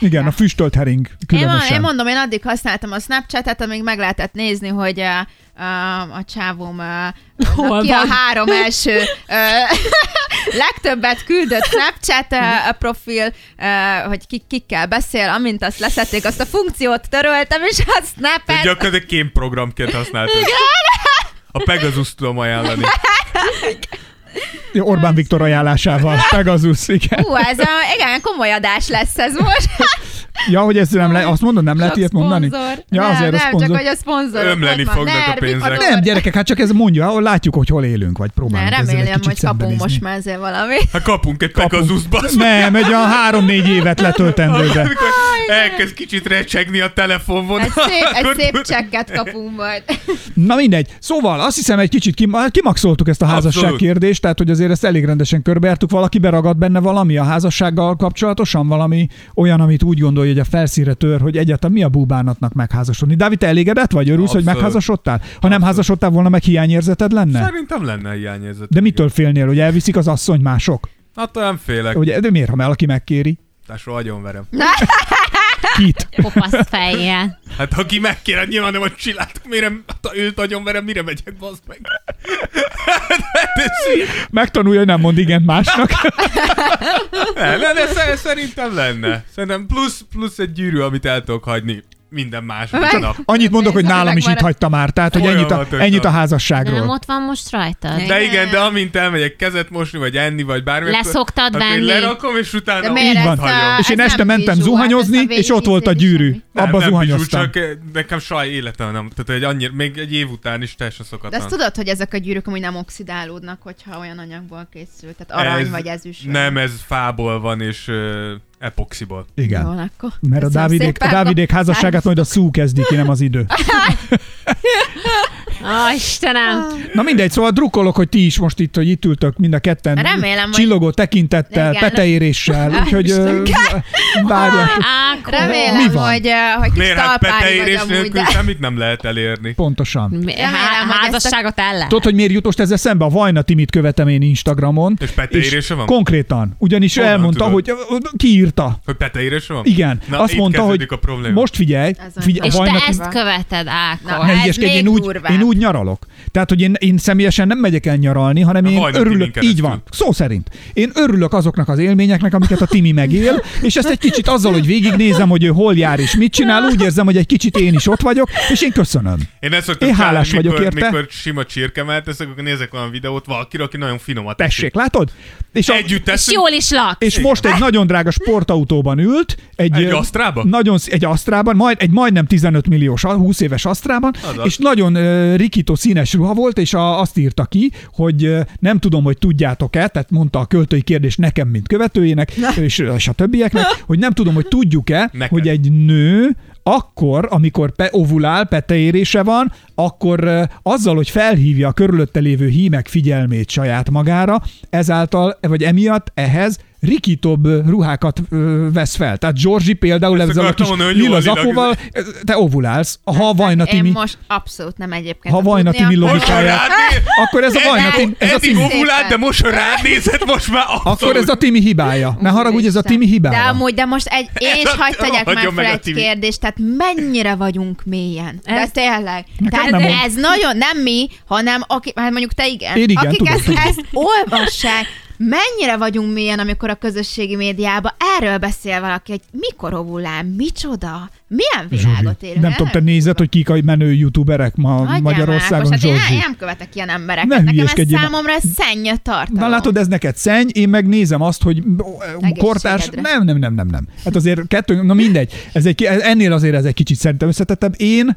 Igen, a füstölt hering
Én, ma- én
különösen.
mondom, én addig használtam a Snapchatet, amíg meg lehetett nézni, hogy a, a, a csávóm a,
Hol
ki a
van?
három első ö, legtöbbet küldött Snapchat
Mhm.
ö, a profil, ö, hogy ki, kikkel beszél, amint azt leszették, azt a funkciót töröltem, és a
Tehát
Snapet
gyakorlatilag kémprogramként használtad. A Pegasus tudom ajánlani.
Orbán Viktor ajánlásával, Pegasus, igen.
Hú, ez a, igen, komoly adás lesz ez most.
Ja, hogy ez nem le, azt mondod, nem lehet
Sok
ilyet mondani?
szponzor.
Ja,
nem,
azért a
nem, csak
szponzor.
hogy a szponzor.
Ömleni fognak a pénzek.
Nem, gyerekek, hát csak ez mondja, ahol látjuk, hogy hol élünk, vagy
Nem,
próbálunk ezzel egy
remélem,
kicsit
hogy kapunk
szembenézni.
most már ezzel valamit.
Hát kapunk egy
Kapunk.
Pegasus basz.
Nem, egy olyan három-négy évet letöltendő, de
Amikor elkezd kicsit recsegni a telefonvonal.
Egy szép,
akkor-
egy szép csekket kapunk majd.
Na mindegy. Szóval azt hiszem egy kicsit kim, hát kimaxoltuk ezt a házasság
Abszolút.
kérdést, tehát hogy azért ezt elég rendesen körbejártuk. Valaki beragad benne valami a házassággal kapcsolatosan, valami olyan, amit úgy gondolja, hogy a felszíre tör, hogy egyáltalán mi a búbánatnak megházasodni. Dávid, te elégedett vagy? Örülsz, hogy
Abszolút.
megházasodtál? Ha nem házasodtál volna, meg hiányérzeted lenne?
Szerintem lenne hiányérzet.
De mitől félnél, hogy elviszik az asszony mások?
Attól nem félek.
Ugye, de miért, ha valaki megkéri?
Tásról agyonverem.
Kit?
Kopasz fejjel.
Hát ha ki megkér, nyilván nem a csillátok, mire ha őt agyonverem, mire megyek, bazd meg. Hát ez így-
Megtanulja, hogy nem mond igen másnak.
Nem, nem, de szer- szerintem lenne. Szerintem plusz, plusz egy gyűrű, amit el tudok hagyni minden más nap.
Annyit mondok, hogy nálam is itt
Megmarad-
hagyta már, tehát hogy ennyit a,
Folyamatos.
ennyit a
De nem
házasságról.
ott van most rajtad.
De igen, de amint elmegyek kezet mosni, vagy enni, vagy bármi, akkor-
Leszoktad
akkor én
venni.
lerakom, és utána
De
úgy
miért
Így van.
Ez a-
és én
ez
este
nem
mentem
bizsú,
zuhanyozni,
hát ez a
és ott volt a
végignézni
gyűrű.
semmi.
Nem,
Abba
nem bizsú,
zuhanyoztam.
Csak eh, nekem saj életem nem. Tehát egy annyira, még egy év után is teljesen
De azt
szokatlan.
tudod, hogy ezek a gyűrűk amúgy nem oxidálódnak, hogyha olyan anyagból készül, tehát arany
Ez
vagy ezüst. vagy-
Nem, ez fából van, és uh, epoxiból.
Jó,
Igen.
akkor.
Mert a
Köszönöm
Dávidék, a
szépen.
Dávidék házasságát majd a szú kezdi ki, nem az idő.
Ó,
Ah.
Istenem.
Na mindegy, szóval drukkolok, hogy ti is most itt, hogy itt ültök mind a ketten.
Remélem, hogy-
Csillogó tekintettel,
Igen.
peteéréssel, úgyhogy ö, várjátok. Mi
Ákú.
Remélem,
van?
hogy, eh, hogy kis
Miért hát
talpári vagy
peteérés
amúgy,
nélkül
de...
semmit nem lehet elérni.
Pontosan.
Há-
hogy ezt a-
Házasságot el lehet.
Tudod, hogy miért jut most ezzel szembe? A Vajna Timit követem én Instagramon.
És peteérése van?
Konkrétan. Ugyanis ő
Honnan
elmondta,
tudod?
hogy ö, ö, kiírta.
Hogy peteérése van?
Igen.
Na,
azt
itt
mondta, hogy
kezdődik a probléma.
most figyelj,
Azon
figyelj
És
a
te
Vajna
ezt követed,
Na,
Ákó.
Ne
Ez
hülyeskedj, én
még
úgy,
durvább.
én úgy nyaralok. Tehát, hogy én, én személyesen nem megyek el nyaralni, hanem én
Majdnem Timin
örülök.
keresztül.
Így van, szó szerint. Én örülök azoknak az élményeknek, amiket a Timi megél, és ezt egy kicsit azzal, hogy végignézem, hogy ő hol jár és mit csinál, úgy érzem, hogy egy kicsit én is ott vagyok, és én köszönöm.
Én ezt szoktam
Én hálás
csinálni,
vagyok
mikor,
érte.
mikor sima csirkemelt teszek, akkor nézek olyan videót valakiről, aki nagyon finomat
Tessék, látod? És, a,
teszik. Együtt
És
teszünk.
jól is laksz.
és most egy nagyon drága sportautóban ült. Egy,
Egy
ö,
Astrában?
Nagyon, sz- egy asztrában, majd, egy majdnem 15 milliós, 20 éves asztrában,
Azaz.
és nagyon uh, rikító színes ruha volt, és a, azt írta ki, hogy uh, nem tudom, hogy tudjátok-e, tehát mondta a költői kérdés nekem, mint követőjének, és, és a többieknek, hogy nem tudom, hogy tudjuk-e,
Neked.
hogy egy nő akkor, amikor pe ovulál, peteérése van, akkor ö, azzal, hogy felhívja a körülötte lévő hímek figyelmét saját magára, ezáltal, vagy emiatt ehhez rikítóbb ö, ruhákat ö, vesz fel. Tehát Georgi például
Ezt
ezzel a
akartam
kis
mondani, hogy
lila
jól lila-
zakóval, ö, te ovulálsz, ha Vajnati
Én
mi,
most abszolút Hát nem egyébként.
ha
Ha
Vajnati mi
tudnia-
logikáját, akkor ez a Vajnati, ez a
Eddig
Timi,
ovulált, de most ha rád nézett, most már abszolút.
akkor ez a Timi hibája. Ne haragudj, ez a
Úristen.
Timi
De
hibája.
amúgy, de most egy, én is
Ez a-
hagyd tegyek már
hagyjon
fel
meg a
egy
Tibi.
kérdést, tehát mennyire vagyunk mélyen. De
Ez-
tényleg.
Nekem
Tehát
nem mond.
ez nagyon nem mi, hanem aki, hát mondjuk te igen.
Én igen,
akik
tudom,
ezt,
tudom.
ezt olvassák, mennyire vagyunk mélyen, amikor a közösségi médiában erről beszél valaki, hogy mikor ovulál, micsoda, milyen világot élünk.
Nem tudom, te nézed, hogy kik a menő youtuberek ma
Hagyjál
Magyarországon,
már, most, hát én,
Zsorzsi.
én nem követek ilyen embereket.
Ne
Nekem ez
hülyeskedjél már.
számomra szenny a tartalom.
Na látod, ez neked szenny, én meg nézem azt, hogy e,
Egészségedre.
kortárs... Nem, nem, nem, nem, nem. Hát azért kettő, na mindegy. Ez egy, ki- e, ennél azért ez egy kicsit szerintem összetettebb. Én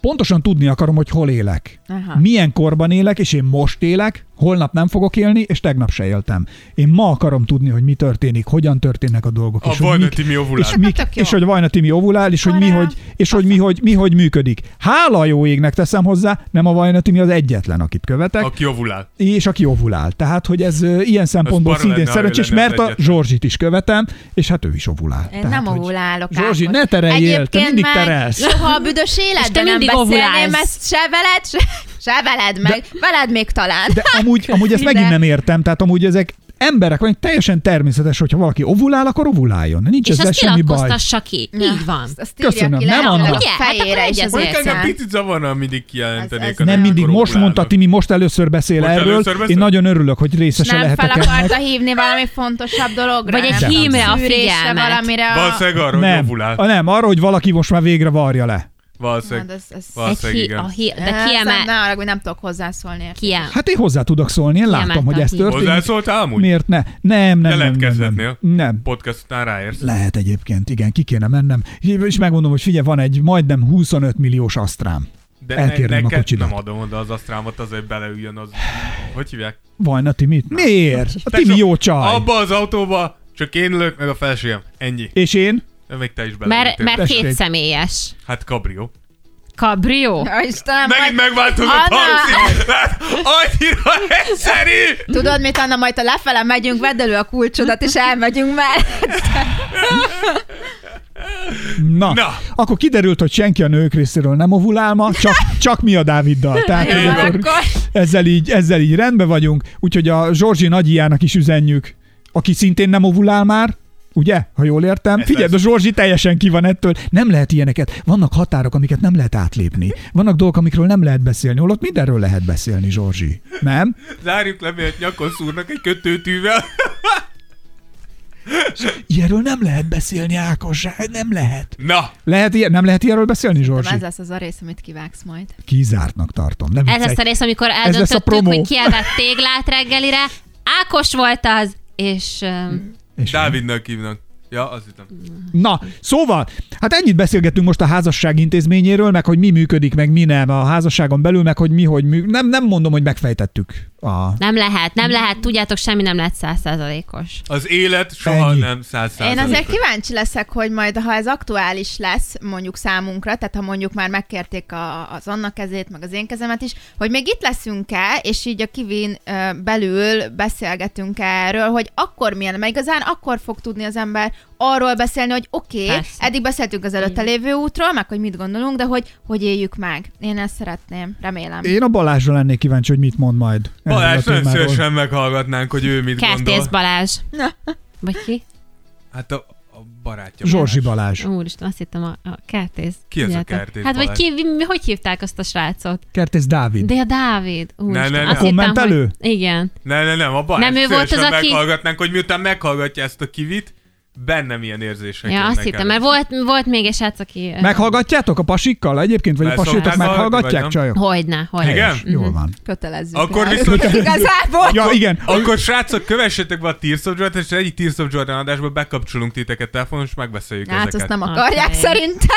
pontosan tudni akarom, hogy hol élek.
Aha.
Milyen korban élek, és én most élek, holnap nem fogok élni, és tegnap se éltem. Én ma akarom tudni, hogy mi történik, hogyan történnek a dolgok.
A
és hogy
Vajna
mik-
Timi ovulál.
és, mik,
Hát tök jó.
és hogy Vajna Timi ovulál, és hogy, mi,
Hurrá!
hogy, és hogy, mi, hogy, mi, hogy működik. Hála a jó égnek teszem hozzá, nem a Vajna Timi az egyetlen, akit követek
Aki ovulál.
és aki ovulál. Tehát, hogy ez ö, ilyen szempontból
para
szintén
lenne, ha ő
szerencsés,
lenne az
mert a
egyetlen.
Zsorzsit is követem, és hát ő is ovulál.
Én
Tehát,
nem
hogy-
ovulálok.
Zsorzsi,
Ákos.
ne tereljél, te
Egyébként
mindig
meg
terelsz.
Soha a büdös
És te
életben nem
mindig
beszélném
ovulálsz.
ezt se veled, se, se veled meg. Veled még talán.
De amúgy, amúgy ezt
De-
megint nem értem, tehát amúgy ezek emberek vagy teljesen természetes, hogyha valaki ovulál, akkor ovuláljon. Nincs
És
ezzel
azt
semmi baj.
nyilatkoztassa ki. Így van.
Azt, azt írja
Köszönöm,
ki
nem
le,
annak.
a
Ugye? Hát
fejére
akkor
is
egy
az
azért.
Mondjuk engem
érszám.
picit zavarna, mindig kijelentenék.
Ez- ez
a
Nem
Akkor
mindig, most
ovulálnak.
mondta Timi, most először beszél
Most
erről.
először beszél?
Én nagyon örülök, hogy részese
Nem fel
lehetek ennek.
akarta hívni valami fontosabb dologra.
Vagy egy
nem tudom,
hímre a
szűrésre,
figyelmet.
Valamire a...
Valószínűleg arra, hogy
Nem.
ovulál.
A, nem, arra, hogy valaki most már végre varja le.
Hát
Valószínűleg.
ez- ez-
Egy
Valószínűleg
hi, a
igen.
hi, de
Ez-
kiemel,
Hát, Ne arra, hogy nem tudok hozzászólni.
kiemel.
Hát én hozzá tudok szólni, én látom,
Kiemeltem
hogy ez
ki.
történik.
Hozzászóltál amúgy?
Miért ne? Nem, nem, nem, nem, nem.
Jelentkezhetnél?
nem.
Podcast után ráérsz.
Lehet egyébként, igen, ki kéne mennem. És megmondom, hogy figyelj, van egy majdnem 25 milliós asztrám.
De
Elkérném a
neked
kocsidat.
nem adom oda az asztrámot, azért beleüljön az... Hogy hívják?
Vajna Timit? Miért? A
Tesó,
Timi jó csaj.
Abba az autóba csak én lök, meg a felségem. Ennyi.
És én?
De Még te is bele.
Mert, mert
Tessék.
két személyes.
Hát kabrió.
Kabrió.
Ja, Istenem,
Megint
majd-
megváltozott
Anna-
hangzik. Hát, Annyira egyszerű.
Tudod mit, Anna, majd a lefele megyünk, vedd elő a kulcsodat, és elmegyünk már.
Na.
Na.
Akkor kiderült, hogy senki a nők részéről nem ovulál ma, csak, csak mi a Dáviddal. Tehát
Jó,
hogy akkor
akkor...
ezzel így, ezzel így rendben vagyunk. Úgyhogy a Zsorzsi nagyjának is üzenjük, aki szintén nem ovulál már, Ugye? Ha jól értem.
Ez
Figyeld, a
lesz.
Zsorzsi teljesen ki van ettől. Nem lehet ilyeneket. Vannak határok, amiket nem lehet átlépni. Vannak dolgok, amikről nem lehet beszélni. Holott mindenről lehet beszélni, Zsorzsi. Nem?
Zárjuk le, miért nyakon szúrnak egy kötőtűvel.
Ilyenről nem lehet beszélni, Ákos, nem lehet.
Na,
Lehet ilyen, nem lehet ilyenről beszélni, Zsorzsi?
Ez lesz az a rész, amit kivágsz majd.
Kizártnak tartom. Nem
Ez lesz a rész, amikor
lesz a
eldöntöttük,
promó.
hogy kievett téglát reggelire. Ákos volt az, és öm,
És
Dávidnak hívnak. Ja, azt hittem.
Na, szóval, hát ennyit beszélgettünk most a házasság intézményéről, meg hogy mi működik, meg mi nem a házasságon belül, meg hogy mi, hogy mű... Nem, nem mondom, hogy megfejtettük. A...
nem lehet, nem lehet, tudjátok, semmi nem lehet százszázalékos.
Az élet soha
Ennyi.
nem száz
Én
százalékos.
azért kíváncsi leszek, hogy majd, ha ez aktuális lesz mondjuk számunkra, tehát ha mondjuk már megkérték a, az Anna kezét, meg az én kezemet is, hogy még itt leszünk-e, és így a kivin ö, belül beszélgetünk erről, hogy akkor milyen, mert igazán akkor fog tudni az ember arról beszélni, hogy oké, okay,
Persze.
eddig beszéltünk az előtte lévő útról, meg hogy mit gondolunk, de hogy hogy éljük meg. Én ezt szeretném, remélem.
Én a Balázsra lennék kíváncsi, hogy mit mond majd. erről a
Balázs, nagyon
témáról.
szívesen meghallgatnánk, hogy ő mit
Kertész
gondol.
Balázs. Vagy ki?
Hát a, a barátja.
Zsorzsi Balázs.
Úristen, azt hittem a, a kertész.
Ki az a
Tudjátok?
Kertész
Hát vagy
Balázs?
ki, mi- hogy hívták azt a srácot?
Kertész Dávid.
De a Dávid. Úristen,
ne, ne.
azt hittem,
Kommentelő?
Hogy... Igen.
Ne, ne, nem, a Balázs.
Nem ő volt
Szívesen
az, aki-
meghallgatnánk, hogy miután meghallgatja ezt a kivit, bennem ilyen érzések
Ja, azt
jönnek
hittem,
elő.
mert volt, volt még egy srác, aki...
Meghallgatjátok a pasikkal egyébként, vagy a
Persze,
pasitok
persze, vagy
meghallgatják,
nem.
csajok?
Hogyne, hogyne.
Igen? Mhm.
Helyes, Jól van.
Kötelezzük.
Akkor
el.
viszont-
Igazából.
Ja, igen.
Akkor srácok, kövessétek be a Tears of Jordan, és egyik Tears of Jordan adásban bekapcsolunk titeket telefonon, és megbeszéljük
Hát azt
ezeket.
nem akarják
Oké.
szerintem.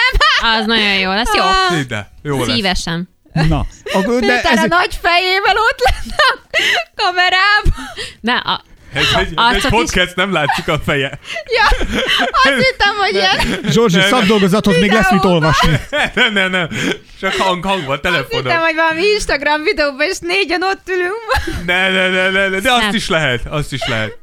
Az nagyon jó lesz, jó.
Hidd el, jó lesz.
Szívesen.
Na, a, de
Péter
ez,
a nagy fejével ott lenne a kamerában.
Ne, a,
Ez egy, ez
Arcot
egy
is-
podcast, nem látszik a feje.
Ja, azt hittem, hogy ilyen,
Zsorzsi, szakdolgozathoz még lesz mit
Videóban.
olvasni.
Nem, nem, nem. Csak hang, hang van, telefonon.
hittem, hogy valami Instagram videóban, és négyen ott ülünk.
Ne, ne, ne, ne, ne, de azt
Szép.
is lehet, azt is lehet.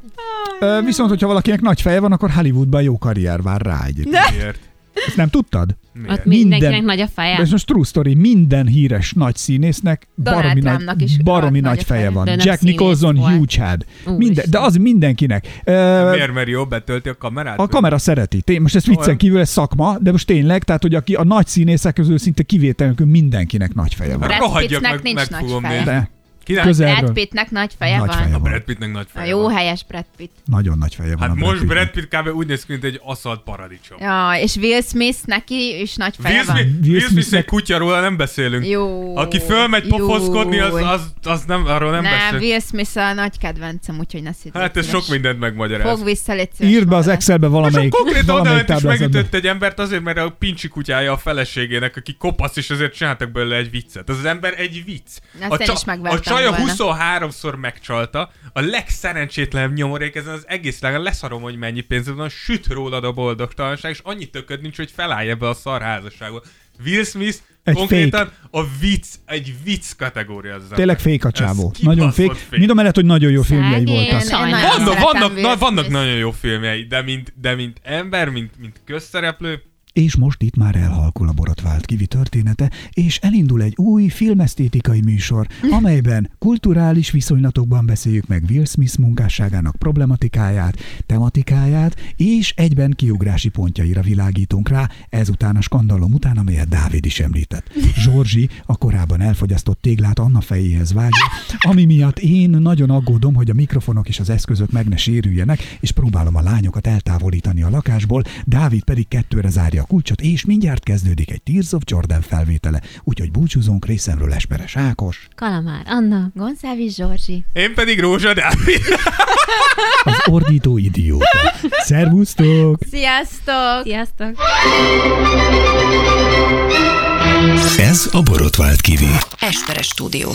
Ö, Viszont, hogyha valakinek nagy feje van, akkor Hollywoodban jó karrier vár rá egyébként.
Miért?
Ezt nem tudtad?
Ott
Minden.
mindenkinek nagy a feje.
De ez most true story, minden híres nagy színésznek
Donald
baromi
Trumpnak
nagy,
is
baromi
nagy
nagy
a
feje
feje.
van.
De nem
Jack
színész
Nicholson,
volt.
Hugh Chad. Minden,
Úristen.
de az mindenkinek. Ö,
Hát Miért, mert jobb betölti a kamerát?
A kamera szereti. Té- most ez viccen
Olyan.
kívül, ez szakma, de most tényleg, tehát hogy aki a nagy színészek közül szinte kivétel nélkül mindenkinek nagy feje van.
Brad
Rohadjak
Pittnek
meg,
nincs
meg
nagy
fogom
feje.
nézni.
De
Kinek?
közelről.
Brad Pittnek nagy feje
Nagy
van.
feje
A
van.
Brad Pittnek nagy
A
feje
jó hát-
van.
helyes Brad Pitt.
Nagyon nagy feje van.
Hát
a
most
Pittnek.
Brad Pitt kb. úgy néz ki, mint egy aszalt paradicsom.
Ja, és Will Smith neki is nagy feje
Will
van.
Smith,
Will
Will Smith egy
Smithnek-
kutya, róla nem beszélünk.
Jó.
Aki fölmegy
jó.
pofoszkodni, az, az, az nem, arról nem,
nem,
beszélünk.
Will Smith a nagy kedvencem, úgyhogy ne szidd.
Hát ez sok mindent megmagyaráz.
Fog vissza, légy szíves,
Írd be az
mondd el.
Excelbe valamelyik,
Most konkrétan
valamelyik
odament és
táblázatba.
megütött egy embert azért, mert a pincsi kutyája a feleségének, aki kopasz, és ezért csináltak belőle egy viccet. Az, az ember egy vicc.
Ezt
a,
én is megvertem
a csaja
volna.
23-szor megcsalta, a legszerencsétlenebb nyomorék ezen az egész lágon, leszarom, hogy mennyi pénzed van, süt rólad a boldogtalanság, és annyi tököd nincs, hogy felállj ebbe a szarházasságba. Will Smith
Egy
konkrétan a vicc, egy vicc kategória az az
Tényleg
ember.
fék a
Ez
csávó.
kibaszott
Nagyon fék. Mind a mellett, hogy nagyon jó filmjei
Szegény.
voltak.
Én- én
Sajnálom.
nagyon
vannak,
szeretem
vannak,
Will
na, vannak
Smith-t.
nagyon jó filmjei, de mint, de mint ember, mint, mint közszereplő,
És most itt már elhalkul a borotvált kivi története, és elindul egy új filmesztétikai műsor, amelyben kulturális viszonylatokban beszéljük meg Will Smith munkásságának problematikáját, tematikáját, és egyben kiugrási pontjaira világítunk rá, ezután a skandalom után, amelyet Dávid is említett. Zsorzsi a korábban elfogyasztott téglát Anna fejéhez vágja, ami miatt én nagyon aggódom, hogy a mikrofonok és az eszközök meg ne sérüljenek, és próbálom a lányokat eltávolítani a lakásból, Dávid pedig kettőre zárja a kulcsot, és mindjárt kezdődik egy Tears of Jordan felvétele, úgyhogy búcsúzunk részemről Esperes Ákos,
Kalamár, Anna.
Gonzávis Zsorzsi.
én pedig Rózsa Dávid.
az ordító idióta. Szervusztok!
Sziasztok!
Sziasztok!
Ez a borotvált kivi.
Esperes stúdió.